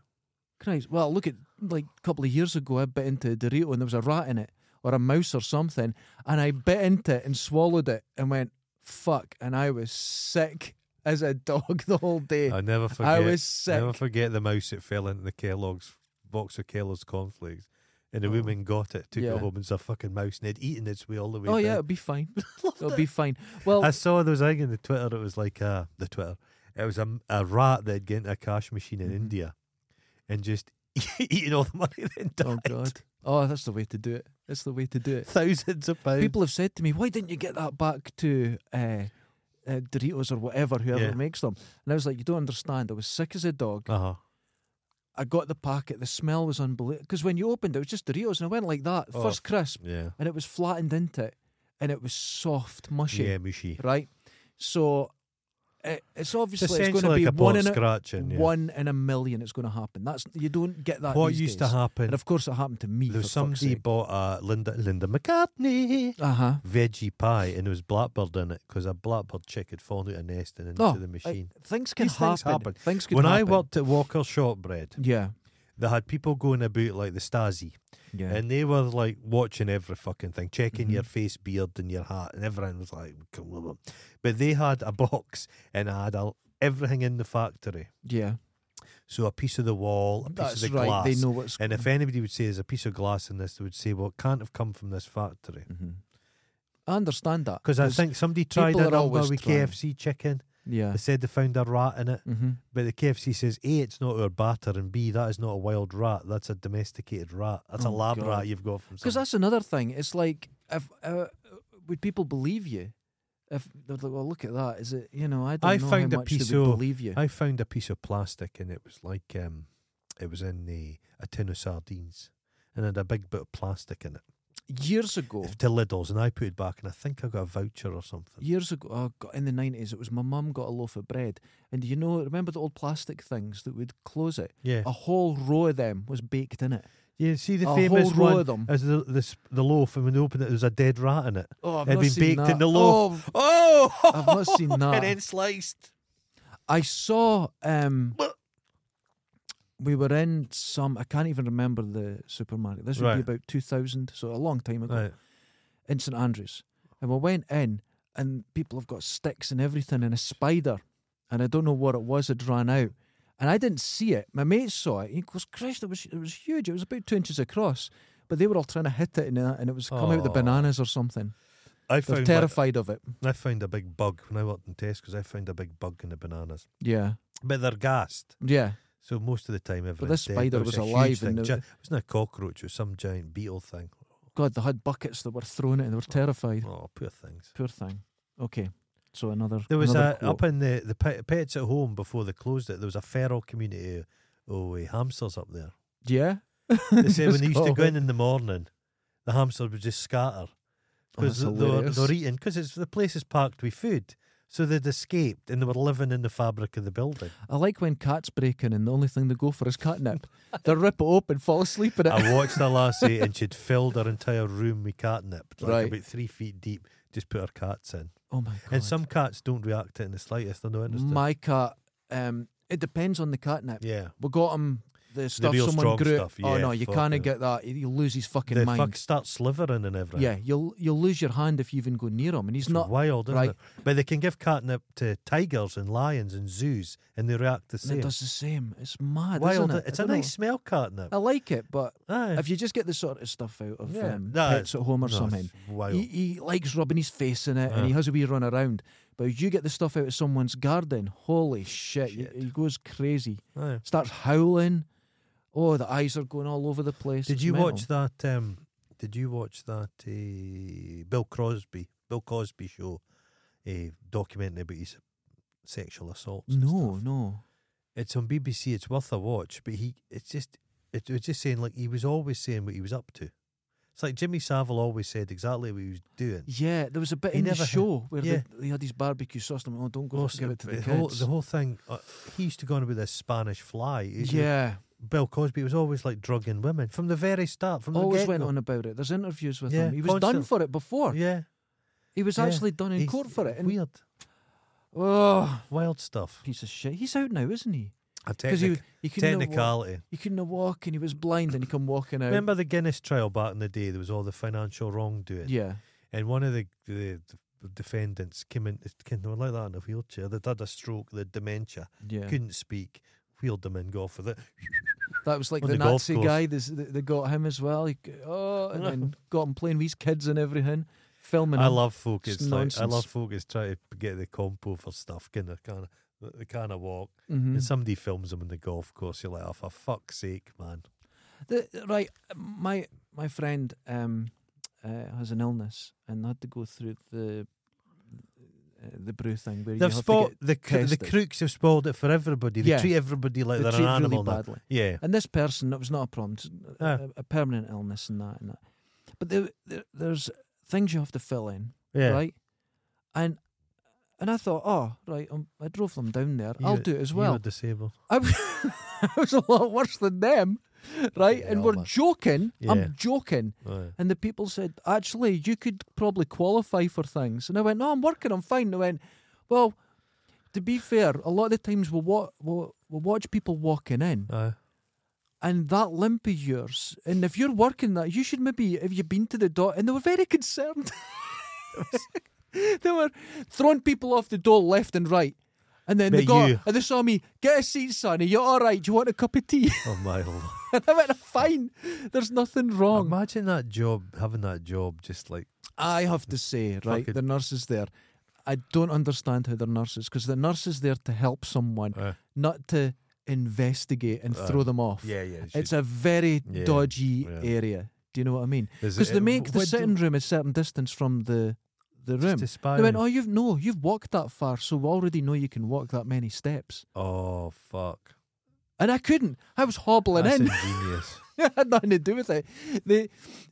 [SPEAKER 1] Christ. Well, look at like a couple of years ago, I bit into a Dorito and there was a rat in it or a mouse or something, and I bit into it and swallowed it and went fuck, and I was sick as a dog the whole day.
[SPEAKER 3] I never forget.
[SPEAKER 1] I was sick.
[SPEAKER 3] Never forget the mouse that fell into the Kellogg's box of Kellogg's cornflakes, and the
[SPEAKER 1] Oh.
[SPEAKER 3] woman got it, took
[SPEAKER 1] Yeah.
[SPEAKER 3] it home, and it's a fucking mouse, and it'd eaten its way all the way.
[SPEAKER 1] oh
[SPEAKER 3] down.
[SPEAKER 1] yeah, Oh, it'll be fine. it'll be fine. Well,
[SPEAKER 3] I saw there was a thing in the Twitter. It was like uh, the Twitter. It was a, a rat that had got into a cash machine in
[SPEAKER 1] Mhm.
[SPEAKER 3] India, and just eating all the money then died.
[SPEAKER 1] oh god. Oh, that's the way to do it. That's the way to do it.
[SPEAKER 3] Thousands of pounds.
[SPEAKER 1] People have said to me, "Why didn't you get that back to uh, uh, Doritos or whatever, whoever
[SPEAKER 3] Yeah.
[SPEAKER 1] makes them?" And I was like, "You don't understand. I was sick as a dog.
[SPEAKER 3] Uh huh.
[SPEAKER 1] I got the packet. The smell was unbelievable. Because when you opened it, it was just Doritos, and I went like that,
[SPEAKER 3] Oh,
[SPEAKER 1] first crisp,
[SPEAKER 3] Yeah.
[SPEAKER 1] and it was flattened into it, and it was soft, mushy,
[SPEAKER 3] Yeah, mushy.
[SPEAKER 1] right? So it, it's
[SPEAKER 3] It's
[SPEAKER 1] obviously it's
[SPEAKER 3] essentially
[SPEAKER 1] going to
[SPEAKER 3] like
[SPEAKER 1] be
[SPEAKER 3] a
[SPEAKER 1] one
[SPEAKER 3] pork
[SPEAKER 1] in a,
[SPEAKER 3] scratching. Yeah.
[SPEAKER 1] one in a million. It's going to happen. That's you don't get that.
[SPEAKER 3] what
[SPEAKER 1] these
[SPEAKER 3] used
[SPEAKER 1] days.
[SPEAKER 3] to happen?
[SPEAKER 1] And of course, it happened to me.
[SPEAKER 3] There was somebody bought a Linda Linda McCartney.
[SPEAKER 1] Uh huh.
[SPEAKER 3] veggie pie and there was blackbird in it because a blackbird chick had fallen out a nest and into
[SPEAKER 1] Oh,
[SPEAKER 3] the machine.
[SPEAKER 1] Things can
[SPEAKER 3] These
[SPEAKER 1] happen.
[SPEAKER 3] things happen.
[SPEAKER 1] Things can
[SPEAKER 3] when I
[SPEAKER 1] happen.
[SPEAKER 3] worked at Walker Shortbread,
[SPEAKER 1] yeah,
[SPEAKER 3] they had people going about like the Stasi
[SPEAKER 1] yeah.
[SPEAKER 3] and they were like watching every fucking thing, checking
[SPEAKER 1] Mhm.
[SPEAKER 3] your face, beard, and your hat, and everyone was like, "Come on." but they had a box and I had a, everything in the factory.
[SPEAKER 1] Yeah,
[SPEAKER 3] So a piece of the wall, a piece
[SPEAKER 1] that's
[SPEAKER 3] of the
[SPEAKER 1] right.
[SPEAKER 3] glass.
[SPEAKER 1] They know what's.
[SPEAKER 3] and if anybody would say there's a piece of glass in this, they would say, well, it can't have come from this factory.
[SPEAKER 1] Mhm. I understand that
[SPEAKER 3] Because I think somebody tried
[SPEAKER 1] people
[SPEAKER 3] it
[SPEAKER 1] are
[SPEAKER 3] on
[SPEAKER 1] always
[SPEAKER 3] with
[SPEAKER 1] trying.
[SPEAKER 3] KFC chicken.
[SPEAKER 1] yeah,
[SPEAKER 3] They said they found a rat in it,
[SPEAKER 1] mm-hmm.
[SPEAKER 3] but the KFC says A, it's not our batter, and B, that is not a wild rat. That's a domesticated rat. That's a
[SPEAKER 1] Oh,
[SPEAKER 3] lab
[SPEAKER 1] God.
[SPEAKER 3] rat you've got from.
[SPEAKER 1] because
[SPEAKER 3] some-
[SPEAKER 1] that's another thing. It's like if uh, would people believe you? If they're like, well, look at that. Is it you know? I don't
[SPEAKER 3] I
[SPEAKER 1] know
[SPEAKER 3] found
[SPEAKER 1] how
[SPEAKER 3] a
[SPEAKER 1] much they would
[SPEAKER 3] piece of-
[SPEAKER 1] believe you.
[SPEAKER 3] I found a piece of plastic, and it was like um, it was in the a tin of sardines, and it had a big bit of plastic in it
[SPEAKER 1] years ago,
[SPEAKER 3] If to Lidl's, and I put it back, and I think I got a voucher or something.
[SPEAKER 1] years ago, oh, God, in the nineties, it was my mum got a loaf of bread, and do you know, remember the old plastic things that would close it?
[SPEAKER 3] Yeah,
[SPEAKER 1] A whole row of them was baked in it.
[SPEAKER 3] yeah. See the
[SPEAKER 1] oh, a
[SPEAKER 3] famous
[SPEAKER 1] whole row
[SPEAKER 3] one
[SPEAKER 1] of them.
[SPEAKER 3] as the, the sp- the loaf, and when they opened it, there was a dead rat in it.
[SPEAKER 1] Oh, I've
[SPEAKER 3] It'd
[SPEAKER 1] not
[SPEAKER 3] been
[SPEAKER 1] seen
[SPEAKER 3] baked in
[SPEAKER 1] that.
[SPEAKER 3] the loaf.
[SPEAKER 1] Oh,
[SPEAKER 3] Oh,
[SPEAKER 1] I've not seen that.
[SPEAKER 3] and then sliced.
[SPEAKER 1] I saw um we were in some I can't even remember the supermarket. This would
[SPEAKER 3] Right.
[SPEAKER 1] be about two thousand, so a long time ago.
[SPEAKER 3] Right.
[SPEAKER 1] In St Andrews. And we went in and people have got sticks and everything and a spider and I don't know what it was had ran out. And I didn't see it. My mate saw it. He goes, Christ, it was it was huge. It was about two inches across. But they were all trying to hit it and, that, and it was come out the
[SPEAKER 3] Aw.
[SPEAKER 1] bananas or something.
[SPEAKER 3] I
[SPEAKER 1] They're
[SPEAKER 3] found my-
[SPEAKER 1] terrified of it.
[SPEAKER 3] I found a big bug when I worked in Tesco's. I found a big bug in the bananas,
[SPEAKER 1] Yeah.
[SPEAKER 3] but they're gassed.
[SPEAKER 1] Yeah.
[SPEAKER 3] So most of the time, everything.
[SPEAKER 1] this spider was
[SPEAKER 3] a huge
[SPEAKER 1] alive
[SPEAKER 3] Thing.
[SPEAKER 1] and
[SPEAKER 3] Gi-
[SPEAKER 1] the-
[SPEAKER 3] it wasn't a cockroach. It was some giant beetle thing.
[SPEAKER 1] God, they had buckets that were thrown at and they were terrified.
[SPEAKER 3] Oh, poor things.
[SPEAKER 1] Poor thing. Okay. So another.
[SPEAKER 3] There was
[SPEAKER 1] another
[SPEAKER 3] a up in the the pet, pets at home before they closed it. There was a feral community. Oh, hamsters up there.
[SPEAKER 1] Yeah.
[SPEAKER 3] They said when they used to
[SPEAKER 1] Just call
[SPEAKER 3] go
[SPEAKER 1] it.
[SPEAKER 3] in in the morning, the hamsters would just scatter. because
[SPEAKER 1] Oh, that's
[SPEAKER 3] they were,
[SPEAKER 1] hilarious.
[SPEAKER 3] they were eating because it's the place is packed with food. So they'd escaped and they were living in the fabric of the building.
[SPEAKER 1] I like when cats break in and the only thing they go for is catnip. they rip it open, fall asleep in it.
[SPEAKER 3] I watched her last night and she'd filled her entire room with catnip, like
[SPEAKER 1] Right.
[SPEAKER 3] about three feet deep. Just put her cats in,
[SPEAKER 1] Oh my god!
[SPEAKER 3] and some cats don't react to it in the slightest. They're not interested.
[SPEAKER 1] my cat. Um, it depends on the catnip.
[SPEAKER 3] yeah,
[SPEAKER 1] We got him the stuff
[SPEAKER 3] real
[SPEAKER 1] someone
[SPEAKER 3] strong
[SPEAKER 1] grew.
[SPEAKER 3] stuff,
[SPEAKER 1] oh
[SPEAKER 3] yeah,
[SPEAKER 1] no, you
[SPEAKER 3] fuck
[SPEAKER 1] can't
[SPEAKER 3] yeah.
[SPEAKER 1] get that. You lose his fucking
[SPEAKER 3] they
[SPEAKER 1] mind.
[SPEAKER 3] fuck start slithering and everything.
[SPEAKER 1] Yeah, you'll you'll lose your hand if you even go near him, and he's
[SPEAKER 3] It's
[SPEAKER 1] not.
[SPEAKER 3] wild, isn't
[SPEAKER 1] right.
[SPEAKER 3] it? But they can give catnip to tigers and lions and zoos, and they react the
[SPEAKER 1] and it
[SPEAKER 3] same.
[SPEAKER 1] does the same. It's mad,
[SPEAKER 3] Wild,
[SPEAKER 1] isn't it? I
[SPEAKER 3] it's a
[SPEAKER 1] dunno.
[SPEAKER 3] nice smell, catnip.
[SPEAKER 1] I like it, but
[SPEAKER 3] Aye.
[SPEAKER 1] if you just get the sort of stuff out of
[SPEAKER 3] Yeah.
[SPEAKER 1] um,
[SPEAKER 3] No,
[SPEAKER 1] pets at home or
[SPEAKER 3] no,
[SPEAKER 1] something,
[SPEAKER 3] it's wild.
[SPEAKER 1] he, he likes rubbing his face in it and he has a wee run around. But if you get the stuff out of someone's garden, holy shit, he- He, goes crazy,
[SPEAKER 3] Aye.
[SPEAKER 1] starts howling. Oh, the eyes are going all over the place.
[SPEAKER 3] Did
[SPEAKER 1] It's
[SPEAKER 3] you
[SPEAKER 1] mental.
[SPEAKER 3] watch that? Um, did you watch that uh, Bill Crosby, Bill Cosby show, a documentary about his sexual assaults? and
[SPEAKER 1] No,
[SPEAKER 3] stuff?
[SPEAKER 1] no.
[SPEAKER 3] it's on BBC. It's worth a watch. But he, it's just, it was just saying like he was always saying what he was up to. It's like Jimmy Savile always said exactly what he was doing.
[SPEAKER 1] Yeah, there was a bit
[SPEAKER 3] He
[SPEAKER 1] in the
[SPEAKER 3] never had-
[SPEAKER 1] show where
[SPEAKER 3] yeah.
[SPEAKER 1] they, they had his barbecue sauce. And I'm like, oh, don't go
[SPEAKER 3] Most-
[SPEAKER 1] give it to the,
[SPEAKER 3] whole,
[SPEAKER 1] kids.
[SPEAKER 3] the whole thing. Uh, he used to go on about this Spanish fly. He- he-
[SPEAKER 1] yeah,
[SPEAKER 3] Bill Cosby was always like drugging women from the very start. From
[SPEAKER 1] always
[SPEAKER 3] the
[SPEAKER 1] went
[SPEAKER 3] get-go.
[SPEAKER 1] on about it. There's interviews with
[SPEAKER 3] Yeah,
[SPEAKER 1] him. He was done
[SPEAKER 3] constant.
[SPEAKER 1] for it before.
[SPEAKER 3] Yeah,
[SPEAKER 1] He was
[SPEAKER 3] yeah.
[SPEAKER 1] actually done in
[SPEAKER 3] he's-
[SPEAKER 1] court for it. And,
[SPEAKER 3] Weird,
[SPEAKER 1] oh,
[SPEAKER 3] wild stuff.
[SPEAKER 1] piece of shit. He's out now, isn't he?
[SPEAKER 3] A
[SPEAKER 1] Because he,
[SPEAKER 3] technic-
[SPEAKER 1] he couldn't have walk,
[SPEAKER 3] technicality.
[SPEAKER 1] he couldn't walk and he was blind and he come walking out.
[SPEAKER 3] Remember the Guinness trial back in the day? There was all the financial wrongdoing,
[SPEAKER 1] Yeah.
[SPEAKER 3] and one of the, the, the defendants came in. Came, they were like that in a wheelchair. They'd had a stroke. They had dementia.
[SPEAKER 1] Yeah.
[SPEAKER 3] Couldn't speak. Wheeled them in, golf with it.
[SPEAKER 1] that was like
[SPEAKER 3] on
[SPEAKER 1] the,
[SPEAKER 3] the golf
[SPEAKER 1] Nazi
[SPEAKER 3] course.
[SPEAKER 1] guy. This, th- they got him as well. He, c- oh, and then got him playing with his kids and everything, filming.
[SPEAKER 3] I
[SPEAKER 1] him.
[SPEAKER 3] love folk.
[SPEAKER 1] It's
[SPEAKER 3] It's like, I
[SPEAKER 1] nonsense.
[SPEAKER 3] love folk. Is trying to get the compo for stuff. Can they kind of they kind of walk?
[SPEAKER 1] Mhm.
[SPEAKER 3] And somebody films them on the golf course. You're like, oh, for fuck's sake, man.
[SPEAKER 1] The, right, my my friend um, uh, has an illness and had to go through the uh, the brew thing where you
[SPEAKER 3] They've
[SPEAKER 1] have
[SPEAKER 3] spoiled
[SPEAKER 1] to
[SPEAKER 3] the cr- the
[SPEAKER 1] tested.
[SPEAKER 3] crooks have spoiled it for everybody. They
[SPEAKER 1] Yeah.
[SPEAKER 3] treat everybody like
[SPEAKER 1] get
[SPEAKER 3] they are
[SPEAKER 1] they treat
[SPEAKER 3] an animal
[SPEAKER 1] really
[SPEAKER 3] now.
[SPEAKER 1] badly.
[SPEAKER 3] Yeah,
[SPEAKER 1] And this person, it was not a problem. it's a-
[SPEAKER 3] Ah.
[SPEAKER 1] a, a permanent illness and that and that. But there, there, there's things you have to fill in,
[SPEAKER 3] yeah.
[SPEAKER 1] right? And and I thought, oh, right, um, I drove them down there. I'll
[SPEAKER 3] You-
[SPEAKER 1] do it as
[SPEAKER 3] you
[SPEAKER 1] well.
[SPEAKER 3] were disabled.
[SPEAKER 1] I was, I was a lot worse than them, right?
[SPEAKER 3] Fucking
[SPEAKER 1] And
[SPEAKER 3] hell,
[SPEAKER 1] we're
[SPEAKER 3] man.
[SPEAKER 1] joking.
[SPEAKER 3] Yeah.
[SPEAKER 1] I'm joking. And the people said, actually, you could probably qualify for things. And I went, no, I'm working, I'm fine. They went, well, to be fair, a lot of the times we'll, wa- we'll, we'll watch people walking in
[SPEAKER 3] Aye.
[SPEAKER 1] and that limp of yours, and if you're working that, you should maybe, have you been to the door? And they were very concerned. they were throwing people off the door left and right. And then they
[SPEAKER 3] But
[SPEAKER 1] got,
[SPEAKER 3] you-
[SPEAKER 1] and they saw me, get a seat, son. Are you all right? Do you want a cup of tea?
[SPEAKER 3] oh my lord!
[SPEAKER 1] and I went, fine, there's nothing wrong.
[SPEAKER 3] Imagine that job, having that job, just like
[SPEAKER 1] I have to say, right,
[SPEAKER 3] Fucking-
[SPEAKER 1] the nurses there, I don't understand how they're nurses because the nurse is there to help someone,
[SPEAKER 3] Aye.
[SPEAKER 1] not to investigate and throw
[SPEAKER 3] Aye.
[SPEAKER 1] them off.
[SPEAKER 3] Uh, yeah.
[SPEAKER 1] It's a very
[SPEAKER 3] Yeah,
[SPEAKER 1] dodgy
[SPEAKER 3] yeah.
[SPEAKER 1] area. Do you know what I mean? Because
[SPEAKER 3] uh,
[SPEAKER 1] they make the sitting room a certain distance from the the room. They went, oh, you've no, you've walked that far, so we already know you can walk that many steps.
[SPEAKER 3] oh fuck!
[SPEAKER 1] And I couldn't. I was hobbling
[SPEAKER 3] That's
[SPEAKER 1] in.
[SPEAKER 3] ingenious.
[SPEAKER 1] I had nothing to do with it. The,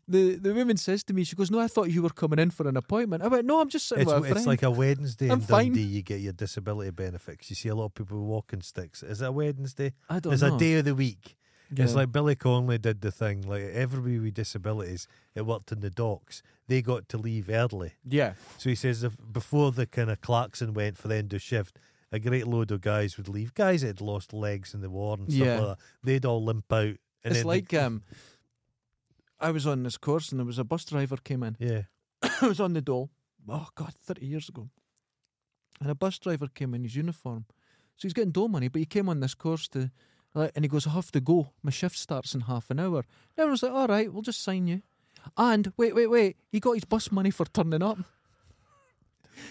[SPEAKER 1] the the woman says to me, she goes, "No, I thought you were coming in for an appointment." I went, "No, I'm just sitting
[SPEAKER 3] it's,
[SPEAKER 1] with a
[SPEAKER 3] it's
[SPEAKER 1] friend."
[SPEAKER 3] like a Wednesday
[SPEAKER 1] I'm
[SPEAKER 3] in
[SPEAKER 1] fine.
[SPEAKER 3] Dundee. You get your disability benefits. You see a lot of people with walking sticks. Is it a Wednesday?
[SPEAKER 1] I don't
[SPEAKER 3] It's
[SPEAKER 1] know.
[SPEAKER 3] a day of the week. It's
[SPEAKER 1] Yeah.
[SPEAKER 3] like Billy Conley did the thing. Like everybody with disabilities, it worked in the docks. They got to leave early.
[SPEAKER 1] yeah,
[SPEAKER 3] So he says if, before the kind of klaxon went for the end of shift, a great load of guys would leave. Guys that had lost legs in the war and stuff
[SPEAKER 1] Yeah.
[SPEAKER 3] like that. They'd all limp out. And
[SPEAKER 1] it's
[SPEAKER 3] then
[SPEAKER 1] like
[SPEAKER 3] they,
[SPEAKER 1] um, I was on this course and there was a bus driver came in.
[SPEAKER 3] yeah,
[SPEAKER 1] I was on the dole. Oh God, thirty years ago. And a bus driver came in his uniform, so he's getting dole money. But he came on this course to, like, and he goes, "I have to go. My shift starts in half an hour." And everyone's like, "All right, we'll just sign you." And wait, wait, wait, he got his bus money for turning up.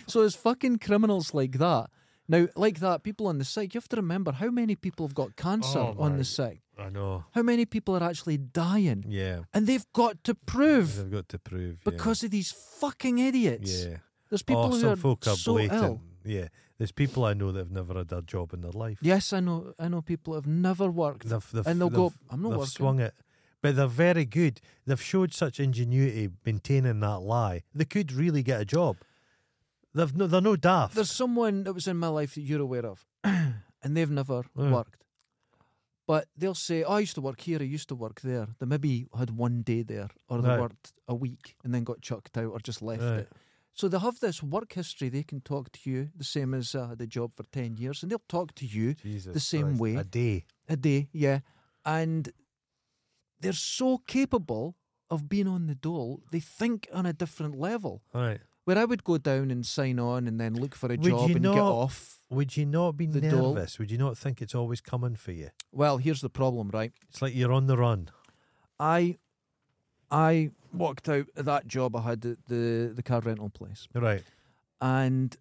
[SPEAKER 1] so it's fucking criminals like that. Now, like that, people on the site, you have to remember how many people have got cancer
[SPEAKER 3] Oh,
[SPEAKER 1] on
[SPEAKER 3] my-
[SPEAKER 1] the site,
[SPEAKER 3] I know.
[SPEAKER 1] how many people are actually dying,
[SPEAKER 3] Yeah,
[SPEAKER 1] and they've got to prove
[SPEAKER 3] they've got to prove yeah.
[SPEAKER 1] because of these fucking idiots.
[SPEAKER 3] yeah,
[SPEAKER 1] There's people
[SPEAKER 3] or
[SPEAKER 1] who
[SPEAKER 3] Oh, some
[SPEAKER 1] are
[SPEAKER 3] folk are
[SPEAKER 1] so
[SPEAKER 3] blatant.
[SPEAKER 1] ill.
[SPEAKER 3] Yeah, there's people I know that have never had a job in their life.
[SPEAKER 1] Yes, I know. I know people have never worked,
[SPEAKER 3] They've- they've-
[SPEAKER 1] and they'll go,
[SPEAKER 3] they've-
[SPEAKER 1] "I'm not
[SPEAKER 3] they've
[SPEAKER 1] working."
[SPEAKER 3] swung it. But they're very good. They've showed such ingenuity maintaining that lie. They could really get a job. They've no, they're no daft.
[SPEAKER 1] There's someone that was in my life that you're aware of, and they've never
[SPEAKER 3] Yeah.
[SPEAKER 1] worked. But they'll say, oh, I used to work here, I used to work there. They maybe had one day there, or they
[SPEAKER 3] Right.
[SPEAKER 1] worked a week and then got chucked out or just left
[SPEAKER 3] Right.
[SPEAKER 1] it. So they have this work history. They can talk to you the same as uh, I had a job for 10 years, and they'll talk to you
[SPEAKER 3] Jesus
[SPEAKER 1] the same
[SPEAKER 3] Christ,
[SPEAKER 1] way.
[SPEAKER 3] A day.
[SPEAKER 1] a day, yeah. And they're so capable of being on the dole, they think on a different level.
[SPEAKER 3] All right.
[SPEAKER 1] Where I would go down and sign on and then look for a
[SPEAKER 3] Would
[SPEAKER 1] job
[SPEAKER 3] you
[SPEAKER 1] and
[SPEAKER 3] not-
[SPEAKER 1] get off.
[SPEAKER 3] Would you not be
[SPEAKER 1] The
[SPEAKER 3] nervous?
[SPEAKER 1] doll.
[SPEAKER 3] Would you not think it's always coming for you?
[SPEAKER 1] Well, here's the problem, right?
[SPEAKER 3] It's like you're on the run.
[SPEAKER 1] I I walked out of that job I had at the, the car rental place
[SPEAKER 3] Right.
[SPEAKER 1] and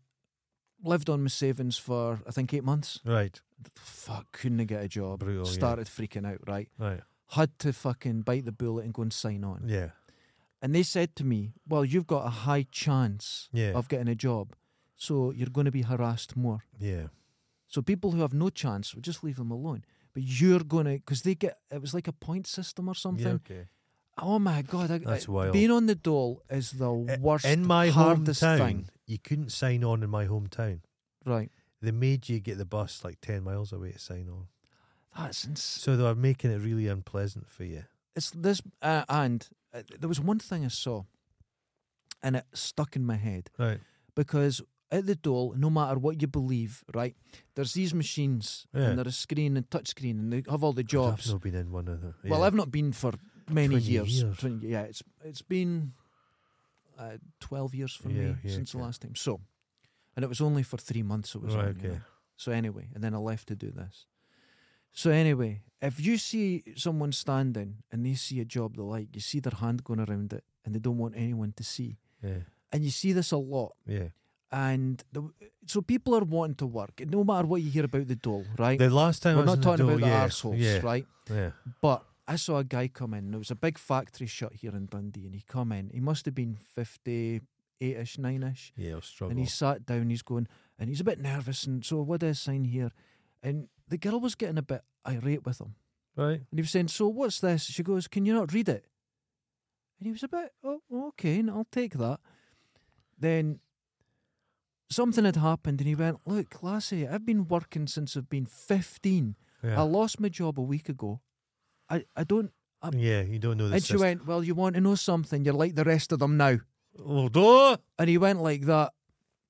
[SPEAKER 1] lived on my savings for I think eight months.
[SPEAKER 3] Right.
[SPEAKER 1] Fuck, couldn't get a job.
[SPEAKER 3] Brutal, yeah.
[SPEAKER 1] Started freaking out, right?
[SPEAKER 3] Right.
[SPEAKER 1] Had to fucking bite the bullet and go and sign on.
[SPEAKER 3] Yeah.
[SPEAKER 1] And they said to me, Well, you've got a high chance
[SPEAKER 3] Yeah.
[SPEAKER 1] of getting a job. So you're going to be harassed more.
[SPEAKER 3] Yeah.
[SPEAKER 1] So people who have no chance, we just leave them alone. But you're going to, because they get, it was like a point system or something.
[SPEAKER 3] Yeah. Okay.
[SPEAKER 1] Oh my God. I,
[SPEAKER 3] That's
[SPEAKER 1] I-
[SPEAKER 3] wild.
[SPEAKER 1] Being on the dole is the
[SPEAKER 3] I-
[SPEAKER 1] worst,
[SPEAKER 3] in my
[SPEAKER 1] hardest
[SPEAKER 3] hometown,
[SPEAKER 1] thing.
[SPEAKER 3] you couldn't sign on in my hometown.
[SPEAKER 1] Right.
[SPEAKER 3] They made you get the bus like ten miles away to sign on.
[SPEAKER 1] That's ins-
[SPEAKER 3] So they were making it really unpleasant for you.
[SPEAKER 1] it's this. Uh, and uh, there was one thing I saw and it stuck in my head
[SPEAKER 3] Right.
[SPEAKER 1] because at the dole, no matter what you believe, right, there's these machines
[SPEAKER 3] Yeah. Oh,
[SPEAKER 1] and there's a screen and touch screen and they have all the
[SPEAKER 3] I've
[SPEAKER 1] jobs.
[SPEAKER 3] not been in one of them.
[SPEAKER 1] Well, I've not been for many
[SPEAKER 3] 20
[SPEAKER 1] years.
[SPEAKER 3] years.
[SPEAKER 1] 20 yeah, it's it's been uh, twelve years for
[SPEAKER 3] Yeah,
[SPEAKER 1] me
[SPEAKER 3] yeah,
[SPEAKER 1] since
[SPEAKER 3] okay.
[SPEAKER 1] the last time. So, and it was only for three months. It was
[SPEAKER 3] Right,
[SPEAKER 1] on, you
[SPEAKER 3] okay.
[SPEAKER 1] know. So anyway, and then I left to do this. So anyway, if you see someone standing and they see a job they like, you see their hand going around it, and they don't want anyone to see,
[SPEAKER 3] Yeah.
[SPEAKER 1] and you see this a lot.
[SPEAKER 3] Yeah.
[SPEAKER 1] And the, so people are wanting to work, and no matter what you hear about the dole, right?
[SPEAKER 3] The last time
[SPEAKER 1] We're
[SPEAKER 3] I was
[SPEAKER 1] not
[SPEAKER 3] in
[SPEAKER 1] talking
[SPEAKER 3] the
[SPEAKER 1] about
[SPEAKER 3] dole,
[SPEAKER 1] the
[SPEAKER 3] yeah,
[SPEAKER 1] arseholes,
[SPEAKER 3] yeah,
[SPEAKER 1] right?
[SPEAKER 3] Yeah.
[SPEAKER 1] But I saw a guy come in. There was a big factory shut here in Dundee, and he come in. He must have been fifty-eight-ish, nine-ish,
[SPEAKER 3] Yeah. I'll struggle.
[SPEAKER 1] and he sat down. He's going, and he's a bit nervous. And so, what do I sign here? And the girl was getting a bit irate with him,
[SPEAKER 3] right.
[SPEAKER 1] and he was saying, "So what's this?" She goes, "Can you not read it?" And he was a bit, "Oh, okay, and I'll take that." Then something had happened, and he went, "Look, lassie, I've been working since I've been fifteen.
[SPEAKER 3] Yeah.
[SPEAKER 1] I lost my job a week ago. I, I don't I'm-
[SPEAKER 3] yeah. You don't know the
[SPEAKER 1] and she
[SPEAKER 3] system.
[SPEAKER 1] went, Well, you want to know something? You're like the rest of them now.
[SPEAKER 3] Well, duh.
[SPEAKER 1] And he went like that,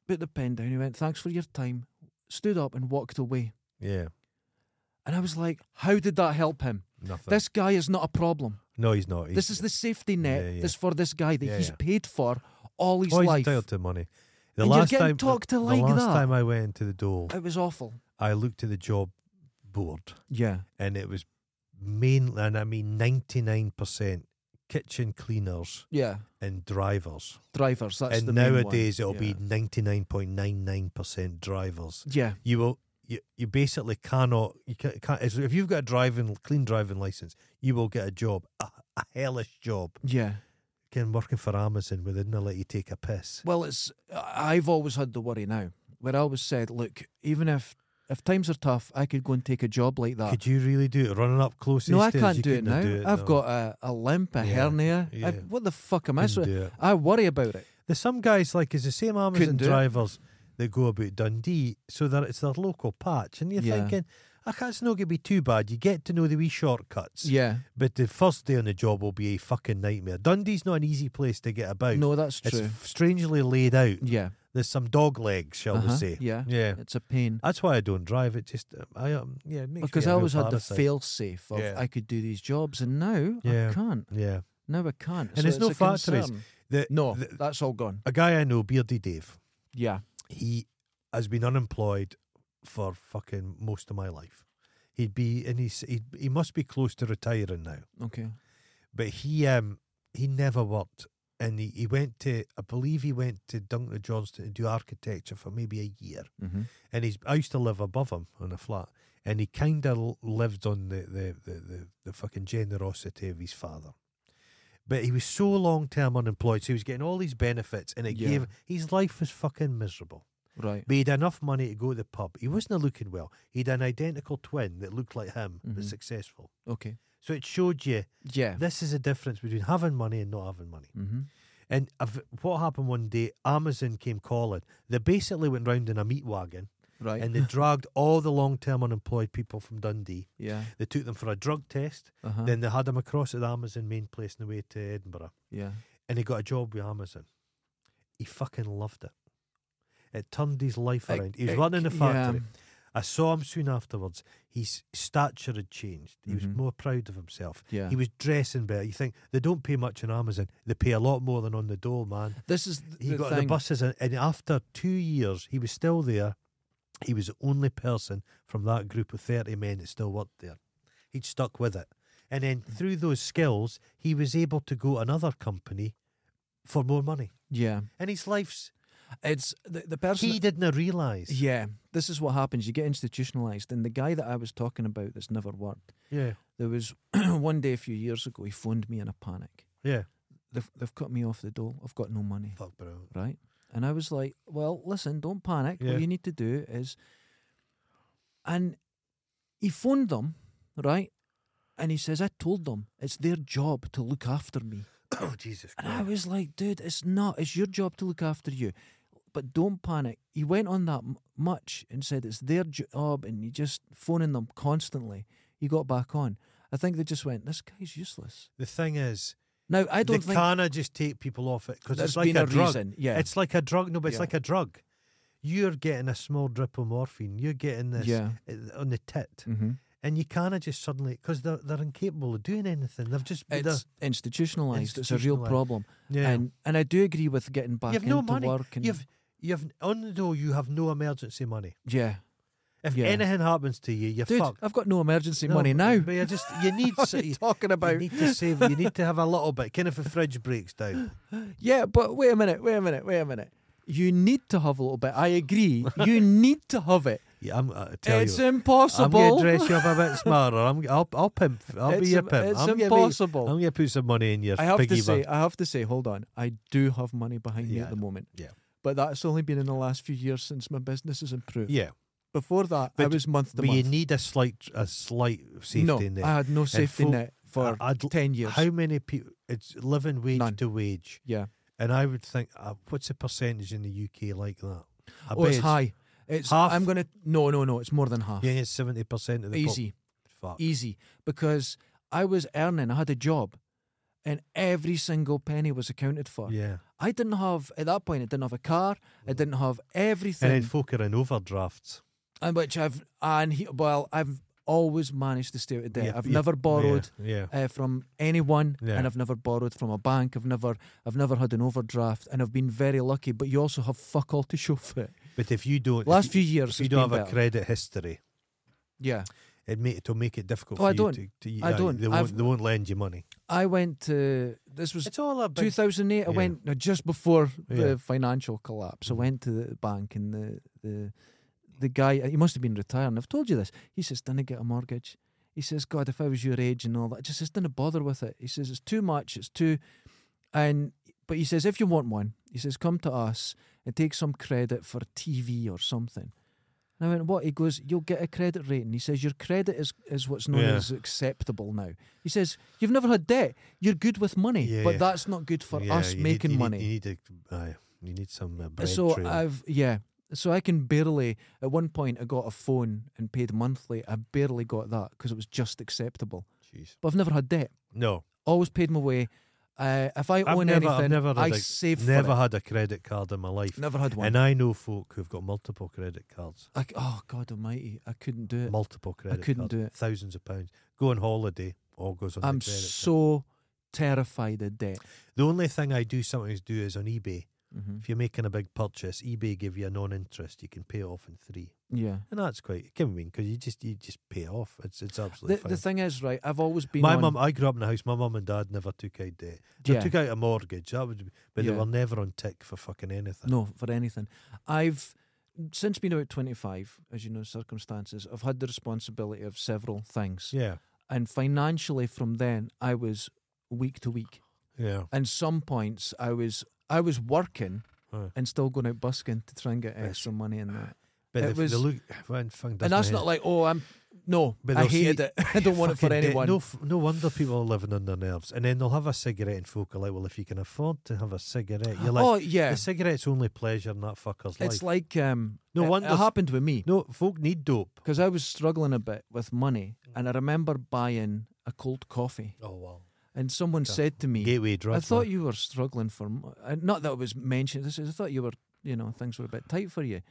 [SPEAKER 1] put the pen down. He went, Thanks for your time, stood up and walked away.
[SPEAKER 3] Yeah.
[SPEAKER 1] And I was like, How did that help him?
[SPEAKER 3] Nothing.
[SPEAKER 1] This guy is not a problem.
[SPEAKER 3] no, he's not. He's,
[SPEAKER 1] This is the safety net
[SPEAKER 3] Yeah, yeah.
[SPEAKER 1] that's for this guy that
[SPEAKER 3] Yeah,
[SPEAKER 1] he's
[SPEAKER 3] yeah.
[SPEAKER 1] paid for all his
[SPEAKER 3] oh, he's
[SPEAKER 1] life.
[SPEAKER 3] entitled to money. The
[SPEAKER 1] And you're
[SPEAKER 3] last
[SPEAKER 1] getting
[SPEAKER 3] time,
[SPEAKER 1] talked to
[SPEAKER 3] the
[SPEAKER 1] like
[SPEAKER 3] last
[SPEAKER 1] that.
[SPEAKER 3] time I went into the dole,
[SPEAKER 1] It was awful.
[SPEAKER 3] I looked at the job board,
[SPEAKER 1] Yeah.
[SPEAKER 3] and it was mainly, and I mean, ninety nine percent kitchen cleaners
[SPEAKER 1] Yeah.
[SPEAKER 3] and drivers.
[SPEAKER 1] Drivers. That's the
[SPEAKER 3] and
[SPEAKER 1] main one.
[SPEAKER 3] nowadays, it'll
[SPEAKER 1] Yeah.
[SPEAKER 3] be ninety nine point nine nine percent drivers.
[SPEAKER 1] Yeah.
[SPEAKER 3] You will. You, you basically cannot you ca- can't as- if you've got a driving clean driving license you will get a job a, a hellish job
[SPEAKER 1] Yeah.
[SPEAKER 3] again working for Amazon where they didn't let you take a piss
[SPEAKER 1] Well, it's I- I've always had the worry now, where I always said, look, even if if times are tough, I could go and take a job like that.
[SPEAKER 3] Could you really do it? Running up close.
[SPEAKER 1] no,
[SPEAKER 3] these
[SPEAKER 1] I
[SPEAKER 3] days,
[SPEAKER 1] can't
[SPEAKER 3] you
[SPEAKER 1] do it
[SPEAKER 3] couldn't
[SPEAKER 1] now.
[SPEAKER 3] do it,
[SPEAKER 1] I've
[SPEAKER 3] no.
[SPEAKER 1] got a, a limp, a
[SPEAKER 3] Yeah,
[SPEAKER 1] hernia. I-
[SPEAKER 3] yeah.
[SPEAKER 1] what the fuck am I?
[SPEAKER 3] Couldn't
[SPEAKER 1] So,
[SPEAKER 3] do it.
[SPEAKER 1] I worry about it.
[SPEAKER 3] There's some guys like it's the same Amazon
[SPEAKER 1] Couldn't do it.
[SPEAKER 3] drivers that go about Dundee, so that it's their local patch, and you're
[SPEAKER 1] Yeah.
[SPEAKER 3] thinking, "Ah, that's not going to be too bad." You get to know the wee shortcuts.
[SPEAKER 1] Yeah.
[SPEAKER 3] But the first day on the job will be a fucking nightmare. Dundee's not an easy place to get about.
[SPEAKER 1] No, that's
[SPEAKER 3] it's
[SPEAKER 1] true.
[SPEAKER 3] f- strangely laid out.
[SPEAKER 1] Yeah.
[SPEAKER 3] There's some dog legs, shall
[SPEAKER 1] Uh-huh,
[SPEAKER 3] we say?
[SPEAKER 1] yeah.
[SPEAKER 3] yeah.
[SPEAKER 1] It's a pain.
[SPEAKER 3] That's why I don't drive. It just I um, yeah it makes
[SPEAKER 1] Because
[SPEAKER 3] me
[SPEAKER 1] Oh, I
[SPEAKER 3] a real
[SPEAKER 1] always had the
[SPEAKER 3] parasite.
[SPEAKER 1] fail safe of
[SPEAKER 3] Yeah.
[SPEAKER 1] I could do these jobs, and now
[SPEAKER 3] Yeah.
[SPEAKER 1] I can't.
[SPEAKER 3] Yeah,
[SPEAKER 1] Now I can't.
[SPEAKER 3] And
[SPEAKER 1] So
[SPEAKER 3] there's
[SPEAKER 1] it's
[SPEAKER 3] no
[SPEAKER 1] a
[SPEAKER 3] factories.
[SPEAKER 1] concern.
[SPEAKER 3] the,
[SPEAKER 1] No,
[SPEAKER 3] the-
[SPEAKER 1] that's all gone.
[SPEAKER 3] a guy I know, Beardy Dave.
[SPEAKER 1] Yeah.
[SPEAKER 3] he has been unemployed for fucking most of my life. He'd be and he's he he must be close to retiring now.
[SPEAKER 1] Okay.
[SPEAKER 3] But he um he never worked and he, he went to I believe he went to Dunkley Johnston to do architecture for maybe a year.
[SPEAKER 1] Mm-hmm.
[SPEAKER 3] And he's I used to live above him on a flat. And he kind of lived on the the, the, the the fucking generosity of his father. But he was so long term unemployed, so he was getting all these benefits, and it
[SPEAKER 1] Yeah.
[SPEAKER 3] gave his life was fucking miserable.
[SPEAKER 1] Right.
[SPEAKER 3] But he'd enough money to go to the pub. He wasn't looking well. He'd an identical twin that looked like him,
[SPEAKER 1] Mhm.
[SPEAKER 3] but successful.
[SPEAKER 1] Okay.
[SPEAKER 3] So it showed you
[SPEAKER 1] Yeah.
[SPEAKER 3] this is a difference between having money and not having money.
[SPEAKER 1] Mm-hmm.
[SPEAKER 3] And I've, what happened one day, Amazon came calling. They basically went round in a meat wagon
[SPEAKER 1] Right.
[SPEAKER 3] and they dragged all the long term unemployed people from Dundee.
[SPEAKER 1] yeah.
[SPEAKER 3] They took them for a drug test.
[SPEAKER 1] Uh-huh.
[SPEAKER 3] Then they had them across at the Amazon main place on the way to Edinburgh.
[SPEAKER 1] yeah.
[SPEAKER 3] And he got a job with Amazon. He fucking loved it. It turned his life
[SPEAKER 1] It-
[SPEAKER 3] around. He was
[SPEAKER 1] it-
[SPEAKER 3] running a
[SPEAKER 1] yeah.
[SPEAKER 3] factory. I saw him soon afterwards. His stature had changed. He
[SPEAKER 1] Mhm.
[SPEAKER 3] was more proud of himself.
[SPEAKER 1] Yeah.
[SPEAKER 3] He was dressing better. You think they don't pay much on Amazon. They pay a lot more than on the dole, man.
[SPEAKER 1] This is th-
[SPEAKER 3] He
[SPEAKER 1] the
[SPEAKER 3] got
[SPEAKER 1] thing.
[SPEAKER 3] the buses, and, and after two years, he was still there. He was the only person from that group of 30 men that still worked there. He'd stuck with it. And
[SPEAKER 1] Hmm.
[SPEAKER 3] then through those skills, he was able to go to another company for more money.
[SPEAKER 1] Yeah.
[SPEAKER 3] And his life's,
[SPEAKER 1] It's the, the person.
[SPEAKER 3] he didn't realise.
[SPEAKER 1] yeah. This is what happens. You get institutionalized. And the guy that I was talking about that's never worked,
[SPEAKER 3] Yeah.
[SPEAKER 1] there was one day a few years ago, he phoned me in a panic.
[SPEAKER 3] Yeah.
[SPEAKER 1] They've, they've cut me off the dole. I've got no money.
[SPEAKER 3] Fuck, bro.
[SPEAKER 1] Right. And I was like, well, listen, don't panic.
[SPEAKER 3] Yeah.
[SPEAKER 1] What you need to do is. And he phoned them, right? And he says, I told them it's their job to look after me.
[SPEAKER 3] Oh, Jesus
[SPEAKER 1] And I
[SPEAKER 3] Christ.
[SPEAKER 1] was like, dude, it's not. It's your job to look after you. But don't panic. He went on that m- much and said it's their job, and he just phoning them constantly. He got back on. I think they just went, this guy's useless.
[SPEAKER 3] The thing is,
[SPEAKER 1] Now, I don't
[SPEAKER 3] they
[SPEAKER 1] think
[SPEAKER 3] can't just take people off it because
[SPEAKER 1] there's
[SPEAKER 3] it's like
[SPEAKER 1] been
[SPEAKER 3] a,
[SPEAKER 1] a,
[SPEAKER 3] drug.
[SPEAKER 1] reason. Yeah.
[SPEAKER 3] It's like a drug. No, but it's
[SPEAKER 1] Yeah.
[SPEAKER 3] like a drug. You're getting a small drip of morphine. You're getting this
[SPEAKER 1] Yeah.
[SPEAKER 3] uh, on the tit,
[SPEAKER 1] mm-hmm.
[SPEAKER 3] and you can't just suddenly because they're they're incapable of doing anything. They've just they're-
[SPEAKER 1] It's institutionalized. It's a real
[SPEAKER 3] Institutionalised.
[SPEAKER 1] problem.
[SPEAKER 3] yeah.
[SPEAKER 1] And and I do agree with getting back
[SPEAKER 3] you have
[SPEAKER 1] into
[SPEAKER 3] no money.
[SPEAKER 1] work. And,
[SPEAKER 3] You've you've on the door. You have no emergency money.
[SPEAKER 1] yeah.
[SPEAKER 3] If
[SPEAKER 1] Yeah.
[SPEAKER 3] anything happens to you, you're
[SPEAKER 1] Dude,
[SPEAKER 3] fucked.
[SPEAKER 1] I've got no emergency
[SPEAKER 3] No,
[SPEAKER 1] money
[SPEAKER 3] but-
[SPEAKER 1] now.
[SPEAKER 3] But you just you need
[SPEAKER 1] What
[SPEAKER 3] so-
[SPEAKER 1] are you talking
[SPEAKER 3] you
[SPEAKER 1] about?
[SPEAKER 3] need to save. You need to have a little bit. Kind of if a fridge breaks down.
[SPEAKER 1] Yeah, but wait a minute, wait a minute, wait a minute. You need to have a little bit. I agree. You need to have it.
[SPEAKER 3] Yeah, I'm. uh, I tell you.
[SPEAKER 1] it's
[SPEAKER 3] I'm gonna
[SPEAKER 1] impossible.
[SPEAKER 3] dress you up a bit smarter. I'm, I'll, I'll pimp. I'll
[SPEAKER 1] it's
[SPEAKER 3] be your
[SPEAKER 1] im-
[SPEAKER 3] pimp.
[SPEAKER 1] it's
[SPEAKER 3] I'm gonna be-
[SPEAKER 1] impossible.
[SPEAKER 3] I'm gonna put some money in your
[SPEAKER 1] I have
[SPEAKER 3] piggy
[SPEAKER 1] to say,
[SPEAKER 3] bank.
[SPEAKER 1] I have to say, hold on. I do have money behind me
[SPEAKER 3] Yeah,
[SPEAKER 1] at
[SPEAKER 3] I
[SPEAKER 1] the moment.
[SPEAKER 3] Yeah.
[SPEAKER 1] But that's only been in the last few years since my business has improved.
[SPEAKER 3] Yeah,
[SPEAKER 1] Before that, I
[SPEAKER 3] But-
[SPEAKER 1] was month to
[SPEAKER 3] but you
[SPEAKER 1] month.
[SPEAKER 3] need a slight, a slight safety
[SPEAKER 1] no,
[SPEAKER 3] net.
[SPEAKER 1] I had no safety
[SPEAKER 3] full-
[SPEAKER 1] net for
[SPEAKER 3] I- I'd l-
[SPEAKER 1] ten years.
[SPEAKER 3] How many people? It's living wage
[SPEAKER 1] None.
[SPEAKER 3] to wage,
[SPEAKER 1] yeah.
[SPEAKER 3] and I would think, uh, what's the percentage in the UK like that? I
[SPEAKER 1] oh,
[SPEAKER 3] bet
[SPEAKER 1] it's high. It's
[SPEAKER 3] half.
[SPEAKER 1] I'm gonna no, no, no. It's more than half.
[SPEAKER 3] Yeah, it's seventy percent of the pop-
[SPEAKER 1] Easy. E-
[SPEAKER 3] Fuck.
[SPEAKER 1] easy because I was earning, I had a job, and every single penny was accounted for.
[SPEAKER 3] Yeah, Mm.
[SPEAKER 1] I didn't have, at that point, I didn't have a car, I didn't have everything,
[SPEAKER 3] and then
[SPEAKER 1] and,
[SPEAKER 3] folk are in overdrafts.
[SPEAKER 1] which I've, and he, well, I've always managed to stay out of debt.
[SPEAKER 3] Yeah,
[SPEAKER 1] I've
[SPEAKER 3] yeah,
[SPEAKER 1] never borrowed.
[SPEAKER 3] Yeah, yeah.
[SPEAKER 1] Uh, from anyone,
[SPEAKER 3] Yeah.
[SPEAKER 1] and I've never borrowed from a bank. I've never, I've never had an overdraft, and I've been very lucky. But you also have fuck all to show for it.
[SPEAKER 3] But if you don't,
[SPEAKER 1] Last
[SPEAKER 3] if
[SPEAKER 1] few
[SPEAKER 3] you,
[SPEAKER 1] years,
[SPEAKER 3] if you
[SPEAKER 1] it's
[SPEAKER 3] don't have
[SPEAKER 1] been
[SPEAKER 3] a
[SPEAKER 1] better.
[SPEAKER 3] credit history,
[SPEAKER 1] yeah.
[SPEAKER 3] it may it'll make it difficult.
[SPEAKER 1] Oh,
[SPEAKER 3] for
[SPEAKER 1] I
[SPEAKER 3] you
[SPEAKER 1] don't.
[SPEAKER 3] To, to,
[SPEAKER 1] I
[SPEAKER 3] aye,
[SPEAKER 1] don't.
[SPEAKER 3] They
[SPEAKER 1] I've-
[SPEAKER 3] won't, they won't lend you money.
[SPEAKER 1] I went to this was
[SPEAKER 3] It's all a big
[SPEAKER 1] 2008 i
[SPEAKER 3] Yeah.
[SPEAKER 1] went no, just before
[SPEAKER 3] Yeah. Mm-hmm.
[SPEAKER 1] the financial collapse i went to the bank and the the the guy he must have been retiring i've told you this he says didn't get a mortgage he says god if i was your age and all that just says didn't bother with it he says it's too much it's too and but he says if you want one he says come to us and take some credit for tv or something and I went, what? He goes, you'll get a credit rating. He says, your credit is, is what's known
[SPEAKER 3] Yeah.
[SPEAKER 1] as acceptable now. He says, you've never had debt. You're good with money,
[SPEAKER 3] Yeah,
[SPEAKER 1] but
[SPEAKER 3] yeah.
[SPEAKER 1] that's not good for
[SPEAKER 3] Yeah,
[SPEAKER 1] us
[SPEAKER 3] you need-
[SPEAKER 1] making
[SPEAKER 3] you need-
[SPEAKER 1] money.
[SPEAKER 3] you need a, aye, you need some uh, bread
[SPEAKER 1] so
[SPEAKER 3] trail.
[SPEAKER 1] I've yeah. So I can barely. At one point, I got a phone and paid monthly. I barely got that because it was just acceptable.
[SPEAKER 3] Jeez.
[SPEAKER 1] But I've never had debt.
[SPEAKER 3] No,
[SPEAKER 1] Always paid my way. Uh, if I
[SPEAKER 3] I've
[SPEAKER 1] own
[SPEAKER 3] never,
[SPEAKER 1] anything,
[SPEAKER 3] I've never, had
[SPEAKER 1] I
[SPEAKER 3] a-
[SPEAKER 1] save
[SPEAKER 3] never
[SPEAKER 1] for
[SPEAKER 3] had a credit card in my life,
[SPEAKER 1] it. Never had one.
[SPEAKER 3] and I know folk who've got multiple credit cards,
[SPEAKER 1] I c- oh God Almighty, I couldn't do it.
[SPEAKER 3] multiple credit.
[SPEAKER 1] couldn't
[SPEAKER 3] cards,
[SPEAKER 1] do it.
[SPEAKER 3] Thousands of pounds. Go on holiday, all goes on.
[SPEAKER 1] I'm
[SPEAKER 3] the credit card.
[SPEAKER 1] so terrified of debt.
[SPEAKER 3] The only thing I do sometimes do is on eBay.
[SPEAKER 1] hmm
[SPEAKER 3] If you're making a big purchase, eBay give you a non-interest. You can pay it off in three,
[SPEAKER 1] Yeah.
[SPEAKER 3] and that's quite. It can mean because you just you just pay it off. It's it's absolutely
[SPEAKER 1] The,
[SPEAKER 3] fine.
[SPEAKER 1] the thing is, right? I've always been
[SPEAKER 3] my
[SPEAKER 1] on-
[SPEAKER 3] mum, I grew up in a house. My mum and dad never took out debt. They
[SPEAKER 1] Yeah.
[SPEAKER 3] took out a mortgage. That would, be, but they
[SPEAKER 1] Yeah.
[SPEAKER 3] were never on tick for fucking anything.
[SPEAKER 1] No, for anything. I've since been about 25, as you know, circumstances, I've had the responsibility of several things.
[SPEAKER 3] Yeah,
[SPEAKER 1] And financially, from then, I was week to week.
[SPEAKER 3] yeah.
[SPEAKER 1] And some points, I was I was working
[SPEAKER 3] Aye.
[SPEAKER 1] and still going out busking to try and get
[SPEAKER 3] That's-
[SPEAKER 1] extra money in that.
[SPEAKER 3] But
[SPEAKER 1] It
[SPEAKER 3] if
[SPEAKER 1] was-
[SPEAKER 3] the look, when thing does
[SPEAKER 1] and that's
[SPEAKER 3] my
[SPEAKER 1] not like, oh, I'm No,
[SPEAKER 3] But
[SPEAKER 1] I
[SPEAKER 3] they'll
[SPEAKER 1] hated
[SPEAKER 3] see-
[SPEAKER 1] it. I don't want it for
[SPEAKER 3] Fucking dead.
[SPEAKER 1] anyone.
[SPEAKER 3] No, f- no wonder people are living on their nerves. And then they'll have a cigarette and folk are like, well, if you can afford to have a cigarette, you're like,
[SPEAKER 1] oh yeah,
[SPEAKER 3] the cigarette's only pleasure in that fucker's life.
[SPEAKER 1] it's like um.
[SPEAKER 3] No
[SPEAKER 1] it-
[SPEAKER 3] wonder-
[SPEAKER 1] it happened with me.
[SPEAKER 3] no, folk need dope.
[SPEAKER 1] because I was struggling a bit with money, and I remember buying a cold coffee,
[SPEAKER 3] Oh, wow.
[SPEAKER 1] and someone
[SPEAKER 3] Yeah.
[SPEAKER 1] said to me,
[SPEAKER 3] Gateway
[SPEAKER 1] "I
[SPEAKER 3] drugs.
[SPEAKER 1] thought
[SPEAKER 3] man.
[SPEAKER 1] you were struggling for mo- uh, not that it was mentioned. This is, I thought you were, you know, things were a bit tight for you,"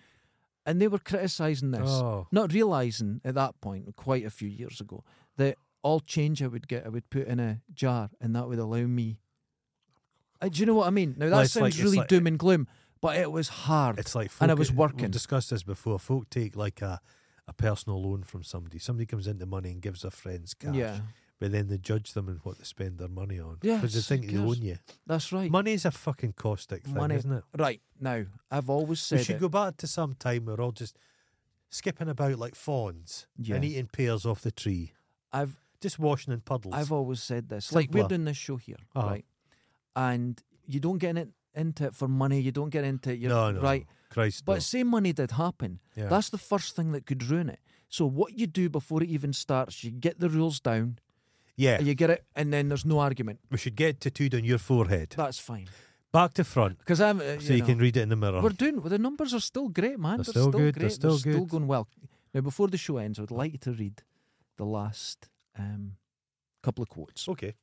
[SPEAKER 1] and they were criticising this,
[SPEAKER 3] Oh,
[SPEAKER 1] not realising at that point, quite a few years ago, that all change I would get, I would put in a jar, and that would allow me. Uh, do you know what I mean? Now that
[SPEAKER 3] Well, it's like-
[SPEAKER 1] sounds
[SPEAKER 3] it's
[SPEAKER 1] really
[SPEAKER 3] like-
[SPEAKER 1] doom and gloom, but it was hard.
[SPEAKER 3] it's like folk,
[SPEAKER 1] and I was
[SPEAKER 3] We've
[SPEAKER 1] working.
[SPEAKER 3] discussed this before. Folk take like a, a personal loan from somebody. Somebody comes into money and gives their friends cash.
[SPEAKER 1] Yeah,
[SPEAKER 3] But then they judge them on what they spend their money on. Because they
[SPEAKER 1] Yes,
[SPEAKER 3] think
[SPEAKER 1] of
[SPEAKER 3] they
[SPEAKER 1] course.
[SPEAKER 3] own you.
[SPEAKER 1] that's right.
[SPEAKER 3] Money's a fucking caustic thing,
[SPEAKER 1] Money-
[SPEAKER 3] isn't it?
[SPEAKER 1] Right now, I've always said
[SPEAKER 3] we should
[SPEAKER 1] it.
[SPEAKER 3] go back to some time where we're all just skipping about like fawns
[SPEAKER 1] Yeah.
[SPEAKER 3] and eating pears off the tree,
[SPEAKER 1] I've
[SPEAKER 3] just washing in puddles.
[SPEAKER 1] I've always said this. Like we're
[SPEAKER 3] Simpler.
[SPEAKER 1] doing this show here,
[SPEAKER 3] Uh-huh.
[SPEAKER 1] right? And you don't get in, into it for money. You don't get into it. You're,
[SPEAKER 3] no, no,
[SPEAKER 1] right.
[SPEAKER 3] Christ,
[SPEAKER 1] But
[SPEAKER 3] no.
[SPEAKER 1] say money did happen.
[SPEAKER 3] Yeah.
[SPEAKER 1] That's the first thing that could ruin it. So what you do before it even starts, you get the rules down,
[SPEAKER 3] yeah,
[SPEAKER 1] and you get it, and then there's no argument.
[SPEAKER 3] we should get tattooed on your forehead,
[SPEAKER 1] That's fine.
[SPEAKER 3] back to front,
[SPEAKER 1] Because I'm. Uh,
[SPEAKER 3] so you,
[SPEAKER 1] know,
[SPEAKER 3] can read it in the mirror.
[SPEAKER 1] We're doing. well, The numbers are still great, man.
[SPEAKER 3] They're still good,
[SPEAKER 1] Great.
[SPEAKER 3] they're still good.
[SPEAKER 1] going well. Now, before the show ends, I would like to read the last um, couple of quotes.
[SPEAKER 3] Okay,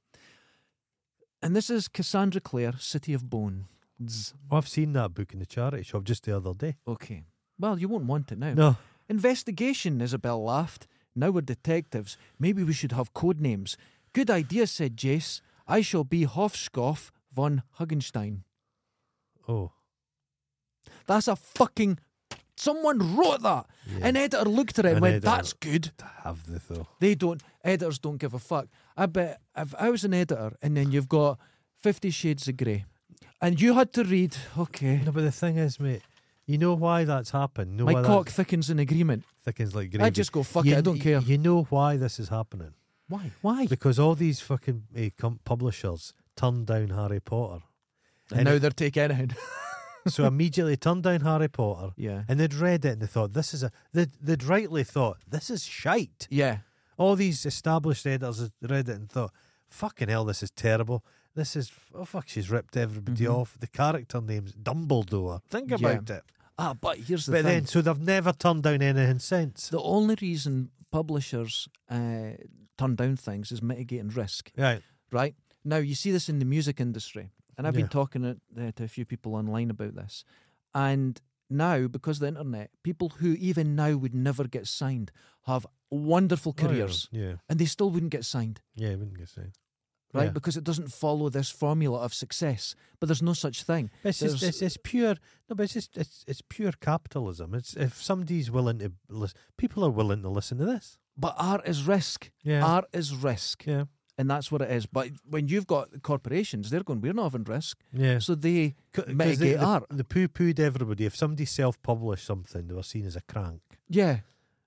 [SPEAKER 1] And this is Cassandra Clare, City of Bones.
[SPEAKER 3] well, I've seen that book in the charity shop just the other day.
[SPEAKER 1] Okay. Well, you won't want it now.
[SPEAKER 3] No,
[SPEAKER 1] Investigation, Isabel laughed. Now we're detectives. Maybe we should have code names. Good idea, said Jace. I shall be Hofskoff von Hugenstein.
[SPEAKER 3] oh,
[SPEAKER 1] That's a fucking. Someone wrote that.
[SPEAKER 3] yeah.
[SPEAKER 1] An editor looked at it and
[SPEAKER 3] An
[SPEAKER 1] went,
[SPEAKER 3] editor.
[SPEAKER 1] that's good.
[SPEAKER 3] To have the though.
[SPEAKER 1] They don't. Editors don't give a fuck. I bet if I was an editor and then you've got Fifty Shades of Grey and you had to read, okay.
[SPEAKER 3] No, but the thing is, mate, you know why that's happened. You know
[SPEAKER 1] My
[SPEAKER 3] why
[SPEAKER 1] cock
[SPEAKER 3] that
[SPEAKER 1] thickens in agreement.
[SPEAKER 3] thickens like gravy.
[SPEAKER 1] I just go fuck
[SPEAKER 3] you,
[SPEAKER 1] it. I don't
[SPEAKER 3] you-
[SPEAKER 1] care.
[SPEAKER 3] You know why this is happening.
[SPEAKER 1] Why? Why?
[SPEAKER 3] Because all these fucking uh, com- publishers turned down Harry Potter.
[SPEAKER 1] And
[SPEAKER 3] and
[SPEAKER 1] now
[SPEAKER 3] it-
[SPEAKER 1] they're taking anything.
[SPEAKER 3] So immediately turned down Harry Potter
[SPEAKER 1] yeah.
[SPEAKER 3] and they'd read it and they thought, this is a. They'd, they'd rightly thought, this is shite.
[SPEAKER 1] Yeah.
[SPEAKER 3] All these established editors had read it and thought, fucking hell, this is terrible. This is. Oh, fuck, she's ripped everybody
[SPEAKER 1] Mhm.
[SPEAKER 3] off. The character name's Dumbledore. Think
[SPEAKER 1] Yeah.
[SPEAKER 3] about it.
[SPEAKER 1] Ah, but here's the
[SPEAKER 3] but
[SPEAKER 1] thing.
[SPEAKER 3] then, so they've never turned down anything since.
[SPEAKER 1] the only reason publishers uh, turn down things is mitigating risk,
[SPEAKER 3] Right.
[SPEAKER 1] right? Now, you see this in the music industry. And I've
[SPEAKER 3] Yeah.
[SPEAKER 1] been talking to, uh, to a few people online about this. And now, because of the internet, people who even now would never get signed have wonderful
[SPEAKER 3] Oh, yeah.
[SPEAKER 1] careers
[SPEAKER 3] Yeah.
[SPEAKER 1] and they still wouldn't get signed,
[SPEAKER 3] Yeah, I wouldn't get saying.
[SPEAKER 1] right?
[SPEAKER 3] Yeah.
[SPEAKER 1] Because it doesn't follow this formula of success. But there's no such thing.
[SPEAKER 3] It's just,
[SPEAKER 1] There's-
[SPEAKER 3] it's, it's pure no, but it's just it's, it's pure capitalism. It's if somebody's willing to listen, people are willing to listen to this. Ah.
[SPEAKER 1] But art is risk.
[SPEAKER 3] Yeah,
[SPEAKER 1] Art is risk.
[SPEAKER 3] yeah,
[SPEAKER 1] and that's what it is. But when you've got corporations, they're going, we're not having risk,
[SPEAKER 3] yeah.
[SPEAKER 1] so they
[SPEAKER 3] C- 'cause
[SPEAKER 1] mitigate
[SPEAKER 3] they,
[SPEAKER 1] art.
[SPEAKER 3] they, they poo-pooed everybody. If somebody self-published something, they were seen as a crank.
[SPEAKER 1] Yeah.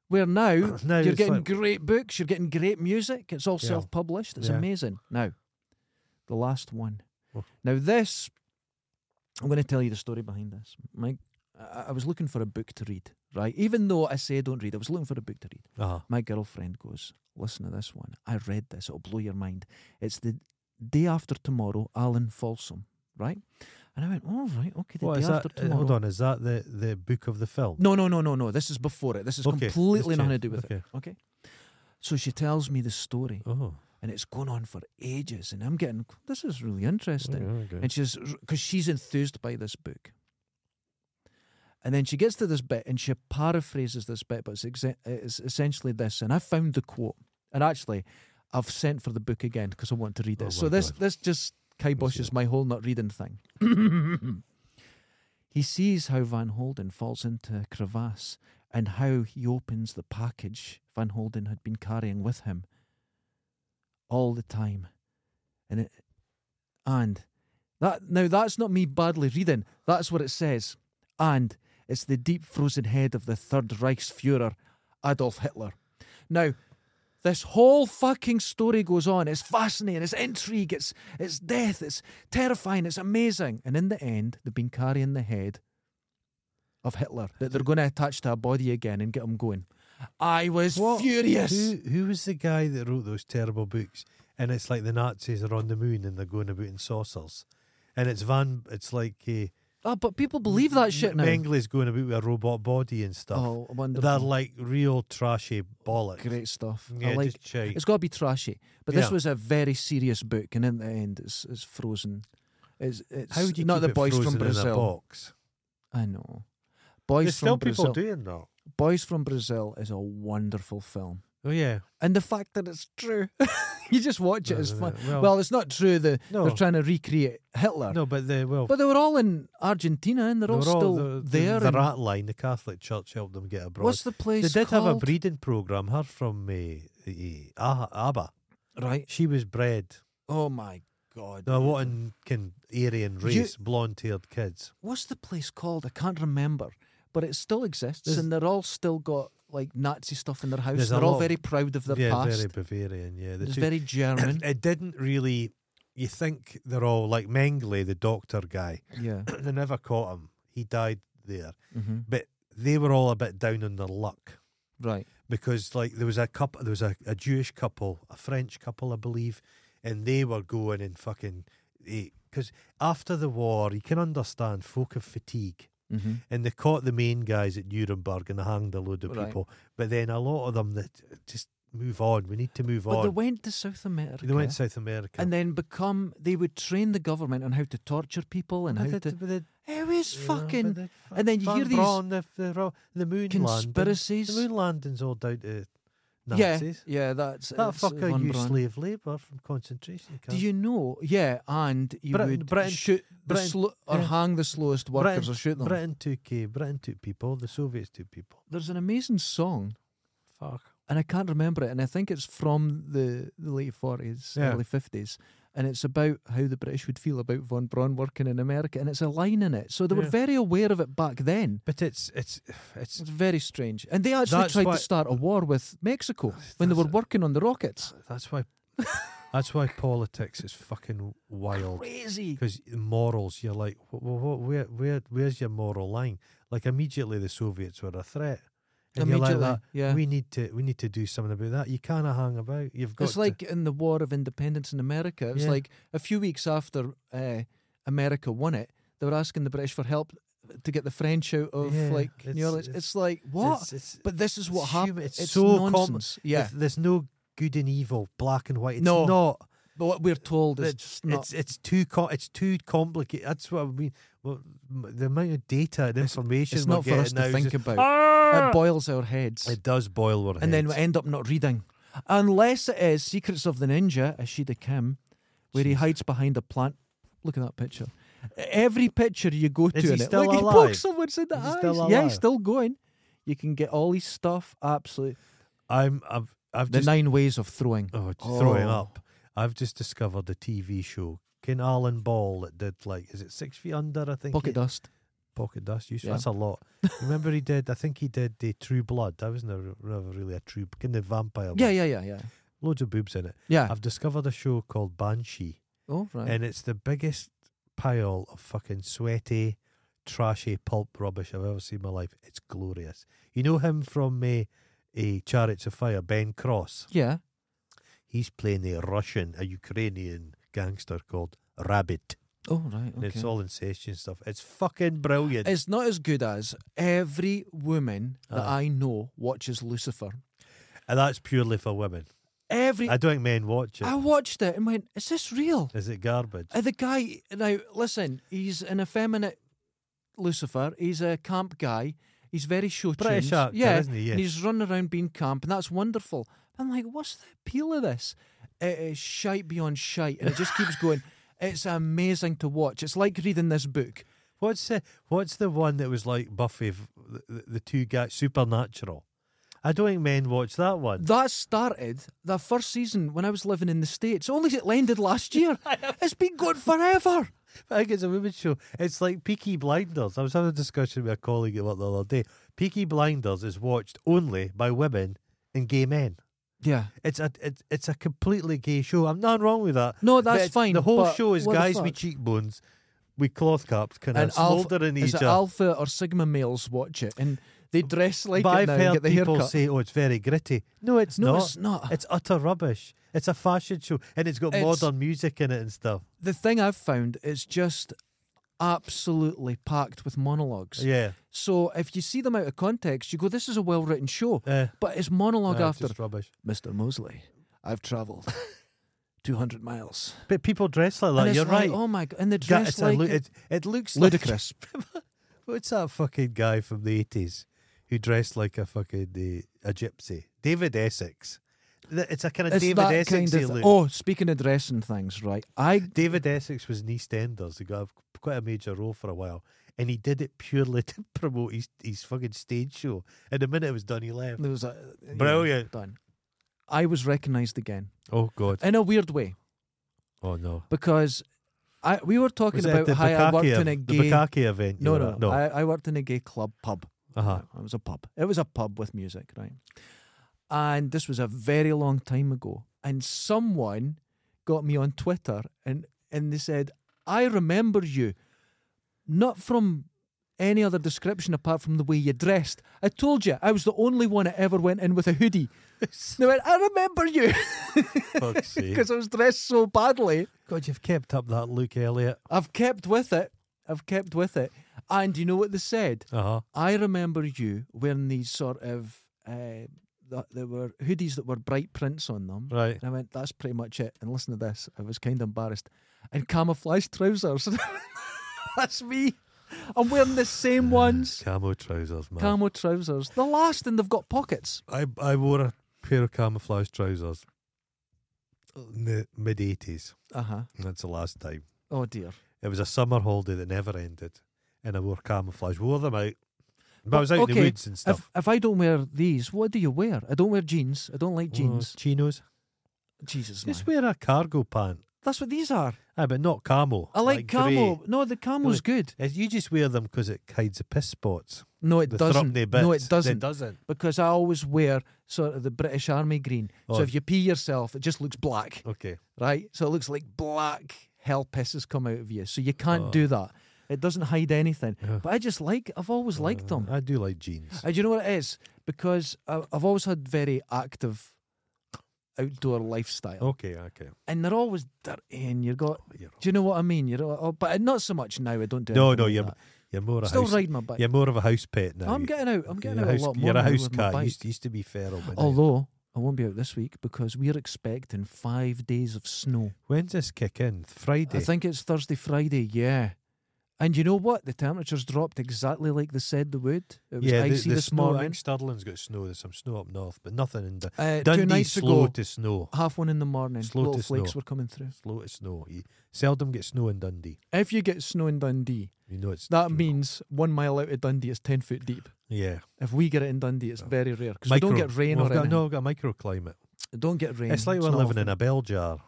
[SPEAKER 1] Where now
[SPEAKER 3] Now
[SPEAKER 1] you're
[SPEAKER 3] it's
[SPEAKER 1] getting
[SPEAKER 3] like-
[SPEAKER 1] great books, you're getting great music. It's all
[SPEAKER 3] Yeah.
[SPEAKER 1] self-published. It's
[SPEAKER 3] Yeah.
[SPEAKER 1] amazing. Now, the last one.
[SPEAKER 3] Oh.
[SPEAKER 1] Now this, I'm going to tell you the story behind this. Mike, I I was looking for a book to read. Right, even though I say I don't read, I was looking for a book to read.
[SPEAKER 3] Uh-huh.
[SPEAKER 1] My girlfriend goes, "Listen to this one. I read this. It'll blow your mind. It's the day after tomorrow. Alan Folsom, right?" And I went, "All right, okay. The
[SPEAKER 3] What
[SPEAKER 1] day
[SPEAKER 3] is
[SPEAKER 1] after
[SPEAKER 3] that? uh,
[SPEAKER 1] tomorrow."
[SPEAKER 3] Hold on, is that the the book of the film?
[SPEAKER 1] No, no, no, no, no. This is before it. This is
[SPEAKER 3] Okay, let's
[SPEAKER 1] completely nothing to
[SPEAKER 3] change.
[SPEAKER 1] do with
[SPEAKER 3] Okay.
[SPEAKER 1] it. Okay. So she tells me the story,
[SPEAKER 3] Oh,
[SPEAKER 1] and it's gone on for ages, and I'm getting this is really interesting.
[SPEAKER 3] okay, okay.
[SPEAKER 1] And she's because she's enthused by this book. And then she gets to this bit and she paraphrases this bit, but it's, exe- it's essentially this. And I found the quote. And actually, I've sent for the book again because I want to read it.
[SPEAKER 3] Oh,
[SPEAKER 1] so
[SPEAKER 3] my
[SPEAKER 1] this
[SPEAKER 3] God.
[SPEAKER 1] this just kiboshes
[SPEAKER 3] it.
[SPEAKER 1] my whole not reading thing. he sees how Van Holden falls into a crevasse and how he opens the package Van Holden had been carrying with him all the time. And it, and that now that's not me badly reading. That's what it says. And it's the deep frozen head of the Third Reichsfuhrer, Adolf Hitler. Now, this whole fucking story goes on. It's fascinating. It's intrigue. It's it's death. It's terrifying. It's amazing. And in the end, they've been carrying the head of Hitler that they're going to attach to a body again and get him going. I was
[SPEAKER 3] What-
[SPEAKER 1] furious.
[SPEAKER 3] Who, who was the guy that wrote those terrible books? And it's like the Nazis are on the moon and they're going about in saucers. And it's Van, it's like uh,
[SPEAKER 1] Oh, but people believe that shit now.
[SPEAKER 3] Mengele's going about with a robot body and stuff.
[SPEAKER 1] Oh, wonderful.
[SPEAKER 3] They're like real trashy bollocks.
[SPEAKER 1] Great stuff.
[SPEAKER 3] Yeah,
[SPEAKER 1] I like.
[SPEAKER 3] just shite.
[SPEAKER 1] It's got to be trashy, but this
[SPEAKER 3] Yeah.
[SPEAKER 1] was a very serious book, and in the end, it's it's frozen. It's it's
[SPEAKER 3] How would you
[SPEAKER 1] not
[SPEAKER 3] keep
[SPEAKER 1] the
[SPEAKER 3] it
[SPEAKER 1] boys
[SPEAKER 3] frozen
[SPEAKER 1] from
[SPEAKER 3] in a
[SPEAKER 1] Brazil.
[SPEAKER 3] box?
[SPEAKER 1] I know. Boys
[SPEAKER 3] There's
[SPEAKER 1] from
[SPEAKER 3] still
[SPEAKER 1] Brazil.
[SPEAKER 3] people doing that.
[SPEAKER 1] Boys from Brazil is a wonderful film,
[SPEAKER 3] Oh yeah,
[SPEAKER 1] and the fact that it's true, you just watch it
[SPEAKER 3] No,
[SPEAKER 1] as
[SPEAKER 3] no,
[SPEAKER 1] fun.
[SPEAKER 3] no. Well-
[SPEAKER 1] Well, it's not true. The,
[SPEAKER 3] No.
[SPEAKER 1] They're trying to recreate Hitler,
[SPEAKER 3] no, but they well,
[SPEAKER 1] but they were all in Argentina, and they're,
[SPEAKER 3] they
[SPEAKER 1] all
[SPEAKER 3] were
[SPEAKER 1] still
[SPEAKER 3] the, the-
[SPEAKER 1] there.
[SPEAKER 3] The,
[SPEAKER 1] and
[SPEAKER 3] rat line, the Catholic Church helped them get abroad.
[SPEAKER 1] what's the place?
[SPEAKER 3] they did
[SPEAKER 1] called?
[SPEAKER 3] have a breeding program. Her from uh, uh, Abba,
[SPEAKER 1] right.
[SPEAKER 3] she was bred.
[SPEAKER 1] Oh my god!
[SPEAKER 3] No, what in can Aryan
[SPEAKER 1] You-
[SPEAKER 3] race, blonde-haired kids.
[SPEAKER 1] what's the place called? I can't remember, but it still exists,
[SPEAKER 3] There's-
[SPEAKER 1] and they're all still got like Nazi stuff in their house.
[SPEAKER 3] There's a
[SPEAKER 1] They're all
[SPEAKER 3] lot of-
[SPEAKER 1] very proud of their
[SPEAKER 3] yeah,
[SPEAKER 1] past.
[SPEAKER 3] very Bavarian. Yeah, the
[SPEAKER 1] it's
[SPEAKER 3] two-
[SPEAKER 1] very German.
[SPEAKER 3] it didn't really. You think they're all like Mengele, the doctor guy.
[SPEAKER 1] yeah.
[SPEAKER 3] they never caught him. He died there,
[SPEAKER 1] hmm
[SPEAKER 3] but they were all a bit down on their luck.
[SPEAKER 1] Right.
[SPEAKER 3] because like there was a couple, there was a, a Jewish couple, a French couple, I believe, and they were going and fucking because after the war, you can understand folk of fatigue,
[SPEAKER 1] Mm-hmm.
[SPEAKER 3] and they caught the main guys at Nuremberg and they hanged a load of
[SPEAKER 1] Right.
[SPEAKER 3] people, but then a lot of them that just move on. We need to move
[SPEAKER 1] But they
[SPEAKER 3] on.
[SPEAKER 1] went to South America.
[SPEAKER 3] They went to South America.
[SPEAKER 1] and then become they would train the government on how to torture people and
[SPEAKER 3] But
[SPEAKER 1] how
[SPEAKER 3] they-
[SPEAKER 1] to
[SPEAKER 3] but they-
[SPEAKER 1] it was
[SPEAKER 3] you know, but
[SPEAKER 1] fucking
[SPEAKER 3] they
[SPEAKER 1] and then you
[SPEAKER 3] fuck
[SPEAKER 1] hear these
[SPEAKER 3] Braun, the, the, ro- the moon landing. The
[SPEAKER 1] conspiracies
[SPEAKER 3] moon landing's all down to
[SPEAKER 1] yeah
[SPEAKER 3] Nazis.
[SPEAKER 1] yeah that's
[SPEAKER 3] That
[SPEAKER 1] it's
[SPEAKER 3] fucker
[SPEAKER 1] von
[SPEAKER 3] used
[SPEAKER 1] Braun.
[SPEAKER 3] slave labour from concentration camps.
[SPEAKER 1] do you know yeah and you
[SPEAKER 3] Britain-
[SPEAKER 1] would
[SPEAKER 3] Britain-
[SPEAKER 1] shoot the
[SPEAKER 3] Britain-
[SPEAKER 1] slo- or
[SPEAKER 3] yeah.
[SPEAKER 1] hang the slowest workers or shoot them
[SPEAKER 3] Britain took uh, Britain took people. The Soviets took people.
[SPEAKER 1] there's an amazing song
[SPEAKER 3] Fuck.
[SPEAKER 1] and I can't remember it, and I think it's from the, the late forties,
[SPEAKER 3] Yeah.
[SPEAKER 1] early fifties, and it's about how the British would feel about von Braun working in America, and it's a line in it, so they were
[SPEAKER 3] Yeah.
[SPEAKER 1] very aware of it back then.
[SPEAKER 3] But it's it's it's
[SPEAKER 1] It's very strange, and they actually
[SPEAKER 3] That's
[SPEAKER 1] tried
[SPEAKER 3] why-
[SPEAKER 1] to start a war with Mexico when they
[SPEAKER 3] That's
[SPEAKER 1] were
[SPEAKER 3] it.
[SPEAKER 1] working on the rockets.
[SPEAKER 3] that's why that's why politics is fucking wild.
[SPEAKER 1] Crazy.
[SPEAKER 3] Because morals, you're like, wh- wh- wh- where where where's your moral line? Like immediately the Soviets were a threat, and you're like
[SPEAKER 1] Immediately,
[SPEAKER 3] that.
[SPEAKER 1] yeah.
[SPEAKER 3] We need to we need to do something about that. You can't hang about. You've got
[SPEAKER 1] It's like in the War of Independence in America. It's
[SPEAKER 3] Yeah.
[SPEAKER 1] like a few weeks after uh, America won it, they were asking the British for help to get the French out of
[SPEAKER 3] Yeah,
[SPEAKER 1] like
[SPEAKER 3] it's-
[SPEAKER 1] New Orleans. It's,
[SPEAKER 3] it's-
[SPEAKER 1] like
[SPEAKER 3] to,
[SPEAKER 1] what?
[SPEAKER 3] It's, it's,
[SPEAKER 1] But this is what
[SPEAKER 3] It's human-
[SPEAKER 1] happened.
[SPEAKER 3] it's
[SPEAKER 1] It's,
[SPEAKER 3] so com-
[SPEAKER 1] nonsense. yeah,
[SPEAKER 3] there's- there's no good and evil, black and white. It's
[SPEAKER 1] No.
[SPEAKER 3] not.
[SPEAKER 1] but what we're told is
[SPEAKER 3] it's
[SPEAKER 1] just not.
[SPEAKER 3] it's it's too co- it's too complicated. That's what I mean. Well, m- the amount of data and information
[SPEAKER 1] it's
[SPEAKER 3] we're
[SPEAKER 1] not for us
[SPEAKER 3] getting now
[SPEAKER 1] to
[SPEAKER 3] is
[SPEAKER 1] think
[SPEAKER 3] just-
[SPEAKER 1] about.
[SPEAKER 3] Ah!
[SPEAKER 1] It boils our heads,
[SPEAKER 3] It does boil our
[SPEAKER 1] and then we
[SPEAKER 3] heads.
[SPEAKER 1] end up not reading, unless it is Secrets of the Ninja, Ashida Kim, where he hides behind a plant. Look at that picture. Every picture you go to,
[SPEAKER 3] Is he
[SPEAKER 1] in it,
[SPEAKER 3] still
[SPEAKER 1] look,
[SPEAKER 3] alive?
[SPEAKER 1] he pokes someone's in the
[SPEAKER 3] Is he
[SPEAKER 1] eyes.
[SPEAKER 3] still
[SPEAKER 1] yeah,
[SPEAKER 3] alive?
[SPEAKER 1] he's still going. You can get all his stuff. Absolutely,
[SPEAKER 3] I'm I've I've
[SPEAKER 1] the
[SPEAKER 3] just
[SPEAKER 1] nine ways of throwing.
[SPEAKER 3] oh, just throwing
[SPEAKER 1] Oh.
[SPEAKER 3] up. I've just discovered a TV show. Ken Allen Ball that did like is it Six Feet Under? I think
[SPEAKER 1] Pocket
[SPEAKER 3] he-
[SPEAKER 1] dust.
[SPEAKER 3] Pocket Dust. Used
[SPEAKER 1] Yeah.
[SPEAKER 3] that's a lot. Remember he did. I think he did the True Blood. I was never, never really a true kind of vampire.
[SPEAKER 1] Yeah,
[SPEAKER 3] one.
[SPEAKER 1] yeah, yeah, yeah,
[SPEAKER 3] Loads of boobs in it.
[SPEAKER 1] yeah.
[SPEAKER 3] I've discovered a show called Banshee.
[SPEAKER 1] oh right.
[SPEAKER 3] and it's the biggest pile of fucking sweaty, trashy pulp rubbish I've ever seen in my life. It's glorious. You know him from a uh, Chariots of Fire, Ben Cross.
[SPEAKER 1] yeah.
[SPEAKER 3] He's playing a Russian, a Ukrainian gangster called Rabbit.
[SPEAKER 1] Oh right.
[SPEAKER 3] And
[SPEAKER 1] Okay.
[SPEAKER 3] It's all incestuous stuff. It's fucking brilliant.
[SPEAKER 1] It's not as good as every woman that
[SPEAKER 3] Aye.
[SPEAKER 1] I know watches Lucifer.
[SPEAKER 3] and that's purely for women.
[SPEAKER 1] Every
[SPEAKER 3] I
[SPEAKER 1] I,
[SPEAKER 3] don't think men watch it. Is
[SPEAKER 1] watched it and went, "Is this real?"
[SPEAKER 3] it garbage?
[SPEAKER 1] Uh, the guy now, listen, he's an effeminate Lucifer. He's a camp guy. He's very show
[SPEAKER 3] British
[SPEAKER 1] tuned.
[SPEAKER 3] actor,
[SPEAKER 1] yeah,
[SPEAKER 3] isn't he? Yeah.
[SPEAKER 1] and he's running around being camp, and that's wonderful. I'm like, what's the appeal of this? It is shite beyond shite, and it just keeps going. It's amazing to watch. It's like reading this book.
[SPEAKER 3] What's the What's the one that was like Buffy, v- the, the- the two guys, Supernatural? I don't think men watch that one.
[SPEAKER 1] That started the first season when I was living in the States. Only it ended last year. it's been going forever.
[SPEAKER 3] I think it's a women's show. It's like Peaky Blinders. I was having a discussion with a colleague about the other day. Peaky Blinders is watched only by women and gay men.
[SPEAKER 1] Yeah.
[SPEAKER 3] It's a it's, it's a completely gay show. I'm not wrong with that.
[SPEAKER 1] No,
[SPEAKER 3] But
[SPEAKER 1] that's
[SPEAKER 3] it's-
[SPEAKER 1] fine,
[SPEAKER 3] The whole
[SPEAKER 1] but
[SPEAKER 3] show is
[SPEAKER 1] what the
[SPEAKER 3] guys
[SPEAKER 1] fuck?
[SPEAKER 3] with cheekbones, with cloth caps, kind of
[SPEAKER 1] alpha,
[SPEAKER 3] smouldering
[SPEAKER 1] is
[SPEAKER 3] each
[SPEAKER 1] it
[SPEAKER 3] other.
[SPEAKER 1] alpha or sigma males watch it, and They dress like
[SPEAKER 3] but
[SPEAKER 1] it
[SPEAKER 3] I've
[SPEAKER 1] now
[SPEAKER 3] heard
[SPEAKER 1] and get the
[SPEAKER 3] people
[SPEAKER 1] haircut.
[SPEAKER 3] say, "Oh, it's very gritty." No, it's
[SPEAKER 1] no,
[SPEAKER 3] not.
[SPEAKER 1] it's not.
[SPEAKER 3] It's utter rubbish. It's a fashion show, and it's got
[SPEAKER 1] It's-
[SPEAKER 3] modern music in it and stuff.
[SPEAKER 1] The thing I've found is just absolutely packed with monologues.
[SPEAKER 3] Yeah,
[SPEAKER 1] So if you see them out of context, you go, "This is a well-written show,"
[SPEAKER 3] uh,
[SPEAKER 1] but it's monologue
[SPEAKER 3] uh,
[SPEAKER 1] after
[SPEAKER 3] just rubbish.
[SPEAKER 1] Mr. Mosley. I've travelled two hundred miles.
[SPEAKER 3] But people dress like
[SPEAKER 1] And
[SPEAKER 3] that.
[SPEAKER 1] it's
[SPEAKER 3] You're right.
[SPEAKER 1] like, Oh my god! And the
[SPEAKER 3] Ga-
[SPEAKER 1] dress
[SPEAKER 3] it's a
[SPEAKER 1] like
[SPEAKER 3] lu-
[SPEAKER 1] it-
[SPEAKER 3] it, it looks like-
[SPEAKER 1] ludicrous.
[SPEAKER 3] what's that fucking guy from the eighties who dressed like a fucking uh, a gypsy? David Essex. Th- It's a kind of
[SPEAKER 1] It's
[SPEAKER 3] David
[SPEAKER 1] that
[SPEAKER 3] Essex
[SPEAKER 1] kind of.
[SPEAKER 3] look.
[SPEAKER 1] Oh, speaking of dressing things, right? I
[SPEAKER 3] David Essex was in EastEnders. He got a- quite a major role for a while, and he did it purely to promote his, his fucking stage show. And the minute it was done, he left.
[SPEAKER 1] there was a yeah,
[SPEAKER 3] Brilliant.
[SPEAKER 1] done. I was recognised again
[SPEAKER 3] Oh God!
[SPEAKER 1] in a weird way
[SPEAKER 3] Oh no!
[SPEAKER 1] because I we were talking
[SPEAKER 3] Was it
[SPEAKER 1] about
[SPEAKER 3] the
[SPEAKER 1] how I
[SPEAKER 3] Bukkake
[SPEAKER 1] worked
[SPEAKER 3] ev-
[SPEAKER 1] in
[SPEAKER 3] the
[SPEAKER 1] a gay.
[SPEAKER 3] Bukkake event? you
[SPEAKER 1] no,
[SPEAKER 3] were
[SPEAKER 1] no,
[SPEAKER 3] at?
[SPEAKER 1] no. I, I worked in a gay club pub.
[SPEAKER 3] uh-huh.
[SPEAKER 1] It was a pub. It was a pub with music, right? And this was a very long time ago. And someone got me on Twitter and, and they said, I remember you, not from any other description apart from the way you dressed. I told you, I was the only one that ever went in with a hoodie. They went, I remember you
[SPEAKER 3] Fuck's sake.
[SPEAKER 1] because I was dressed so badly.
[SPEAKER 3] God, you've kept up that look, Elliot.
[SPEAKER 1] I've kept with it. I've kept with it. And you know what they said?
[SPEAKER 3] Uh huh.
[SPEAKER 1] I remember you wearing these sort of uh, that there were hoodies that were bright prints on them.
[SPEAKER 3] Right.
[SPEAKER 1] And I went, that's pretty much it. And listen to this. I was kind of embarrassed. And camouflage trousers. that's me. I'm wearing the
[SPEAKER 3] Mm.
[SPEAKER 1] same ones.
[SPEAKER 3] Camo trousers, man.
[SPEAKER 1] Camo trousers. The last, and they've got pockets.
[SPEAKER 3] I I wore a pair of camouflage trousers in the mid eighties.
[SPEAKER 1] Uh huh.
[SPEAKER 3] That's the last time.
[SPEAKER 1] Oh dear.
[SPEAKER 3] It was a summer holiday that never ended, and I wore camouflage. Wore them out, but, I
[SPEAKER 1] But,
[SPEAKER 3] was out in
[SPEAKER 1] okay,
[SPEAKER 3] the woods and stuff.
[SPEAKER 1] If, if I don't wear these, what do you wear? I don't wear jeans. I don't like
[SPEAKER 3] Oh,
[SPEAKER 1] jeans.
[SPEAKER 3] chinos.
[SPEAKER 1] Jesus, man.
[SPEAKER 3] Just wear a cargo pant.
[SPEAKER 1] That's what these are.
[SPEAKER 3] Ah, but not camo.
[SPEAKER 1] I like, camo.
[SPEAKER 3] grey.
[SPEAKER 1] No, the camo's good.
[SPEAKER 3] Uh, You just wear them because it hides the piss spots.
[SPEAKER 1] No, it
[SPEAKER 3] the
[SPEAKER 1] doesn't.
[SPEAKER 3] thrupney bits.
[SPEAKER 1] No, it doesn't.
[SPEAKER 3] It doesn't.
[SPEAKER 1] because I always wear sort of the British Army green.
[SPEAKER 3] Oh.
[SPEAKER 1] So if you pee yourself, it just looks black,
[SPEAKER 3] Okay.
[SPEAKER 1] right? So it looks like black hell pisses come out of you. So you can't
[SPEAKER 3] Oh.
[SPEAKER 1] do that. It doesn't hide anything.
[SPEAKER 3] Yeah. Oh.
[SPEAKER 1] But I just like, I've always liked them.
[SPEAKER 3] I do like jeans.
[SPEAKER 1] And do you know what it is? Because I- I've always had very active outdoor lifestyle.
[SPEAKER 3] Okay. Okay.
[SPEAKER 1] And they're always dirty and you've got,
[SPEAKER 3] You're-
[SPEAKER 1] do you know what I mean? You're, all- oh, but not so much now. I don't do
[SPEAKER 3] No,
[SPEAKER 1] anything
[SPEAKER 3] no,
[SPEAKER 1] like
[SPEAKER 3] you're-
[SPEAKER 1] that.
[SPEAKER 3] You're more a
[SPEAKER 1] Still
[SPEAKER 3] house.
[SPEAKER 1] riding my bike.
[SPEAKER 3] You're more of a house pet now.
[SPEAKER 1] I'm getting out. I'm getting
[SPEAKER 3] you're
[SPEAKER 1] out
[SPEAKER 3] a house,
[SPEAKER 1] a lot more.
[SPEAKER 3] You're a
[SPEAKER 1] now
[SPEAKER 3] house
[SPEAKER 1] with my
[SPEAKER 3] cat.
[SPEAKER 1] bike. Oh,
[SPEAKER 3] Used to, used to be feral. But now-
[SPEAKER 1] Although I won't be out this week because we're expecting five days of snow.
[SPEAKER 3] when's this kick in? Friday.
[SPEAKER 1] I think it's Thursday, Friday, yeah. And you know what? The temperatures dropped exactly like they said they would. It was
[SPEAKER 3] yeah, the,
[SPEAKER 1] icy
[SPEAKER 3] the
[SPEAKER 1] this
[SPEAKER 3] snow, I
[SPEAKER 1] morning.
[SPEAKER 3] think Stirling's got snow. There's some snow up north, but nothing in the
[SPEAKER 1] Uh, two
[SPEAKER 3] Dundee's
[SPEAKER 1] nights
[SPEAKER 3] slow
[SPEAKER 1] ago,
[SPEAKER 3] to snow.
[SPEAKER 1] half one in the morning,
[SPEAKER 3] Slow
[SPEAKER 1] little
[SPEAKER 3] to
[SPEAKER 1] flakes
[SPEAKER 3] snow.
[SPEAKER 1] were coming through.
[SPEAKER 3] Slow to snow. You seldom get snow in Dundee.
[SPEAKER 1] If you get snow in Dundee,
[SPEAKER 3] You know it's
[SPEAKER 1] that
[SPEAKER 3] true.
[SPEAKER 1] means one mile out of Dundee it's ten foot deep.
[SPEAKER 3] yeah.
[SPEAKER 1] If we get it in Dundee, it's
[SPEAKER 3] Oh.
[SPEAKER 1] very rare because we don't
[SPEAKER 3] Micro-
[SPEAKER 1] get rain
[SPEAKER 3] we've
[SPEAKER 1] or
[SPEAKER 3] got,
[SPEAKER 1] anything.
[SPEAKER 3] No, we've got a microclimate.
[SPEAKER 1] Don't get rain.
[SPEAKER 3] It's like we're
[SPEAKER 1] not
[SPEAKER 3] living
[SPEAKER 1] often.
[SPEAKER 3] in a bell jar.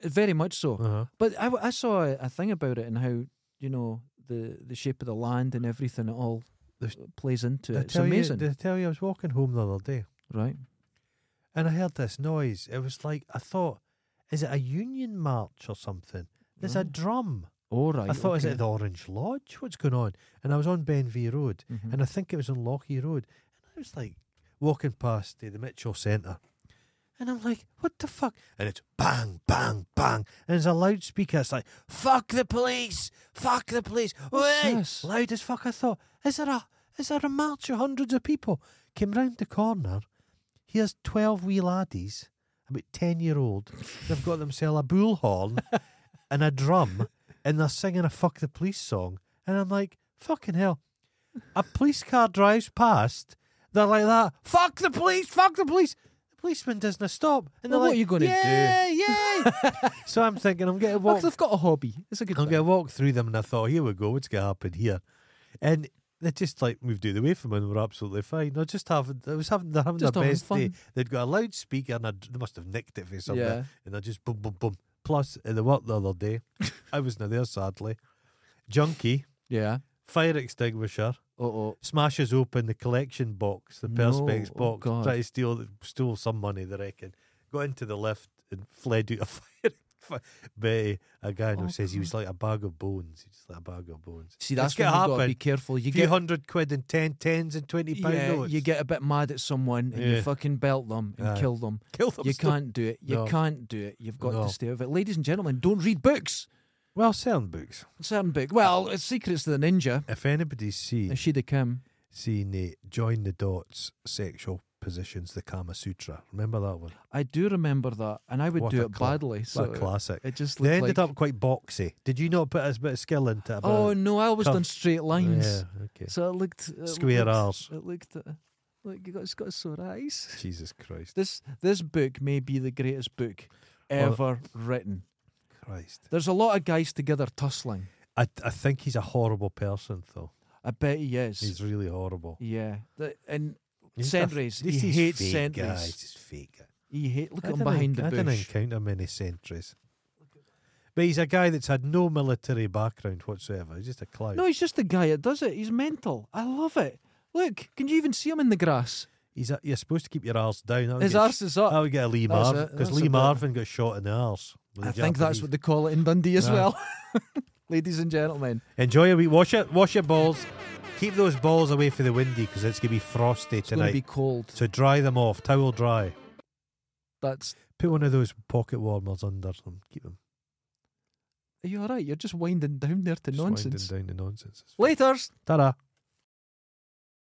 [SPEAKER 1] Very much so.
[SPEAKER 3] Uh-huh.
[SPEAKER 1] But I, I saw a, a thing about it and how you know the the shape of the land and everything it all uh,
[SPEAKER 3] There's-
[SPEAKER 1] plays into
[SPEAKER 3] Did I
[SPEAKER 1] it. It's
[SPEAKER 3] tell you-
[SPEAKER 1] amazing,
[SPEAKER 3] Did I tell you I was walking home the other day
[SPEAKER 1] right?
[SPEAKER 3] and I heard this noise? It was like I thought, is it a union march or something? There's a
[SPEAKER 1] Right.
[SPEAKER 3] drum.
[SPEAKER 1] All Oh, right.
[SPEAKER 3] I thought, is
[SPEAKER 1] okay.
[SPEAKER 3] it the Orange Lodge? What's going on? And I was on Benview Road,
[SPEAKER 1] Mhm.
[SPEAKER 3] and I think it was on Lockie Road. And I was like walking past uh, the, the Mitchell Centre, and I'm like, what the fuck? And it's bang, bang, bang. And there's a loudspeaker. It's like, fuck the police, fuck the police.
[SPEAKER 1] What's
[SPEAKER 3] Wait!
[SPEAKER 1] this?
[SPEAKER 3] Loud as fuck. I thought, is there a is there a march of hundreds of people? Came round the corner. Here's twelve wee laddies, about ten year old. They've got themselves a bullhorn and a drum, and they're singing a "fuck the police" song. And I'm like, fucking hell! A police car drives past. They're like that. Fuck the police! Fuck the police! The policeman doesn't stop. And they're
[SPEAKER 1] Well, what
[SPEAKER 3] like,
[SPEAKER 1] are you gonna do?
[SPEAKER 3] yeah, do? Yeah, So I'm thinking, I'm getting
[SPEAKER 1] Look,
[SPEAKER 3] walked
[SPEAKER 1] they've got a hobby. It's a good.
[SPEAKER 3] I'm
[SPEAKER 1] thing.
[SPEAKER 3] going to walk through them and I thought, here we go, what's going to happen here? And they just like moved out the way from me and were absolutely fine. They're just having, they was having, they're having
[SPEAKER 1] Just
[SPEAKER 3] their
[SPEAKER 1] having
[SPEAKER 3] best day.
[SPEAKER 1] fun.
[SPEAKER 3] They'd got a loudspeaker and I'd, they must have nicked it for somewhere.
[SPEAKER 1] Yeah.
[SPEAKER 3] And they're just boom, boom, boom. Plus, in the work the other day, I was not there sadly. Junkie,
[SPEAKER 1] Yeah.
[SPEAKER 3] fire extinguisher,
[SPEAKER 1] Oh oh.
[SPEAKER 3] smashes open the collection box, the Perspex
[SPEAKER 1] No, oh
[SPEAKER 3] box,
[SPEAKER 1] God.
[SPEAKER 3] try to steal, steal some money, they reckon. Got into the lift and fled out of fire, eh, Betty Agano
[SPEAKER 1] Oh,
[SPEAKER 3] says he was
[SPEAKER 1] God.
[SPEAKER 3] like a bag of bones. He's just like a bag of bones.
[SPEAKER 1] See,
[SPEAKER 3] It's
[SPEAKER 1] that's
[SPEAKER 3] gonna
[SPEAKER 1] when you've got to
[SPEAKER 3] happen.
[SPEAKER 1] be careful. You
[SPEAKER 3] few
[SPEAKER 1] get
[SPEAKER 3] hundred quid and ten tens and twenty pound
[SPEAKER 1] yeah,
[SPEAKER 3] notes.
[SPEAKER 1] you get a bit mad at someone and
[SPEAKER 3] Yeah.
[SPEAKER 1] you fucking belt them and
[SPEAKER 3] Aye.
[SPEAKER 1] kill them.
[SPEAKER 3] kill them.
[SPEAKER 1] you
[SPEAKER 3] still.
[SPEAKER 1] can't do it. You
[SPEAKER 3] No.
[SPEAKER 1] can't do it. You've got
[SPEAKER 3] No.
[SPEAKER 1] to stay with it. Ladies and gentlemen, don't read books.
[SPEAKER 3] Well, selling books.
[SPEAKER 1] Certain book. Well, it's Secrets to the Ninja.
[SPEAKER 3] If anybody's seen
[SPEAKER 1] Ishida Kim.
[SPEAKER 3] seen the join the dots sexual positions, the Kama Sutra. Remember that one?
[SPEAKER 1] I do remember that, and I would
[SPEAKER 3] What
[SPEAKER 1] do
[SPEAKER 3] a
[SPEAKER 1] it
[SPEAKER 3] cla-
[SPEAKER 1] badly.
[SPEAKER 3] It's a
[SPEAKER 1] So
[SPEAKER 3] classic.
[SPEAKER 1] it just
[SPEAKER 3] They
[SPEAKER 1] looked
[SPEAKER 3] ended
[SPEAKER 1] like.
[SPEAKER 3] up quite boxy. Did you not put a bit of skill into it?
[SPEAKER 1] oh
[SPEAKER 3] about-
[SPEAKER 1] no! I always
[SPEAKER 3] tough-
[SPEAKER 1] done straight lines,
[SPEAKER 3] Yeah, okay.
[SPEAKER 1] so it looked it
[SPEAKER 3] Square
[SPEAKER 1] looked,
[SPEAKER 3] arse.
[SPEAKER 1] It looked. Uh, look, you got it's got sore eyes.
[SPEAKER 3] Jesus Christ.
[SPEAKER 1] This this book may be the greatest book ever written.
[SPEAKER 3] Christ.
[SPEAKER 1] There's a lot of guys together tussling.
[SPEAKER 3] I, I think he's a horrible person, though.
[SPEAKER 1] I bet he is.
[SPEAKER 3] He's really horrible.
[SPEAKER 1] yeah, The- and
[SPEAKER 3] He's a-
[SPEAKER 1] sentries.
[SPEAKER 3] this
[SPEAKER 1] He
[SPEAKER 3] is
[SPEAKER 1] hates
[SPEAKER 3] fake
[SPEAKER 1] sentries.
[SPEAKER 3] Guys. He's fake.
[SPEAKER 1] he hate. Look
[SPEAKER 3] I
[SPEAKER 1] at him
[SPEAKER 3] dunno-
[SPEAKER 1] behind
[SPEAKER 3] I
[SPEAKER 1] the
[SPEAKER 3] didn't
[SPEAKER 1] bush.
[SPEAKER 3] encounter many sentries. But he's a guy that's had no military background whatsoever. He's just a clown.
[SPEAKER 1] No, he's just the guy that does it. He's mental. I love it. Look, can you even see him in the grass?
[SPEAKER 3] He's a, you're supposed to keep your arse down. I would
[SPEAKER 1] His
[SPEAKER 3] get,
[SPEAKER 1] arse is up.
[SPEAKER 3] I would get a Lee
[SPEAKER 1] That's
[SPEAKER 3] Marvin
[SPEAKER 1] it,
[SPEAKER 3] because
[SPEAKER 1] that's
[SPEAKER 3] Lee
[SPEAKER 1] about it.
[SPEAKER 3] Marvin got shot in the arse. with
[SPEAKER 1] I
[SPEAKER 3] the
[SPEAKER 1] think
[SPEAKER 3] Japanese.
[SPEAKER 1] that's
[SPEAKER 3] Ah.
[SPEAKER 1] what they call it in Dundee as
[SPEAKER 3] Yeah.
[SPEAKER 1] well. Ladies and gentlemen,
[SPEAKER 3] Enjoy your week. Wash your wash your balls. Keep those balls away for the windy because it's gonna be frosty
[SPEAKER 1] it's going
[SPEAKER 3] tonight.
[SPEAKER 1] to be cold.
[SPEAKER 3] So dry them off. Towel dry.
[SPEAKER 1] That's
[SPEAKER 3] Put one of those pocket warmers under them. Keep them.
[SPEAKER 1] are you all right? You're just winding down there to
[SPEAKER 3] Just winding
[SPEAKER 1] nonsense.
[SPEAKER 3] down the nonsense.
[SPEAKER 1] Later's.
[SPEAKER 3] Ta-da.